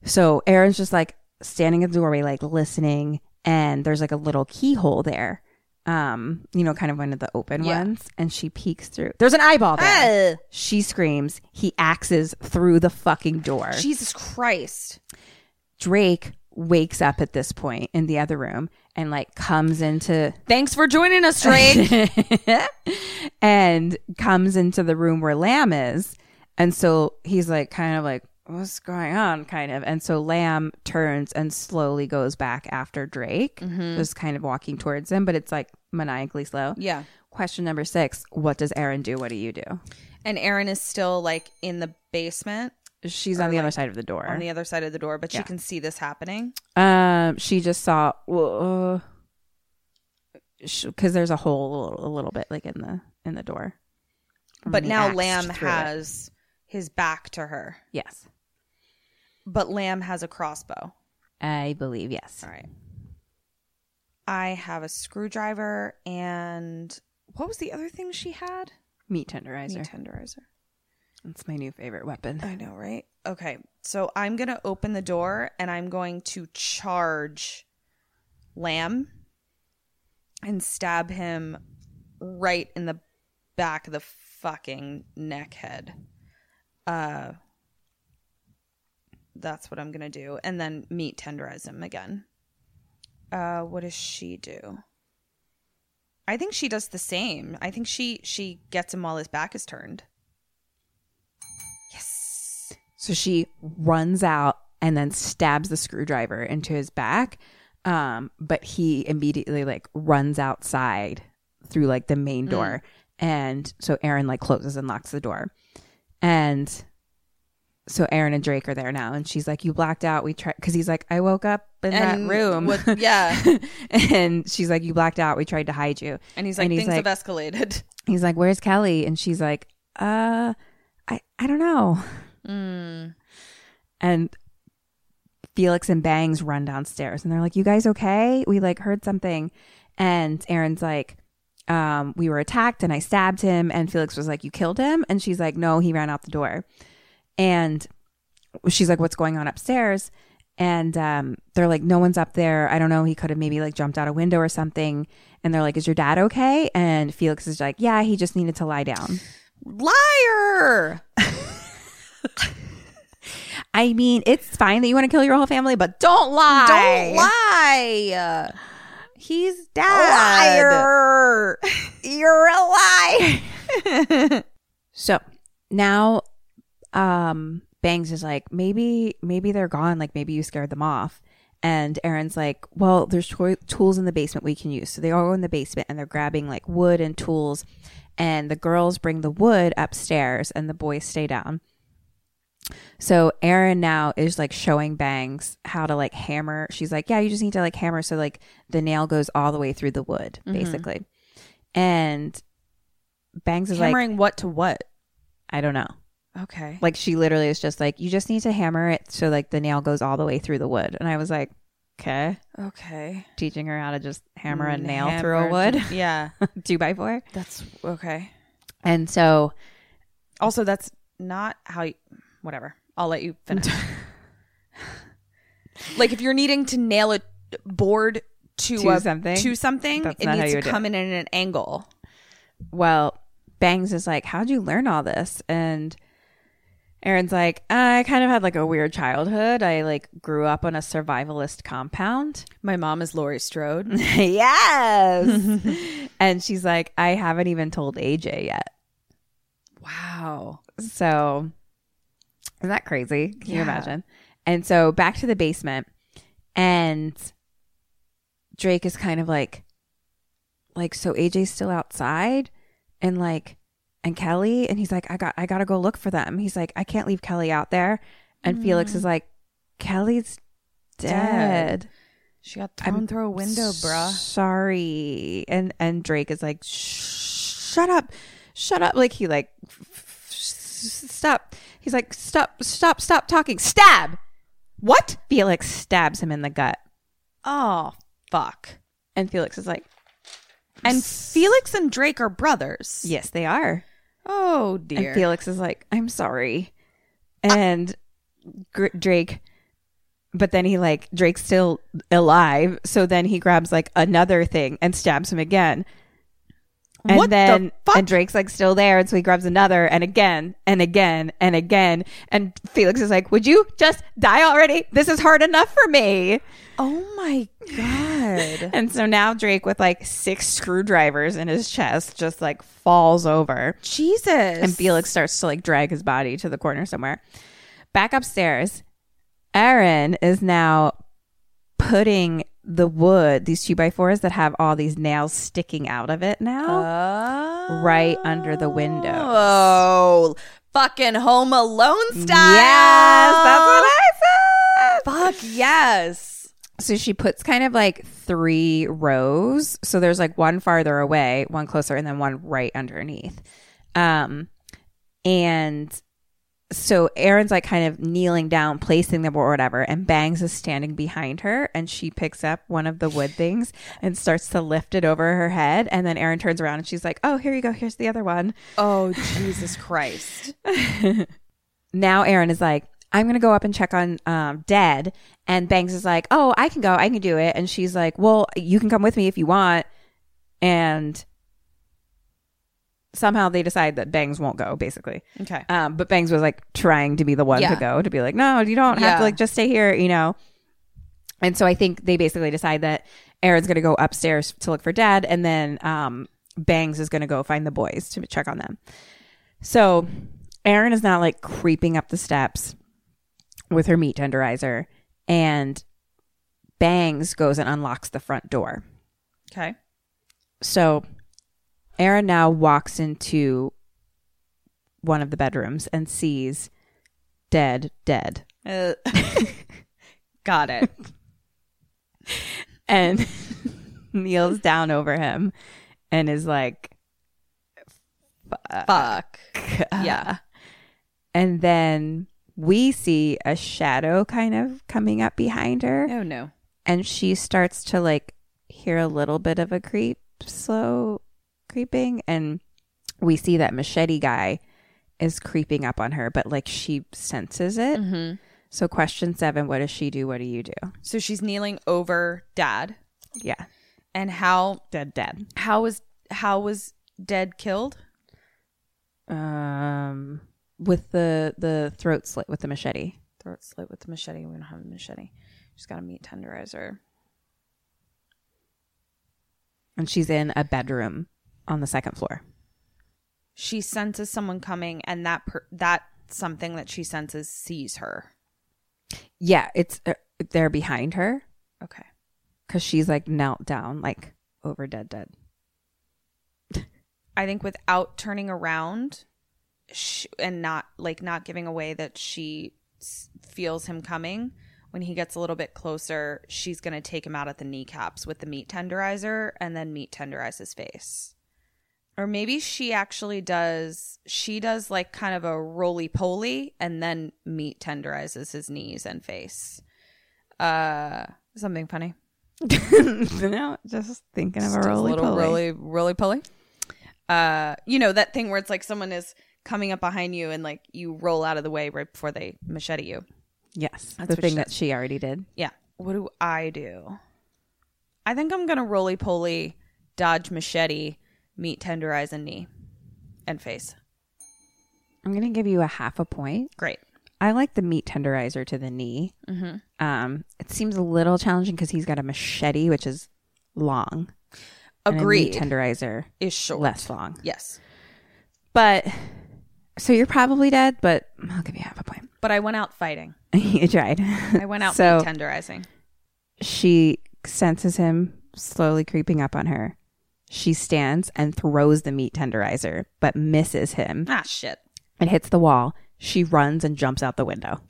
Speaker 4: So Aaron's just like standing at the doorway, like listening, and there's like a little keyhole there. Um, you know, kind of one of the open
Speaker 1: Yeah.
Speaker 4: ones, and she peeks through. There's an eyeball there. She screams. He axes through the fucking door.
Speaker 1: Jesus Christ.
Speaker 4: Drake wakes up at this point in the other room and like comes into
Speaker 1: Thanks for joining us, [LAUGHS]
Speaker 4: [LAUGHS]
Speaker 1: Drake.
Speaker 4: and comes into the room where Lamb is. And so he's like, kind of like, what's going on? Kind of. And so Lamb turns and slowly goes back after Drake,
Speaker 1: Mm-hmm.
Speaker 4: just kind of walking towards him, but it's like maniacally slow.
Speaker 1: yeah.
Speaker 4: Question number six What does Aaron do? What do you do?
Speaker 1: And Erin is still like in the basement
Speaker 4: She's on the other side of the door.
Speaker 1: on the other side of the door, but she can see this happening.
Speaker 4: Um, she just saw because there's a hole a little bit like in the in the door. From
Speaker 1: But
Speaker 4: the
Speaker 1: now
Speaker 4: axe
Speaker 1: Lamb
Speaker 4: through it.
Speaker 1: has his back to her.
Speaker 4: yes,
Speaker 1: But Lamb has a crossbow.
Speaker 4: I believe yes.
Speaker 1: All right. I have a screwdriver and what was the other thing she had?
Speaker 4: Meat tenderizer.
Speaker 1: Meat tenderizer.
Speaker 4: That's my new favorite weapon.
Speaker 1: I know, right? Okay. So I'm going to open the door and I'm going to charge Lamb and stab him right in the back of the fucking neck head. Uh that's what I'm going to do and then meat tenderize him again. Uh what does she do? I think she does the same. I think she she gets him while his back is turned. Yes.
Speaker 4: So she runs out and then stabs the screwdriver into his back. Um, but he immediately like runs outside through like the main door. And so Aaron like closes and locks the door. And so Aaron and Drake are there now. And she's like, You blacked out. We tried, because he's like, I woke up in that room.
Speaker 1: What, [LAUGHS] yeah.
Speaker 4: [LAUGHS] and she's like, You blacked out. We tried to hide you.
Speaker 1: And he's like, things have [LAUGHS] escalated.
Speaker 4: he's like, "Where's Kelly?" And she's like, "Uh, I I don't know."
Speaker 1: Mm.
Speaker 4: And Felix and Bangs run downstairs, and they're like, "You guys okay? We like heard something." And Aaron's like, um, "We were attacked, and I stabbed him." And Felix was like, "You killed him?" And she's like, "No, he ran out the door." And she's like, "What's going on upstairs?" And um, they're like, "No one's up there. I don't know. He could have maybe like jumped out a window or something." And they're like, "Is your dad okay?" And Felix is like, "Yeah, he just needed to lie down."
Speaker 1: Liar!
Speaker 4: I mean, it's fine that you want to kill your whole family, but don't lie.
Speaker 1: Don't lie!
Speaker 4: He's dead.
Speaker 1: Liar!
Speaker 4: You're a liar. so now, um, Bangs is like, maybe, maybe they're gone. Like, maybe you scared them off. And Aaron's like, well, there's to- tools in the basement we can use. So they all go in the basement and they're grabbing like wood and tools. And the girls bring the wood upstairs and the boys stay down. So Erin now is like showing Bangs how to like hammer. She's like, yeah, you just need to like hammer so like the nail goes all the way through the wood, basically. And Bangs is like,
Speaker 1: Hammering what to what?
Speaker 4: I don't know.
Speaker 1: Okay.
Speaker 4: Like she literally is just like, you just need to hammer it so like the nail goes all the way through the wood. And I was like, okay,
Speaker 1: Okay.
Speaker 4: teaching her how to just Mm, hammer a nail through a wood,
Speaker 1: [LAUGHS] Yeah.
Speaker 4: [LAUGHS] two by four.
Speaker 1: That's okay.
Speaker 4: And so
Speaker 1: Also, that's not how you. Whatever. I'll let you [LAUGHS] finish. like, if you're needing to nail a board to,
Speaker 4: To
Speaker 1: a-
Speaker 4: something?
Speaker 1: to something,
Speaker 4: That's
Speaker 1: it
Speaker 4: not how
Speaker 1: needs
Speaker 4: you
Speaker 1: to
Speaker 4: would do
Speaker 1: come in at an angle.
Speaker 4: well, Bangs is like, How'd you learn all this? And Aaron's like, I kind of had like a weird childhood. I like grew up on a survivalist compound. [LAUGHS]
Speaker 1: My mom is Laurie Strode.
Speaker 4: yes. [LAUGHS] and she's like, I haven't even told AJ yet.
Speaker 1: wow.
Speaker 4: So isn't that crazy? Can you imagine? And so back to the basement and Drake is kind of like like so AJ's still outside and like and Kelly and he's like I got I got to go look for them. He's like I can't leave Kelly out there. And Felix is like Kelly's
Speaker 1: Mm. Dead.
Speaker 4: dead.
Speaker 1: She got thrown through a window, bruh.
Speaker 4: Sorry. And and Drake is like, "Shh, shut up, shut up. Like he like, f- f- s- stop. He's like, stop, stop, stop talking. Stab. What? Felix stabs him in the gut,
Speaker 1: Oh, fuck.
Speaker 4: and Felix is like,
Speaker 1: And Felix and Drake are brothers.
Speaker 4: yes, they are.
Speaker 1: Oh
Speaker 4: And Felix is like, I'm sorry. And Gr- Drake, but then he like, Drake's still alive. So then he grabs like another thing and stabs him again. And
Speaker 1: What the
Speaker 4: then
Speaker 1: fuck?
Speaker 4: and Drake's like still there, and so he grabs another and again and again and again. And Felix is like, Would you just die already? This is hard enough for me.
Speaker 1: Oh my god.
Speaker 4: And so now Drake with like six screwdrivers in his chest just like falls over.
Speaker 1: Jesus.
Speaker 4: And Felix starts to like drag his body to the corner somewhere. Back upstairs, Aaron is now putting the wood, these two by fours that have all these nails sticking out of it now,
Speaker 1: Oh.
Speaker 4: right under the window.
Speaker 1: Oh, fucking Home Alone style. Yes,
Speaker 4: said.
Speaker 1: [LAUGHS] Fuck yes.
Speaker 4: So she puts kind of like three rows. So there's like one farther away, one closer, and then one right underneath. Um, and so Aaron's like kind of kneeling down, placing them or whatever, and Bangs is standing behind her, and she picks up one of the wood things and starts to lift it over her head, and then Aaron turns around and she's like, "Oh, here you go. Here's the other one."
Speaker 1: Oh Jesus Christ.
Speaker 4: now Aaron is like, I'm gonna go up and check on um, Dad, and Banks is like, Oh, I can go, I can do it, and she's like, Well, you can come with me if you want, and somehow they decide that Bangs won't go, basically.
Speaker 1: [LAUGHS] Okay.
Speaker 4: Um, but Bangs was like trying to be the one
Speaker 1: Yeah.
Speaker 4: to go to be like, No, you don't have
Speaker 1: Yeah.
Speaker 4: to like just stay here, you know. And so I think they basically decide that Aaron's gonna go upstairs to look for Dad, and then um, Bangs is gonna go find the boys to check on them. So Erin is now like creeping up the steps with her meat tenderizer and Bangs goes and unlocks the front door.
Speaker 1: Okay.
Speaker 4: So Erin now walks into one of the bedrooms and sees dead, dead.
Speaker 1: Uh, [LAUGHS] got it.
Speaker 4: And [LAUGHS] kneels down over him and is like, [LAUGHS]
Speaker 1: Fuck. Yeah.
Speaker 4: and then we see a shadow kind of coming up behind her.
Speaker 1: Oh no.
Speaker 4: and she starts to like hear a little bit of a creep slow creeping and we see that machete guy is creeping up on her but like she senses it
Speaker 1: Mm-hmm.
Speaker 4: so question seven what does she do what do you do
Speaker 1: So she's kneeling over Dad,
Speaker 4: yeah
Speaker 1: and how
Speaker 4: dead dead
Speaker 1: how was how was Dead killed?
Speaker 4: um with the the throat slit with the machete
Speaker 1: Throat slit with the machete. We don't have a machete. She's got a meat tenderizer.
Speaker 4: and she's in a bedroom on the second floor
Speaker 1: She senses someone coming, and that per- that something that she senses sees her.
Speaker 4: yeah it's uh, they're behind her
Speaker 1: Okay.
Speaker 4: because she's like knelt down like over dead dead [LAUGHS]
Speaker 1: I think without turning around sh and not like not giving away that she s- feels him coming when he gets a little bit closer she's going to take him out at the kneecaps with the meat tenderizer and then meat tenderize his face or maybe she actually does she does like kind of a roly poly and then meat tenderizes his knees and face uh something funny
Speaker 4: no, just thinking of a
Speaker 1: Just
Speaker 4: roly
Speaker 1: little
Speaker 4: poly.
Speaker 1: roly roly poly. Uh, you know that thing where it's like someone is coming up behind you and like you roll out of the way right before they machete you.
Speaker 4: Yes,
Speaker 1: That's
Speaker 4: the
Speaker 1: what she
Speaker 4: thing that
Speaker 1: does.
Speaker 4: she already did.
Speaker 1: Yeah. What do I do? I think I'm gonna roly poly, dodge machete, meat tenderize and knee, and face.
Speaker 4: I'm gonna give you a half a point.
Speaker 1: Great.
Speaker 4: I like the meat tenderizer to the knee. Mm-hmm. Um, it seems a little challenging because he's got a machete, which is long. and a meat
Speaker 1: Agreed.
Speaker 4: tenderizer
Speaker 1: is short.
Speaker 4: less long,
Speaker 1: Yes.
Speaker 4: but so you're probably dead. But I'll give you half a point. [LAUGHS]
Speaker 1: But I went out fighting.
Speaker 4: you tried.
Speaker 1: I went out
Speaker 4: [LAUGHS] So
Speaker 1: meat tenderizing.
Speaker 4: she senses him slowly creeping up on her. She stands and throws the meat tenderizer, but misses him.
Speaker 1: Ah shit.
Speaker 4: It hits the wall. She runs and jumps out the window.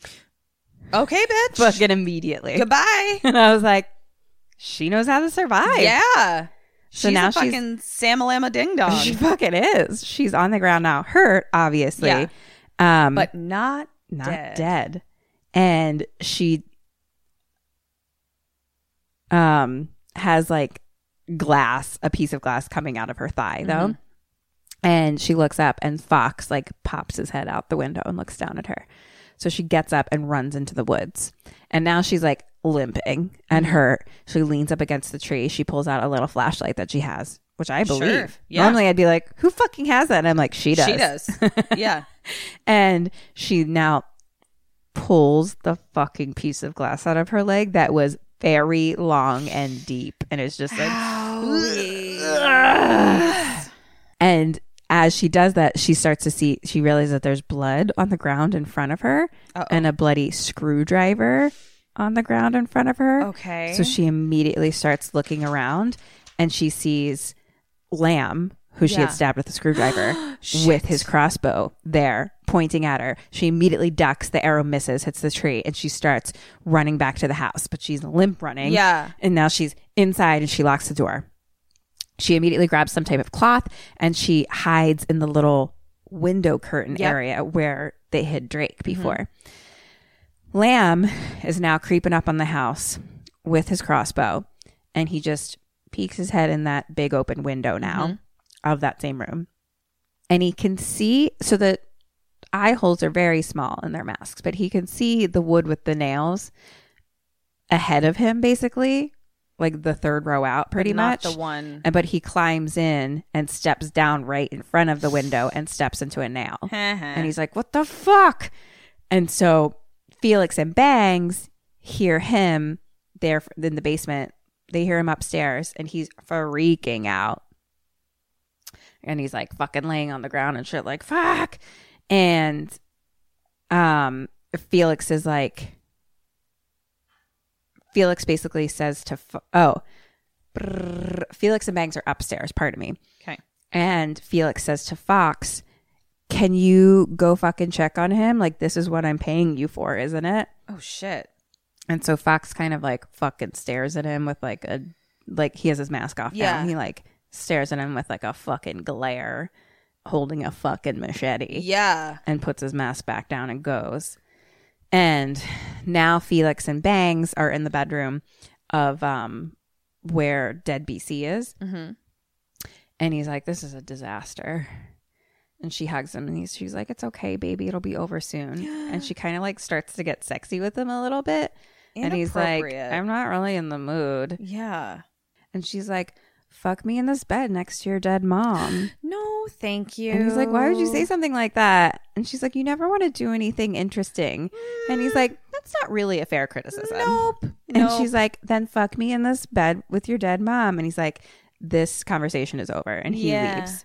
Speaker 1: Okay, bitch.
Speaker 4: Fucking immediately.
Speaker 1: Goodbye.
Speaker 4: And I was like, she knows how to survive.
Speaker 1: Yeah.
Speaker 4: So
Speaker 1: she's
Speaker 4: now
Speaker 1: a
Speaker 4: she's-
Speaker 1: fucking Samalama ding dong.
Speaker 4: [LAUGHS] She fucking is. She's on the ground now. Hurt, obviously.
Speaker 1: Yeah.
Speaker 4: Um
Speaker 1: but not
Speaker 4: not
Speaker 1: dead.
Speaker 4: dead. And she um has like glass, a piece of glass coming out of her thigh though. And she looks up and Fox like pops his head out the window and looks down at her. So she gets up and runs into the woods. And now she's like Mm-hmm. limping and hurt. She leans up against the tree. She pulls out a little flashlight that she has. which I
Speaker 1: Sure.
Speaker 4: believe.
Speaker 1: Yeah.
Speaker 4: Normally, I'd be like, "Who fucking has that?" And I'm like, "She does."
Speaker 1: She does. [LAUGHS] yeah.
Speaker 4: and she now pulls the fucking piece of glass out of her leg that was very long and deep and it's just like Ugh. and as she does that she starts to see she realizes that there's blood on the ground in front of her and a bloody screwdriver on the ground in front of her
Speaker 1: Okay.
Speaker 4: so she immediately starts looking around and she sees Lamb, who she
Speaker 1: Yeah.
Speaker 4: had stabbed with a
Speaker 1: [GASPS]
Speaker 4: screwdriver, with his crossbow there pointing at her. She immediately ducks, the arrow misses, hits the tree, and she starts running back to the house, but she's limp running.
Speaker 1: Yeah.
Speaker 4: And now she's inside and she locks the door. She immediately grabs some type of cloth and she hides in the little window curtain
Speaker 1: Yep. Mm-hmm.
Speaker 4: area where they hid Drake before. Lamb is now creeping up on the house with his crossbow, and he just peeks his head in that big open window now
Speaker 1: Mm-hmm.
Speaker 4: of that same room. And he can see, so the eye holes are very small in their masks, but he can see the wood with the nails ahead of him, basically, like the third row out, pretty
Speaker 1: Not
Speaker 4: much.
Speaker 1: the one.
Speaker 4: And- But he climbs in and steps down right in front of the window and steps into a nail.
Speaker 1: [LAUGHS] Uh-huh.
Speaker 4: And he's like, what the fuck? And so Felix and Bangs hear him there in the basement. They hear him upstairs and he's freaking out. And he's like fucking laying on the ground and shit, like, fuck. And um, Felix is like, Felix basically says to, F- oh, brrr, Felix and Bangs are upstairs, pardon me.
Speaker 1: Okay.
Speaker 4: And Felix says to Fox, Can you go fucking check on him? Like, this is what I'm paying you for, isn't it?
Speaker 1: Oh shit.
Speaker 4: And so Fox kind of like fucking stares at him with like a, like, he has his mask off now.
Speaker 1: Yeah.
Speaker 4: And he like stares at him with like a fucking glare, holding a fucking machete
Speaker 1: Yeah.
Speaker 4: and puts his mask back down and goes. And now Felix and Bangs are in the bedroom of um where dead BC is. Mm-hmm. And he's like, This is a disaster. And she hugs him and he's she's like, It's okay, baby, it'll be over soon. and she kind of like starts to get sexy with him a little bit. And he's like,
Speaker 1: Inappropriate.
Speaker 4: I'm not really in the mood.
Speaker 1: Yeah.
Speaker 4: And she's like, Fuck me in this bed next to your dead mom.
Speaker 1: No, thank you.
Speaker 4: And he's like, Why would you say something like that? And she's like, You never want to do anything interesting. And he's like, Mm. That's not really a fair criticism. Nope. And
Speaker 1: Nope.
Speaker 4: she's like, Then fuck me in this bed with your dead mom. And he's like, This conversation is over. And he
Speaker 1: Yeah.
Speaker 4: leaves.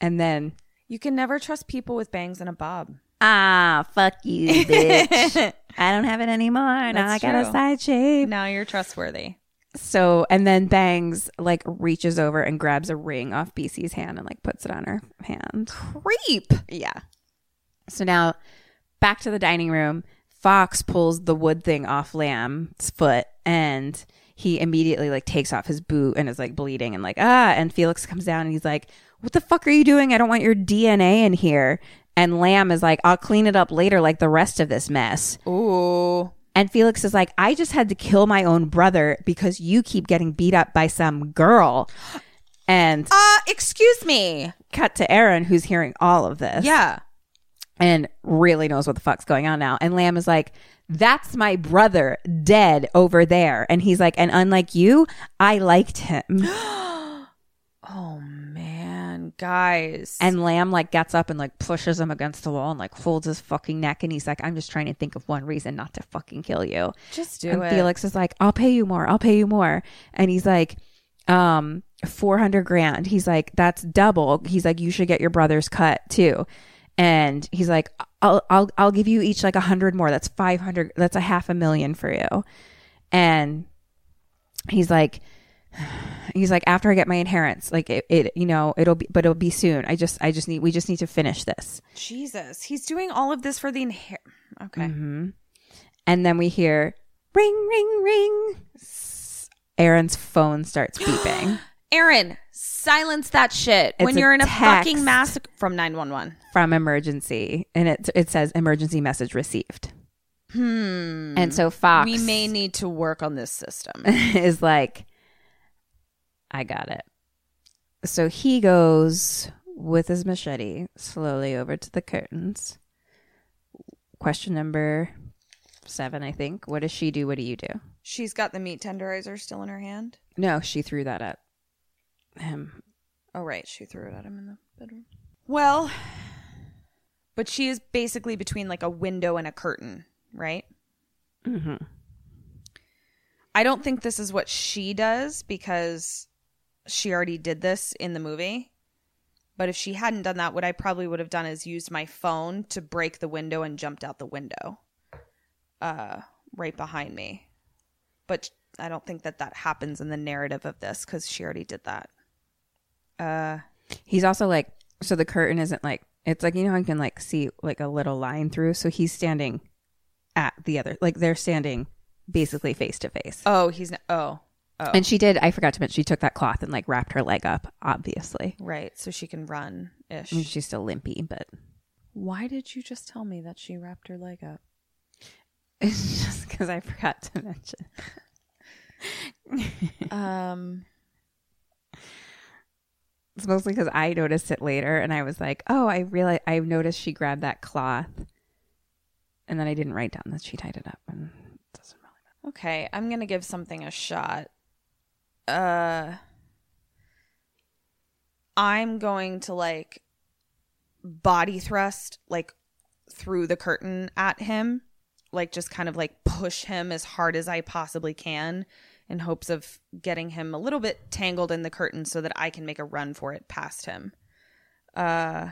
Speaker 4: And then,
Speaker 1: You can never trust people with bangs and a bob.
Speaker 4: Ah, fuck you, [LAUGHS] bitch. I don't have it anymore. Now I
Speaker 1: That's
Speaker 4: got a
Speaker 1: true.
Speaker 4: side shape.
Speaker 1: Now you're trustworthy.
Speaker 4: So, and then Bangs like reaches over and grabs a ring off BC's hand and like puts it on her [SIGHS] hand.
Speaker 1: Creep.
Speaker 4: Yeah. So now back to the dining room. Fox pulls the wood thing off Lamb's foot and he immediately like takes off his boot and is like bleeding and like ah and Felix comes down and he's like what the fuck are you doing? I don't want your DNA in here. And Lamb is like I'll clean it up later like the rest of this mess.
Speaker 1: Ooh.
Speaker 4: And Felix is like I just had to kill my own brother because you keep getting beat up by some girl. And
Speaker 1: Uh, excuse me.
Speaker 4: cut to Aaron who's hearing all of this
Speaker 1: Yeah.
Speaker 4: and really knows what the fuck's going on now. And Lamb is like, that's my brother dead over there. And he's like, and unlike you, I liked him.
Speaker 1: Oh man, guys.
Speaker 4: And Lamb like gets up and like pushes him against the wall and like holds his fucking neck. And he's like, I'm just trying to think of one reason not to fucking kill you.
Speaker 1: just do
Speaker 4: and
Speaker 1: it.
Speaker 4: Felix is like, I'll pay you more. I'll pay you more. And he's like, um, 400 grand. He's like, that's double. He's like, you should get your brother's cut too. And he's like, I'll, I'll, I'll give you each like a hundred more. That's 500. That's a half a million for you. And he's like, [SIGHS] he's like, after I get my inheritance, like it, it, you know, it'll be, but it'll be soon. I just, I just need, we just need to finish this.
Speaker 1: Jesus, he's doing all of this for the inher. Okay.
Speaker 4: And then we hear ring, ring, ring. S- Aaron's phone
Speaker 1: [GASPS]
Speaker 4: starts beeping
Speaker 1: Aaron, silence that shit
Speaker 4: It's
Speaker 1: when
Speaker 4: a
Speaker 1: you're in a
Speaker 4: text.
Speaker 1: fucking mask from 911.
Speaker 4: from emergency, and it it says emergency message received. Hmm. And so Fox
Speaker 1: We may need to work on this system.
Speaker 4: [LAUGHS] is like, I got it. So he goes with his machete slowly over to the curtains. Question number seven, I think. What does she do? What do you do?
Speaker 1: She's got the meat tenderizer still in her hand.
Speaker 4: No, she threw that at him
Speaker 1: Oh, right. She-
Speaker 5: She threw it at him in the bedroom.
Speaker 1: Well, but she is basically between like a window and a curtain, right? Mm-hmm. I don't think this is what she does because she already did this in the movie. But if she hadn't done that, what I probably would have done is used my phone to break the window and jumped out the window uh, right behind me. But I don't think that that happens in the narrative of this because she already did that.
Speaker 4: He's also like, so the curtain isn't like, it's like, you know, I can like see like a little line through. So he's standing at the other, like they're standing basically face to face.
Speaker 1: Oh, he's not. Oh,
Speaker 4: And she did, I forgot to mention, she took that cloth and like wrapped her leg up, obviously.
Speaker 1: right. So she can run ish.
Speaker 4: I mean, she's still limpy, but [LAUGHS]
Speaker 5: Why did you just tell me that she wrapped her leg up?
Speaker 4: it's just because I forgot to mention.
Speaker 5: Um,
Speaker 4: It's mostly because I noticed it later and I was like, oh, I realized, I noticed she grabbed that cloth. And then I didn't write down that she tied it up. And it doesn't really
Speaker 1: Okay, I'm gonna give something a shot. Uh, I'm going to like body thrust like through the curtain at him, like just kind of like push him as hard as I possibly can in hopes of getting him a little bit tangled in the curtain so that I can make a run for it past him. Uh,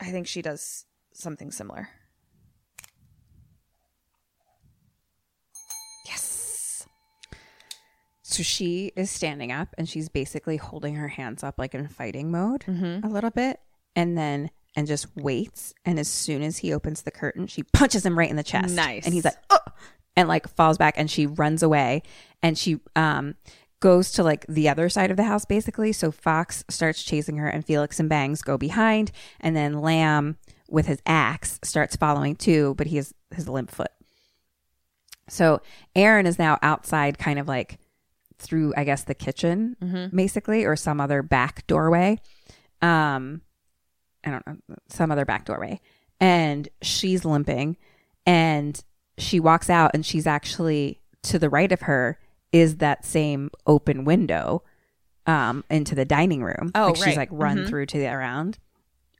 Speaker 1: I think she does something similar.
Speaker 4: So she is standing up and she's basically holding her hands up like in fighting mode a little bit and then and just waits and as soon as he opens the curtain she punches him right in the chest.
Speaker 1: Nice.
Speaker 4: And he's like oh and like falls back and she runs away and she um goes to like the other side of the house basically so Fox starts chasing her and Felix and Bangs go behind and then Lamb with his axe starts following too but he has his limp foot. So Aaron is now outside kind of like through I guess the kitchen
Speaker 1: Mm-hmm.
Speaker 4: basically or some other back doorway. Um I don't know, some other back doorway. And she's limping and she walks out and she's actually to the right of her is that same open window um into the dining room.
Speaker 1: Oh,
Speaker 4: like she's
Speaker 1: right.
Speaker 4: like run through to the around.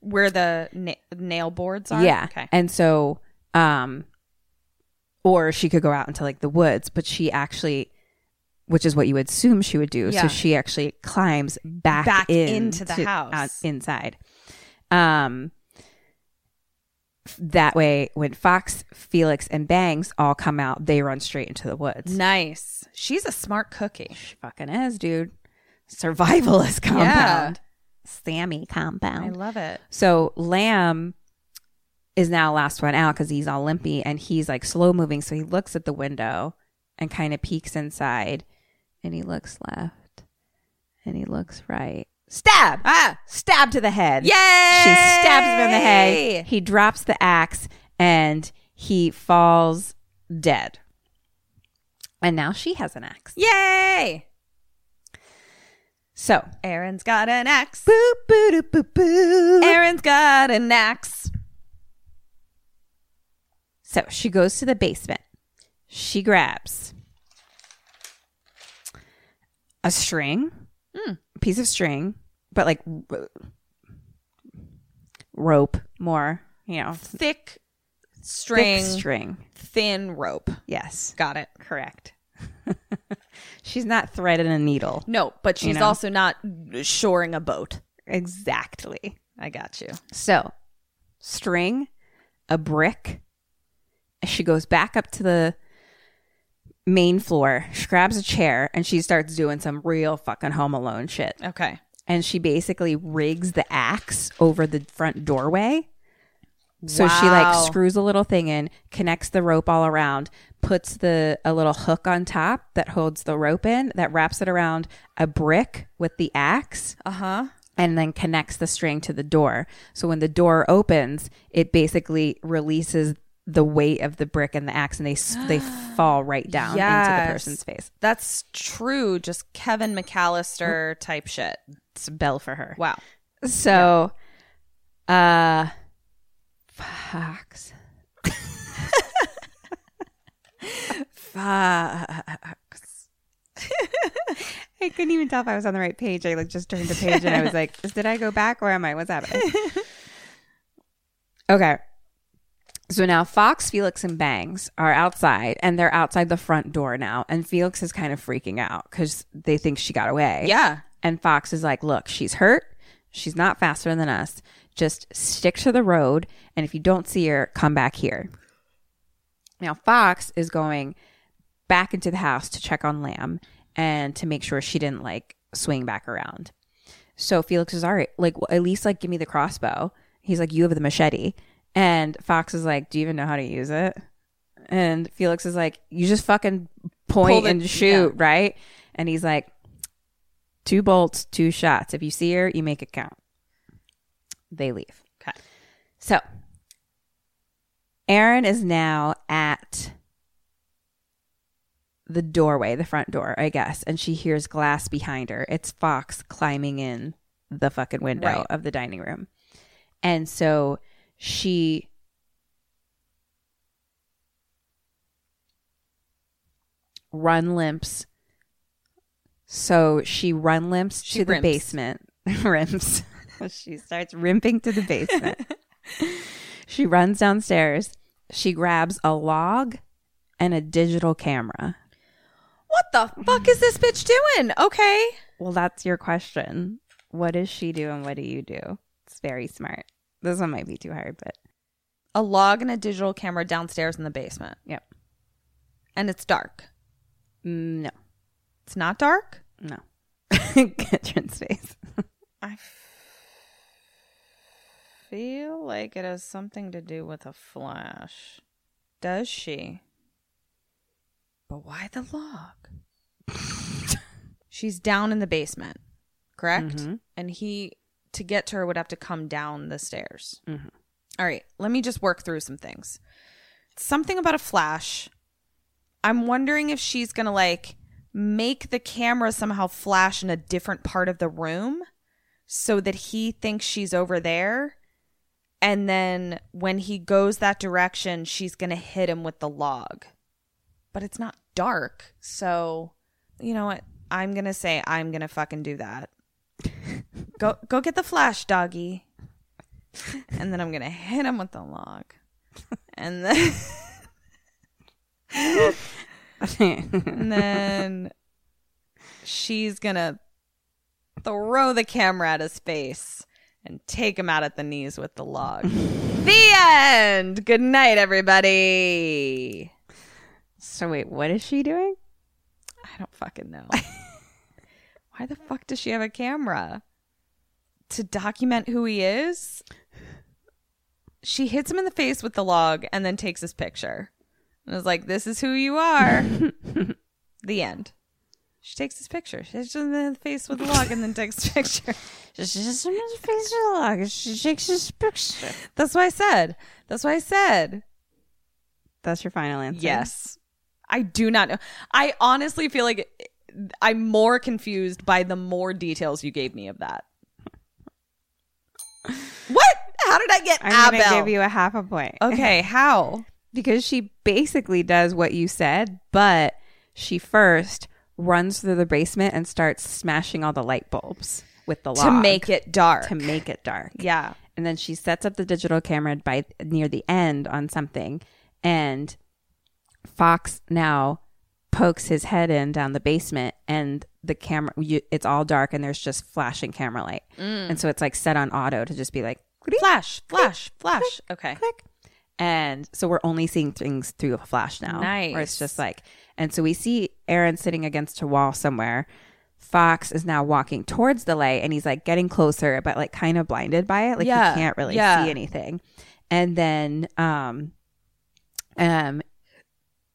Speaker 1: where the na- nail boards are.
Speaker 4: Yeah.
Speaker 1: Okay.
Speaker 4: And so, um, or she could go out into like the woods, but she actually, which is what you would assume she would do.
Speaker 1: Yeah.
Speaker 4: So she actually climbs back,
Speaker 1: Back
Speaker 4: in
Speaker 1: into the
Speaker 4: to-
Speaker 1: house.
Speaker 4: out- inside. Um, f- that way, when Fox, Felix, and Bangs all come out, they run straight into the woods.
Speaker 1: Nice. She's a smart cookie.
Speaker 4: She fucking is, dude. Survivalist compound. Sammy compound.
Speaker 1: I love it.
Speaker 4: So Lamb is now last one out because he's all limpy and he's like slow moving. So he looks at the window and kind of peeks inside and he looks left and he looks right. Stab! Ah! Stab to the head.
Speaker 1: Yay!
Speaker 4: She stabs him in the head. He drops the axe and he falls dead. And now she has an axe.
Speaker 1: Yay!
Speaker 4: So,
Speaker 1: Aaron's got an axe.
Speaker 4: boop, boop, boop, boop, boop.
Speaker 1: Aaron's got an axe.
Speaker 4: So she goes to the basement. She grabs a string,
Speaker 1: Hmm.
Speaker 4: a piece of string, but like ro- rope, more, you know, thick
Speaker 1: Thick string,
Speaker 4: string.
Speaker 1: thin rope.
Speaker 4: Yes,
Speaker 1: Got it.
Speaker 4: correct. [LAUGHS] She's not threading a needle.
Speaker 1: No, but she's
Speaker 4: You know.
Speaker 1: also not shoring a boat.
Speaker 4: Exactly.
Speaker 1: I got you.
Speaker 4: So, string, a brick. She goes back up to the main floor, she grabs a chair, and she starts doing some real fucking home alone shit.
Speaker 1: Okay.
Speaker 4: And she basically rigs the axe over the front doorway. So she
Speaker 1: Wow.
Speaker 4: like screws a little thing in, connects the rope all around, puts the a little hook on top that holds the rope in, that wraps it around a brick with the axe
Speaker 1: Uh huh.
Speaker 4: and then connects the string to the door. So when the door opens, it basically releases the weight of the brick and the axe, and they s-
Speaker 1: [GASPS]
Speaker 4: they fall right down into
Speaker 1: Yes.
Speaker 4: the person's face.
Speaker 1: That's true. Just Kevin McAllister type shit.
Speaker 4: It's a bell for her.
Speaker 1: Wow.
Speaker 4: So, uh, Fox. Fox. I couldn't even tell if I was on the right page. I like just turned the page and I was like, did I go back or am I? What's happening? okay. So now Fox, Felix, and Bangs are outside and they're outside the front door now. And Felix is kind of freaking out because they think she got away.
Speaker 1: Yeah.
Speaker 4: And Fox is like, look, she's hurt. She's not faster than us. Just stick to the road. And if you don't see her, come back here. Now, Fox is going back into the house to check on Lamb and to make sure she didn't like swing back around. So Felix is all right, like, well, at least like give me the crossbow. He's like, you have the machete. And Fox is like, do you even know how to use it? And Felix is like, you just fucking point
Speaker 1: the-
Speaker 4: and shoot, right? And he's like, two bolts, two shots. If you see her, you make it count. They leave.
Speaker 1: Okay.
Speaker 4: So Aaron is now at the doorway, the front door, I guess, and she hears glass behind her. It's Fox climbing in the fucking window
Speaker 1: Right.
Speaker 4: of the dining room. And so she run limps. So she run limps
Speaker 1: She
Speaker 4: to the
Speaker 1: rimps.
Speaker 4: basement. [LAUGHS] Rims. she starts rimping to the basement. she runs downstairs. She grabs a log and a digital camera.
Speaker 1: What the fuck is this bitch doing? Okay.
Speaker 4: Well, that's your question. What does she do and what do you do? It's very smart. This one might be too hard, but
Speaker 1: A log and a digital camera downstairs in the basement.
Speaker 4: yep.
Speaker 1: And it's dark.
Speaker 4: Mm, No,
Speaker 1: It's not dark?
Speaker 4: no. [LAUGHS] Katrin's face.
Speaker 1: I feel like it has something to do with a flash. Does she? But why the log? She's down in the basement, correct? And he, to get to her, would have to come down the stairs. All right, let me just work through some things. Something about a flash. I'm wondering if she's going to like make the camera somehow flash in a different part of the room so that he thinks she's over there. And then when he goes that direction, she's going to hit him with the log. But it's not dark. So, you know what? I'm going to say I'm going to fucking do that. go go get the flash, doggy. And then I'm going to hit him with the log. And then and then she's gonna throw the camera at his face and take him out at the knees with the log. [LAUGHS] the end. Good night, everybody.
Speaker 4: so wait, what is she doing?
Speaker 1: I don't fucking know. [LAUGHS] Why the fuck does she have a camera? To document who he is? She hits him in the face with the log and then takes his picture. And is like, this is who you
Speaker 4: [LAUGHS]
Speaker 1: are. the end. She takes his picture. She hits him in the face with the log and then takes his picture.
Speaker 4: She takes this picture.
Speaker 1: That's what I said. That's what I said.
Speaker 4: That's your final answer.
Speaker 1: Yes. I do not know. I honestly feel like I'm more confused by the more details you gave me of that. What? How did I get
Speaker 4: I'm going to
Speaker 1: Abel?
Speaker 4: give you a half a point.
Speaker 1: okay, how?
Speaker 4: because she basically does what you said, but she first runs through the basement and starts smashing all the light bulbs with the log
Speaker 1: To make it dark.
Speaker 4: to make it dark.
Speaker 1: yeah.
Speaker 4: And then she sets up the digital camera by near the end on something and Fox now pokes his head in down the basement and the camera you, it's all dark and there's just flashing camera light. And so it's like set on auto to just be like
Speaker 1: Mm. Flash, flash, flash. Okay.
Speaker 4: click. And so we're only seeing things through a flash now. Where
Speaker 1: Nice.
Speaker 4: it's just like, and so we see Aaron sitting against a wall somewhere. Fox is now walking towards the light and he's like getting closer, but like kind of blinded by it. Like
Speaker 1: Yeah.
Speaker 4: he can't really
Speaker 1: Yeah.
Speaker 4: see anything. And then, um, um,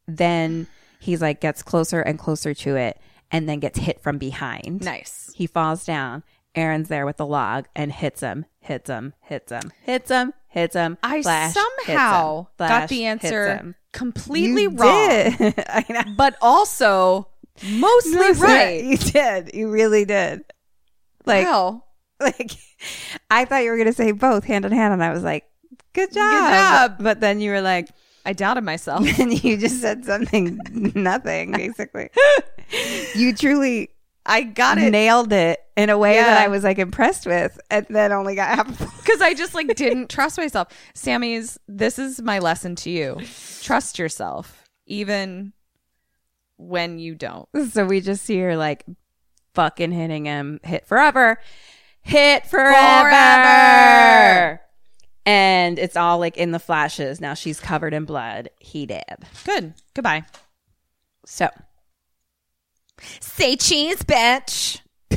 Speaker 4: then he's like gets closer and closer to it and then gets hit from behind.
Speaker 1: Nice.
Speaker 4: He falls down. Aaron's there with the log and hits him, hits him, hits him, hits him, hits him.
Speaker 1: I
Speaker 4: flash, hits him,
Speaker 1: somehow got
Speaker 4: flash,
Speaker 1: the
Speaker 4: hits
Speaker 1: answer
Speaker 4: him.
Speaker 1: completely
Speaker 4: You
Speaker 1: wrong,
Speaker 4: did. [LAUGHS] I know.
Speaker 1: but also mostly
Speaker 4: [LAUGHS] Listen,
Speaker 1: right.
Speaker 4: You did. You really did. Like,
Speaker 1: wow.
Speaker 4: [LAUGHS] like I thought you were gonna say both hand in hand, and I was like, "Good job!"
Speaker 1: job.
Speaker 4: But then you were like,
Speaker 1: I doubted
Speaker 4: [LAUGHS]
Speaker 1: myself.
Speaker 4: and you just said something, nothing basically. you truly.
Speaker 5: I got it.
Speaker 4: nailed it in a way
Speaker 5: Yeah.
Speaker 4: that I was like impressed with, and then only got half.
Speaker 1: because I just like didn't [LAUGHS] trust myself. Sammy's, this is my lesson to you: trust yourself, even when you don't.
Speaker 4: [LAUGHS] so we just see her like fucking hitting him, hit forever, hit forever. And it's all like in the flashes. Now she's covered in blood. He did.
Speaker 1: Good. Goodbye.
Speaker 4: So say cheese, bitch. [LAUGHS]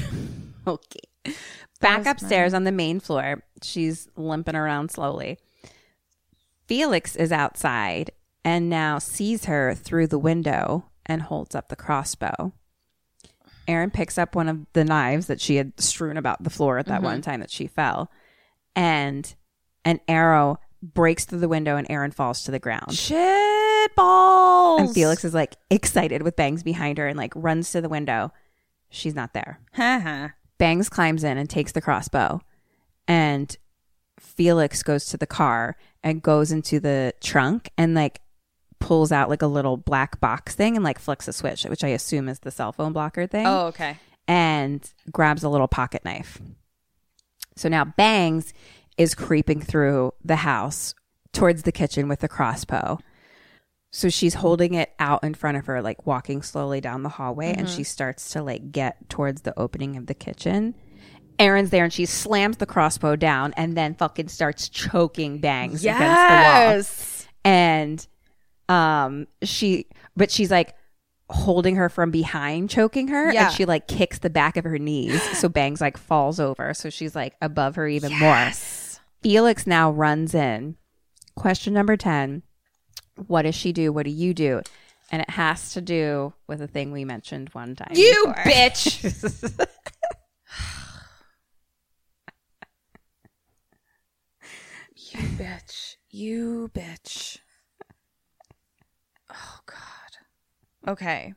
Speaker 4: okay. Back upstairs on the main floor. She's limping around slowly. Felix is outside and now sees her through the window and holds up the crossbow. Aaron picks up one of the knives that she had strewn about the floor at that one time that she fell, and an arrow breaks through the window and Aaron falls to the ground.
Speaker 1: Shit balls.
Speaker 4: And
Speaker 1: [LAUGHS]
Speaker 4: Felix is like excited with Bangs behind her and like runs to the window. She's not there. Bangs climbs in and takes the crossbow. And Felix goes to the car and goes into the trunk and like pulls out like a little black box thing and like flicks a switch, which I assume is the cell phone blocker thing
Speaker 1: Oh, okay.
Speaker 4: and grabs a little pocket knife. So now Bangs is creeping through the house towards the kitchen with the crossbow. So she's holding it out in front of her, like walking slowly down the hallway, and she starts to like get towards the opening of the kitchen. Aaron's there and she slams the crossbow down and then fucking starts choking bangs against the wall. And um she but she's like holding her from behind, choking her,
Speaker 1: Yeah.
Speaker 4: and she like kicks the back of her knees. So bangs like falls over. So she's like above her even more. Felix now runs in. Question number 10 What does she do? What do you do? And it has to do with a thing we mentioned one time.
Speaker 1: You bitch. you bitch. You bitch. [LAUGHS] Oh god. Okay.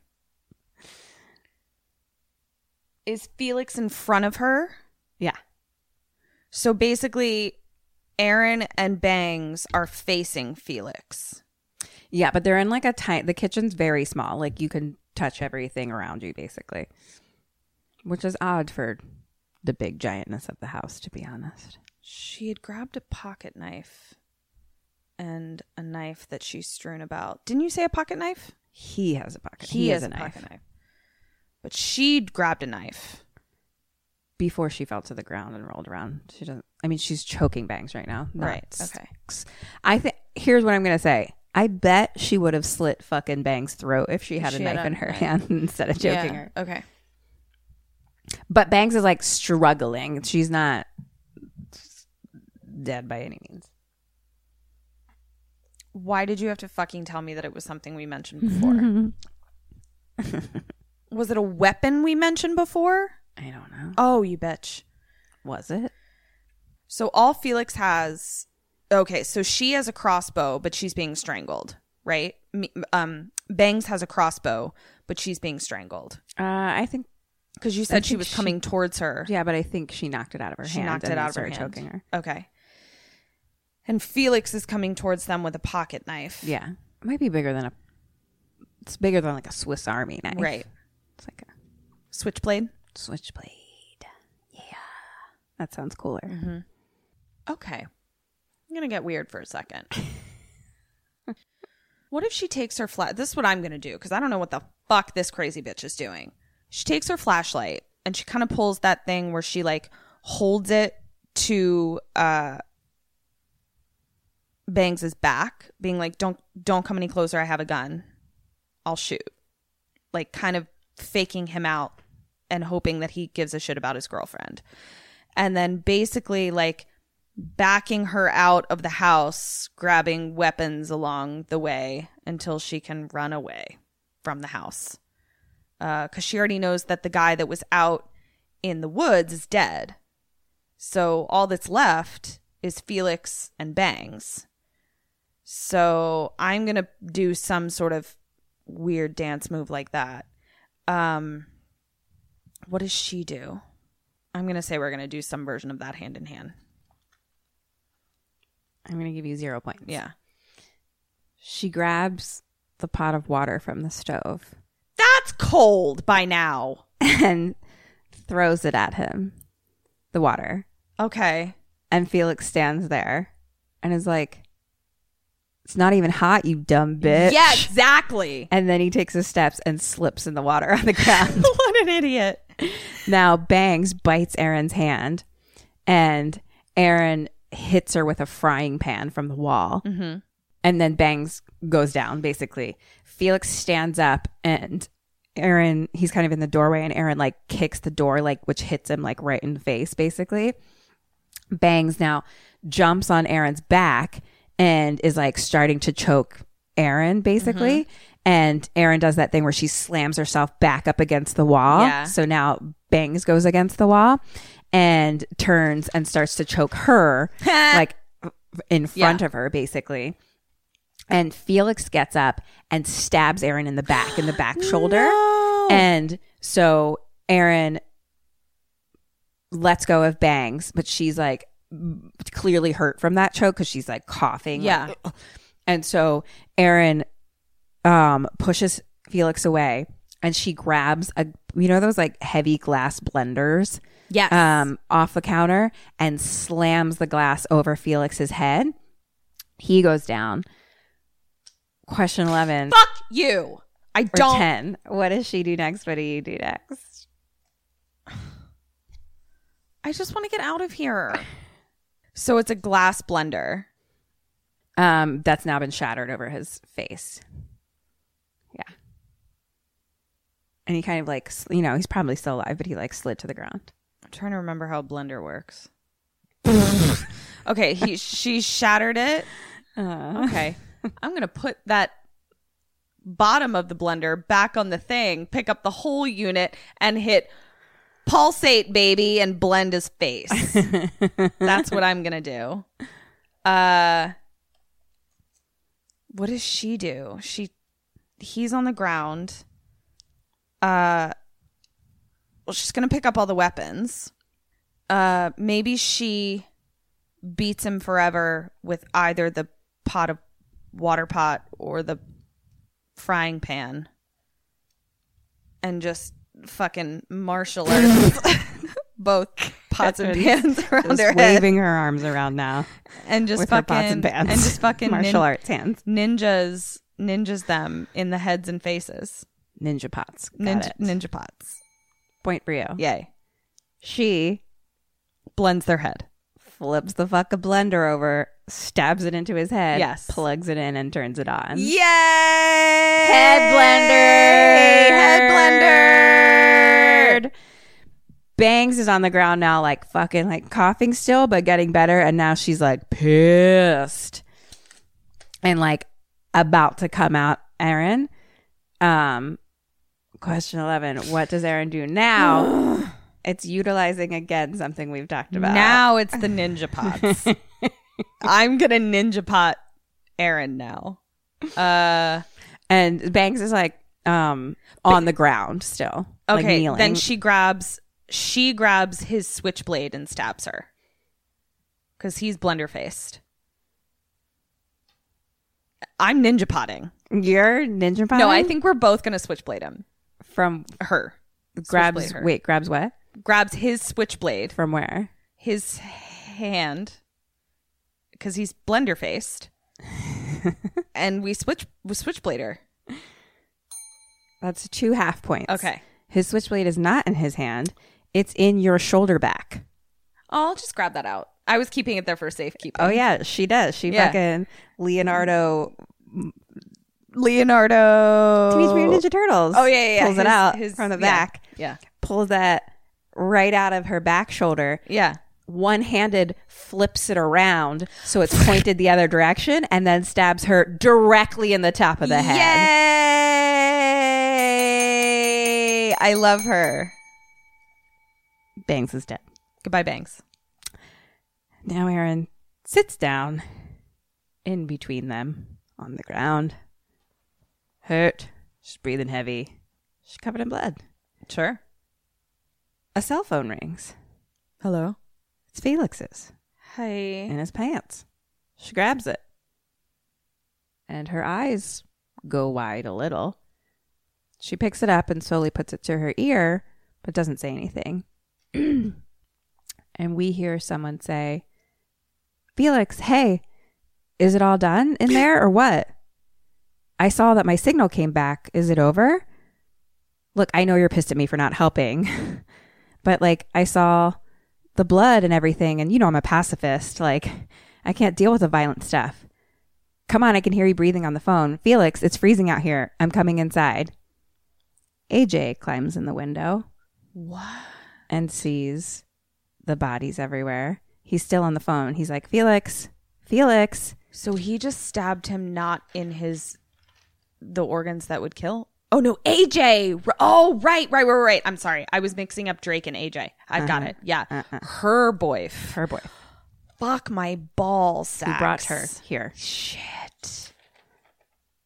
Speaker 1: Is Felix in front of her?
Speaker 4: [LAUGHS] yeah.
Speaker 1: So basically Aaron and Bangs are facing Felix.
Speaker 4: Yeah, but they're in like a tiny. The kitchen's very small. Like you can touch everything around you, basically, which is odd for the big giantness of the house, to be honest.
Speaker 1: She had grabbed a pocket knife and a knife that she's strewn about. Didn't you say a pocket knife?
Speaker 4: He has a pocket. He, has a knife.
Speaker 1: knife. But she grabbed a knife.
Speaker 4: Before she fell to the ground and rolled around, she doesn't. I mean, she's choking bangs right now. not
Speaker 1: Right,
Speaker 4: s-
Speaker 1: okay.
Speaker 4: s- I think here's what I'm gonna say. I bet she would have slit fucking Bang's throat if she had
Speaker 1: She
Speaker 4: a
Speaker 1: had
Speaker 4: knife
Speaker 1: a
Speaker 4: in her
Speaker 1: knife.
Speaker 4: hand [LAUGHS] instead of choking her.
Speaker 1: Okay.
Speaker 4: But Bangs is like struggling. She's not dead by any means.
Speaker 1: Why did you have to fucking tell me that it was something we mentioned
Speaker 4: [LAUGHS]
Speaker 1: before? was it a weapon we mentioned before?
Speaker 4: I don't know.
Speaker 1: Oh, you bitch.
Speaker 4: Was it?
Speaker 1: So all Felix has Okay, so she has a crossbow, but she's being strangled, right? Me- Um Bangs has a crossbow, but she's being strangled.
Speaker 4: Uh, I think
Speaker 1: Cuz you said she
Speaker 4: think
Speaker 1: was
Speaker 4: she-
Speaker 1: coming towards her.
Speaker 4: yeah, but I think she knocked it out of her
Speaker 1: She
Speaker 4: hand.
Speaker 1: knocked
Speaker 4: and
Speaker 1: it
Speaker 4: then
Speaker 1: out of her
Speaker 4: started
Speaker 1: hand.
Speaker 4: choking her.
Speaker 1: Okay. And Felix is coming towards them with a pocket knife.
Speaker 4: Yeah, it might be bigger than a. It's bigger than like a Swiss Army knife.
Speaker 1: Right.
Speaker 4: It's like a
Speaker 1: Switchblade.
Speaker 4: switchblade. Yeah, that sounds cooler.
Speaker 1: Mm-hmm. Okay. I'm going to get weird for a second. [LAUGHS] what if she takes her flat? This is what I'm going to do because I don't know what the fuck this crazy bitch is doing. She takes her flashlight and she kind of pulls that thing where she like holds it to uh Bangs' back, being like, "Don't don't come any closer. I have a gun. I'll shoot." Like kind of faking him out and hoping that he gives a shit about his girlfriend. And then basically like backing her out of the house, grabbing weapons along the way until she can run away from the house. Because she already knows that the guy that was out in the woods is dead. So all that's left is Felix and Bangs. So I'm going to do some sort of weird dance move like that. Um, what does she do? I'm going to say we're going to do some version of that hand in hand.
Speaker 4: I'm gonna give you zero points.
Speaker 1: Yeah.
Speaker 4: She grabs the pot of water from the stove [LAUGHS]
Speaker 1: That's cold by now.
Speaker 4: and throws it at him, the water.
Speaker 1: Okay.
Speaker 4: And Felix stands there and is like, It's not even hot, you dumb bitch.
Speaker 1: Yeah, exactly.
Speaker 4: And then he takes his steps and slips in the water [LAUGHS] on the
Speaker 1: [LAUGHS]
Speaker 4: ground.
Speaker 1: what an idiot.
Speaker 4: now, Bangs bites Aaron's hand, and Aaron hits her with a frying pan from the wall. Mm-hmm. And then Bangs goes down, basically. Felix stands up, and Aaron, he's kind of in the doorway, and Aaron like kicks the door, like which hits him like right in the face, basically. Bangs now jumps on Aaron's back and is like starting to choke Aaron basically. And Aaron does that thing where she slams herself back up against the wall.
Speaker 1: Yeah.
Speaker 4: So now Bangs goes against the wall and turns and starts to choke her like in front of her basically. And Felix gets up and stabs Aaron in the back, in the back shoulder. And so Aaron lets go of Bangs, but she's like m- clearly hurt from that choke because she's like coughing. like,
Speaker 1: Yeah.
Speaker 4: and so Aaron um, pushes Felix away and she grabs a, you know, those like heavy glass blenders
Speaker 1: Yes.
Speaker 4: um, off the counter and slams the glass over Felix's head. He goes down. Question 11
Speaker 1: Fuck you. I
Speaker 4: or
Speaker 1: don't.
Speaker 4: 10. What does she do next? What do you do next?
Speaker 1: I just want to get out of here. So it's a glass blender.
Speaker 4: Um, that's now been shattered over his face. Yeah. And he kind of like, sl- you know, he's probably still alive, but he like slid to the ground.
Speaker 1: I'm trying to remember how a blender
Speaker 4: [LAUGHS]
Speaker 1: works. okay, he she shattered it.
Speaker 4: Uh.
Speaker 1: okay. I'm going to put that bottom of the blender back on the thing, pick up the whole unit and hit pulsate baby and blend his
Speaker 4: [LAUGHS]
Speaker 1: face. That's what I'm going to do. Uh What does she do? She he's on the ground. Uh well, she's gonna pick up all the weapons. Uh, maybe she beats him forever with either the pot of water pot or the frying pan, and just fucking martial arts [LAUGHS] both pots and pans [LAUGHS] around
Speaker 4: Just
Speaker 1: her head,
Speaker 4: waving her arms around now
Speaker 1: and just
Speaker 4: with her
Speaker 1: fucking
Speaker 4: pots and pans.
Speaker 1: and just fucking
Speaker 4: [LAUGHS] martial
Speaker 1: nin-
Speaker 4: arts hands.
Speaker 1: ninjas ninjas them in the heads and faces.
Speaker 4: Ninja pots. Got
Speaker 1: Ninja,
Speaker 4: it.
Speaker 1: ninja pots.
Speaker 4: Point for you.
Speaker 1: Yay.
Speaker 4: She
Speaker 1: Blends their head.
Speaker 4: flips the fuck a blender over, stabs it into his head,
Speaker 1: Yes.
Speaker 4: plugs it in, and turns it on.
Speaker 1: Yay! Head blender. Head blender.
Speaker 4: Bangs is on the ground now, like fucking like coughing still, but getting better. And now she's like pissed and like about to come out. Aaron, um, question 11 What does Aaron do now?
Speaker 1: [SIGHS]
Speaker 4: it's utilizing again something we've talked about.
Speaker 1: Now it's the ninja
Speaker 4: [LAUGHS]
Speaker 1: pots. I'm gonna ninja pot Aaron now. Uh
Speaker 4: and Bangs is like, um, on the ground still. like,
Speaker 1: okay.
Speaker 4: kneeling.
Speaker 1: then she grabs she grabs his switchblade and stabs her. Cause he's blender faced. I'm ninja potting.
Speaker 4: You're ninja
Speaker 1: No, I
Speaker 4: potting?
Speaker 1: think we're both gonna switchblade him.
Speaker 4: from
Speaker 1: Her.
Speaker 4: grabs
Speaker 1: Switchblade her.
Speaker 4: wait grabs what
Speaker 1: Grabs his switchblade
Speaker 4: from where
Speaker 1: his hand because he's blender
Speaker 4: [LAUGHS]
Speaker 1: faced and we switch we switchblader
Speaker 4: that's two half points
Speaker 1: Okay.
Speaker 4: his switchblade is not in his hand it's in your shoulder back
Speaker 1: oh, i'll just grab that out i was keeping it there for safekeeping
Speaker 4: oh yeah she does she
Speaker 1: Yeah.
Speaker 4: fucking leonardo
Speaker 1: leonardo
Speaker 4: teenage mutant ninja turtles
Speaker 1: oh yeah, yeah, yeah.
Speaker 4: pulls it
Speaker 1: His-
Speaker 4: out
Speaker 1: his-
Speaker 4: from the
Speaker 1: yeah.
Speaker 4: back
Speaker 1: yeah
Speaker 4: pulls that right out of her back shoulder
Speaker 1: yeah
Speaker 4: one-handed flips it around so it's pointed the other direction and then stabs her directly in the top of the head
Speaker 1: yay i love her
Speaker 4: bangs is dead
Speaker 1: goodbye bangs
Speaker 4: Now Aaron sits down in between them on the ground. Hurt. She's breathing heavy. She's covered in blood.
Speaker 1: sure
Speaker 4: A cell phone rings.
Speaker 1: hello
Speaker 4: It's Felix's
Speaker 1: hey
Speaker 4: in his pants. She grabs it. And her eyes go wide a little. She picks it up and slowly puts it to her ear, but doesn't say anything. [CLEARS THROAT] and we hear someone say, Felix, hey, is it all done in there or what? I saw that my signal came back. Is it over? Look, I know you're pissed at me for not helping, [LAUGHS] but like I saw the blood and everything, and you know I'm a pacifist. Like, I can't deal with the violent stuff. Come on, I can hear you breathing on the phone. Felix, it's freezing out here. I'm coming inside. AJ climbs in the window. And sees the bodies everywhere. He's still on the phone. He's like, Felix, Felix.
Speaker 1: So he just stabbed him not in his the organs that would kill. Oh no, AJ. R- Oh right, right, right, right. I'm sorry. I was mixing up Drake and AJ. I've got
Speaker 4: Uh-huh.
Speaker 1: it. Yeah.
Speaker 4: Uh-uh.
Speaker 1: Her boy.
Speaker 4: Her boy.
Speaker 1: Fuck my ball sacks.
Speaker 4: He brought her here.
Speaker 1: Shit.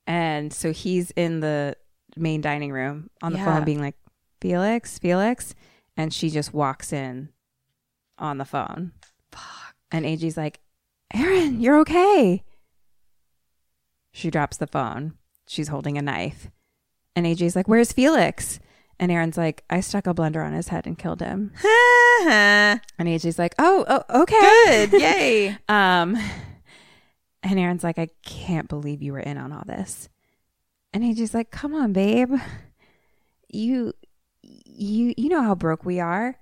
Speaker 4: And so he's in the main dining room on the
Speaker 1: Yeah.
Speaker 4: phone being like, Felix, Felix. And she just walks in on the phone. Fuck. And AJ's like, Aaron, you're okay. She drops the phone. She's holding a knife. And AJ's like, Where's Felix? And Aaron's like, I stuck a blender on his head and killed [LAUGHS] him. and AJ's like, Oh, oh okay. [LAUGHS] Good.
Speaker 1: Yay.
Speaker 4: Um, [LAUGHS] and Aaron's like, I can't believe you were in on all this. And he's just like, come on, babe. You, you, you know how broke we are.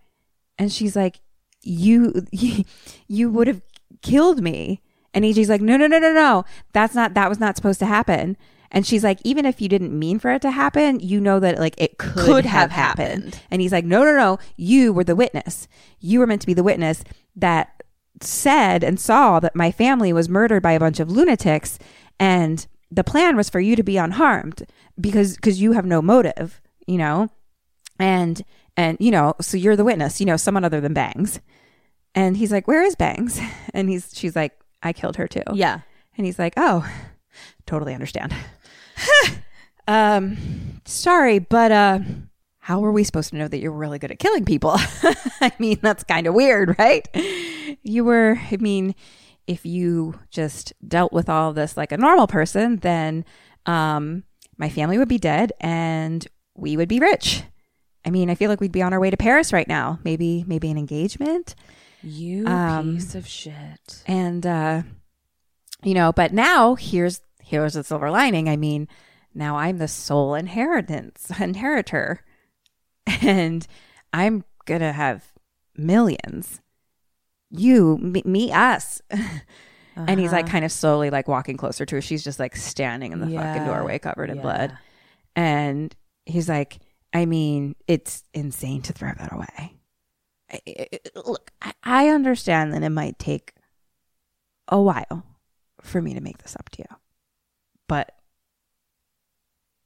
Speaker 4: And she's like, you, [LAUGHS] you, would have killed me. And AJ's like, no, no, no, no, no. That's not, that was not supposed to happen. And she's like, even if you didn't mean for it to happen, you know that like it could,
Speaker 1: Could have
Speaker 4: have, happened.
Speaker 1: happened.
Speaker 4: And he's like, no, no, no. You were the witness. You were meant to be the witness that said and saw that my family was murdered by a bunch of lunatics and the plan was for you to be unharmed because because you have no motive you know and and you know so you're the witness you know someone other than bangs and he's like where is bangs [LAUGHS] and he's she's like i killed her too
Speaker 1: Yeah.
Speaker 4: and he's like oh totally understand [LAUGHS] um sorry but uh how were we supposed to know that you're really good at killing people [LAUGHS] i mean that's kind of weird right you were i mean if you just dealt with all this like a normal person then um my family would be dead and we would be rich i mean i feel like we'd be on our way to paris right now maybe maybe an engagement
Speaker 1: You
Speaker 4: Um,
Speaker 1: piece of shit.
Speaker 4: and uh you know but now here's here's the silver lining i mean now i'm the sole inheritance [LAUGHS] inheritor and i'm gonna have millions you me, me us [LAUGHS] and he's like
Speaker 1: Uh-huh.
Speaker 4: kind of slowly like walking closer to her she's just like standing in the fucking
Speaker 1: Yeah.
Speaker 4: doorway covered in
Speaker 1: Yeah.
Speaker 4: blood and he's like i mean it's insane to throw that away I, I- I- look I, I understand that it might take a while for me to make this up to you. But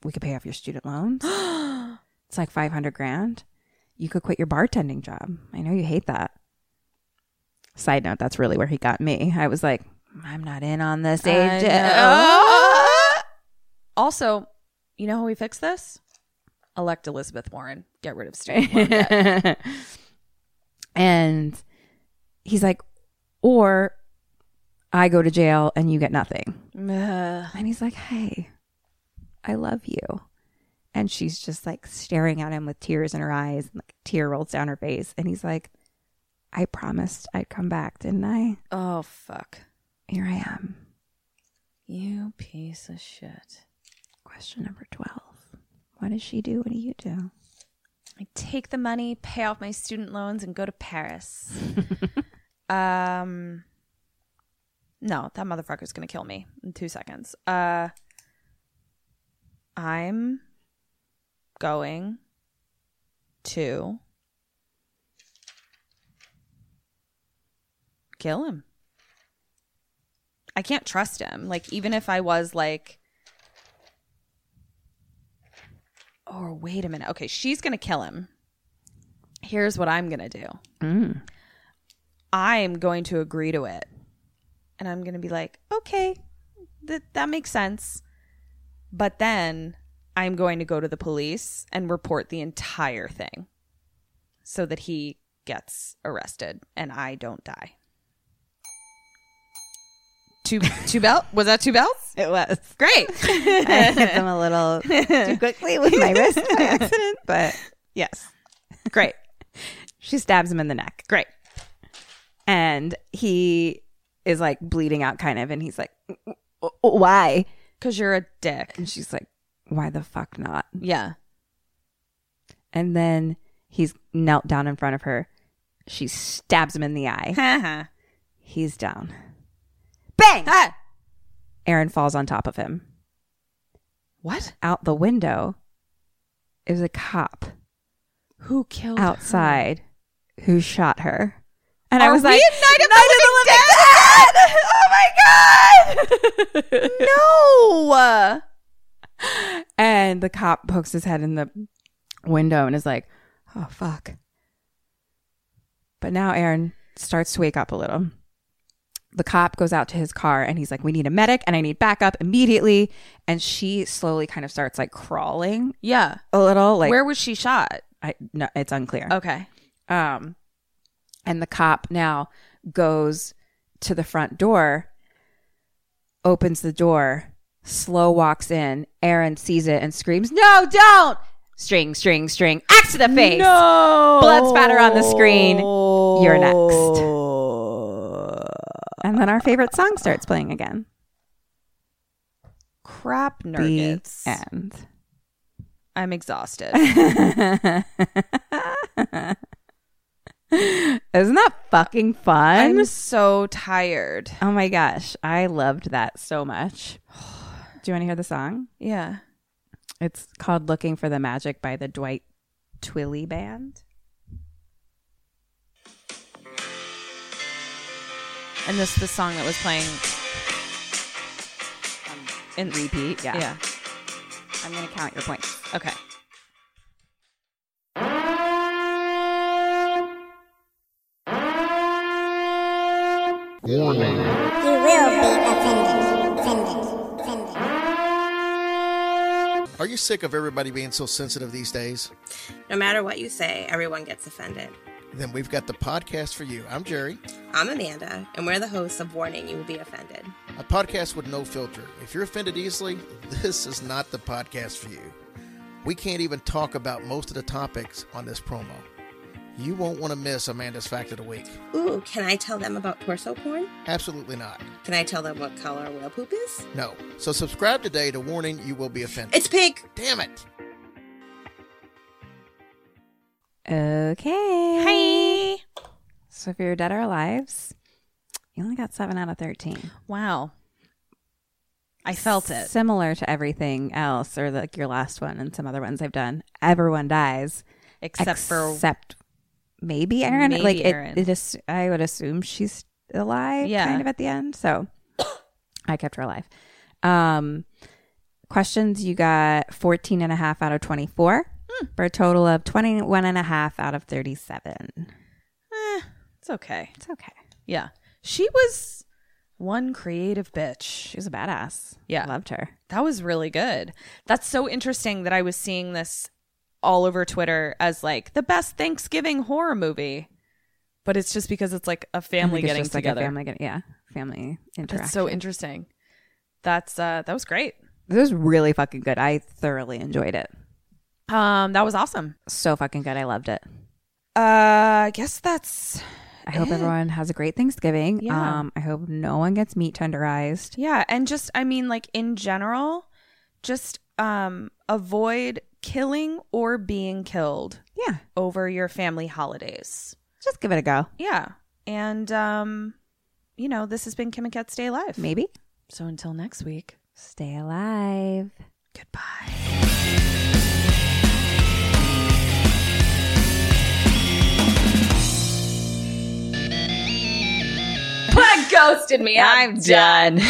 Speaker 4: we could pay off your student loans. it's like 500 grand. You could quit your bartending job. I know you hate that. Side note, that's really where he got me. I was like, I'm not in on this age.
Speaker 1: Also, you know how we fix this? Elect Elizabeth Warren. Get rid of [LAUGHS] student loan debt.
Speaker 4: and he's like, or I go to jail and you get nothing. And he's like, Hey, I love you. And she's just like staring at him with tears in her eyes and like a tear rolls down her face. And he's like, I promised I'd come back, didn't I?
Speaker 1: Oh fuck.
Speaker 4: Here I am.
Speaker 1: You piece of shit.
Speaker 4: Question number 12. What does she do? What do you do?
Speaker 1: I take the money, pay off my student loans, and go to Paris. um, no, that motherfucker's gonna kill me in two seconds. Uh, I'm going to kill him. I can't trust him. Like, even if I was like, or wait a minute. Okay, she's going to kill him. Here's what I'm going to do
Speaker 5: Mm.
Speaker 1: I'm going to agree to it. And I'm going to be like, okay, that, that makes sense. But then I'm going to go to the police and report the entire thing so that he gets arrested and I don't die. Two, two belt? Was that two belts?
Speaker 5: It was.
Speaker 1: Great.
Speaker 4: [LAUGHS]
Speaker 5: I hit them a little
Speaker 1: [LAUGHS]
Speaker 5: too quickly with my wrist by accident, but
Speaker 1: Yes. Great.
Speaker 4: She stabs him in the neck.
Speaker 1: Great.
Speaker 4: And he is like bleeding out, kind of. And he's like, why?
Speaker 1: Because you're a dick.
Speaker 4: And she's like, why the fuck not?
Speaker 1: Yeah.
Speaker 4: And then he's knelt down in front of her. She stabs him in the eye.
Speaker 1: [LAUGHS]
Speaker 5: Uh-huh.
Speaker 4: He's down. Bang!
Speaker 1: Ah!
Speaker 4: Aaron falls on top of him.
Speaker 1: What?
Speaker 4: Out the window is a cop
Speaker 1: Who killed
Speaker 4: outside who shot her. And I
Speaker 1: Are
Speaker 4: was
Speaker 1: we
Speaker 4: like,
Speaker 1: in Night of the
Speaker 4: Living Dead! [LAUGHS] Oh my God!
Speaker 1: No. Uh, [LAUGHS]
Speaker 4: And the cop pokes his head in the window and is like, oh, fuck. But now Aaron starts to wake up a little. The cop goes out to his car and he's like, we need a medic and I need backup immediately. And she slowly kind of starts like crawling
Speaker 1: yeah.
Speaker 4: a little. Like,
Speaker 1: Where was she shot?
Speaker 4: I, no, it's unclear.
Speaker 1: Okay.
Speaker 4: Um, and the cop now goes to the front door, opens the door, slow walks in. Aaron sees it and screams, No, don't! String, string, string. Axe to the face.
Speaker 1: No.
Speaker 4: Blood spatter on the screen. You're next.
Speaker 1: [LAUGHS]
Speaker 4: And then our favorite song starts playing again.
Speaker 1: Crap
Speaker 4: The
Speaker 1: nuggets.
Speaker 4: end.
Speaker 1: I'm [LAUGHS] exhausted.
Speaker 4: Isn't that fucking fun?
Speaker 1: I'm so tired.
Speaker 4: oh my gosh. I loved that so much. [SIGHS] Do you want to hear the song?
Speaker 1: Yeah.
Speaker 4: It's called Looking for the Magic by the Dwight Twilley Band.
Speaker 1: And this the song that was playing. um,
Speaker 4: In repeat, yeah.
Speaker 1: yeah.
Speaker 4: I'm going to count your points.
Speaker 1: Okay.
Speaker 7: You will be offended. Offended. Offended.
Speaker 8: Are you sick of everybody being so sensitive these days?
Speaker 9: No matter what you say, everyone gets offended.
Speaker 8: Then we've got the podcast for you. I'm Jerry,
Speaker 9: I'm Amanda, and we're the hosts of Warning You Will Be Offended.
Speaker 8: a podcast with no filter. If you're offended easily, [LAUGHS] this is not the podcast for you. We can't even talk about most of the topics on this promo. You won't want to miss Amanda's Fact of the Week.
Speaker 9: Ooh, can I tell them about torso porn?
Speaker 8: Absolutely not.
Speaker 9: Can I tell them what color whale poop is?
Speaker 8: No. So subscribe today to Warning You Will Be Offended.
Speaker 9: It's pink!
Speaker 8: Damn it!
Speaker 4: Okay. Hi. So if you're dead or alive, you only got 7 out of 13.
Speaker 1: Wow. I felt it.
Speaker 4: Similar to everything else or like your last one and some other ones I've done. Everyone dies
Speaker 1: Except, for
Speaker 4: except maybe Aaron.
Speaker 1: Maybe
Speaker 4: like it-
Speaker 1: Erin.
Speaker 4: it is I would assume she's alive
Speaker 1: Yeah.
Speaker 4: kind of at the end. So [COUGHS] I kept her alive. Um questions you got 14 and a half out of 24
Speaker 1: Hmm.
Speaker 4: for a total of 21 and a half out of 37.
Speaker 1: it's okay.
Speaker 4: It's okay.
Speaker 1: Yeah. She was one creative bitch.
Speaker 4: She was a badass.
Speaker 1: Yeah.
Speaker 4: Loved her.
Speaker 1: That was really good. That's so interesting that I was seeing this all over Twitter as like the best Thanksgiving horror movie. But it's just because it's like a
Speaker 4: I think
Speaker 1: family
Speaker 4: it's
Speaker 1: getting
Speaker 4: just like a
Speaker 1: together.
Speaker 4: family getting, yeah. Family interaction.
Speaker 1: That's so interesting. That's uh that was great.
Speaker 4: This was really fucking good. I thoroughly enjoyed it.
Speaker 1: Um that was awesome.
Speaker 4: So fucking good. I loved it.
Speaker 1: Uh I guess that's
Speaker 4: I hope everyone has a great Thanksgiving.
Speaker 1: Yeah.
Speaker 4: Um, I hope no one gets meat tenderized.
Speaker 1: yeah, and just I mean like in general, just um avoid killing or being killed
Speaker 4: Yeah.
Speaker 1: over your family holidays.
Speaker 4: Just give it a go.
Speaker 1: Yeah. And um, you know, this has been Kim and Kat Stay Alive.
Speaker 4: Maybe.
Speaker 1: So until next week.
Speaker 4: Stay alive.
Speaker 1: Goodbye.
Speaker 4: Put a ghost in me. I'm done.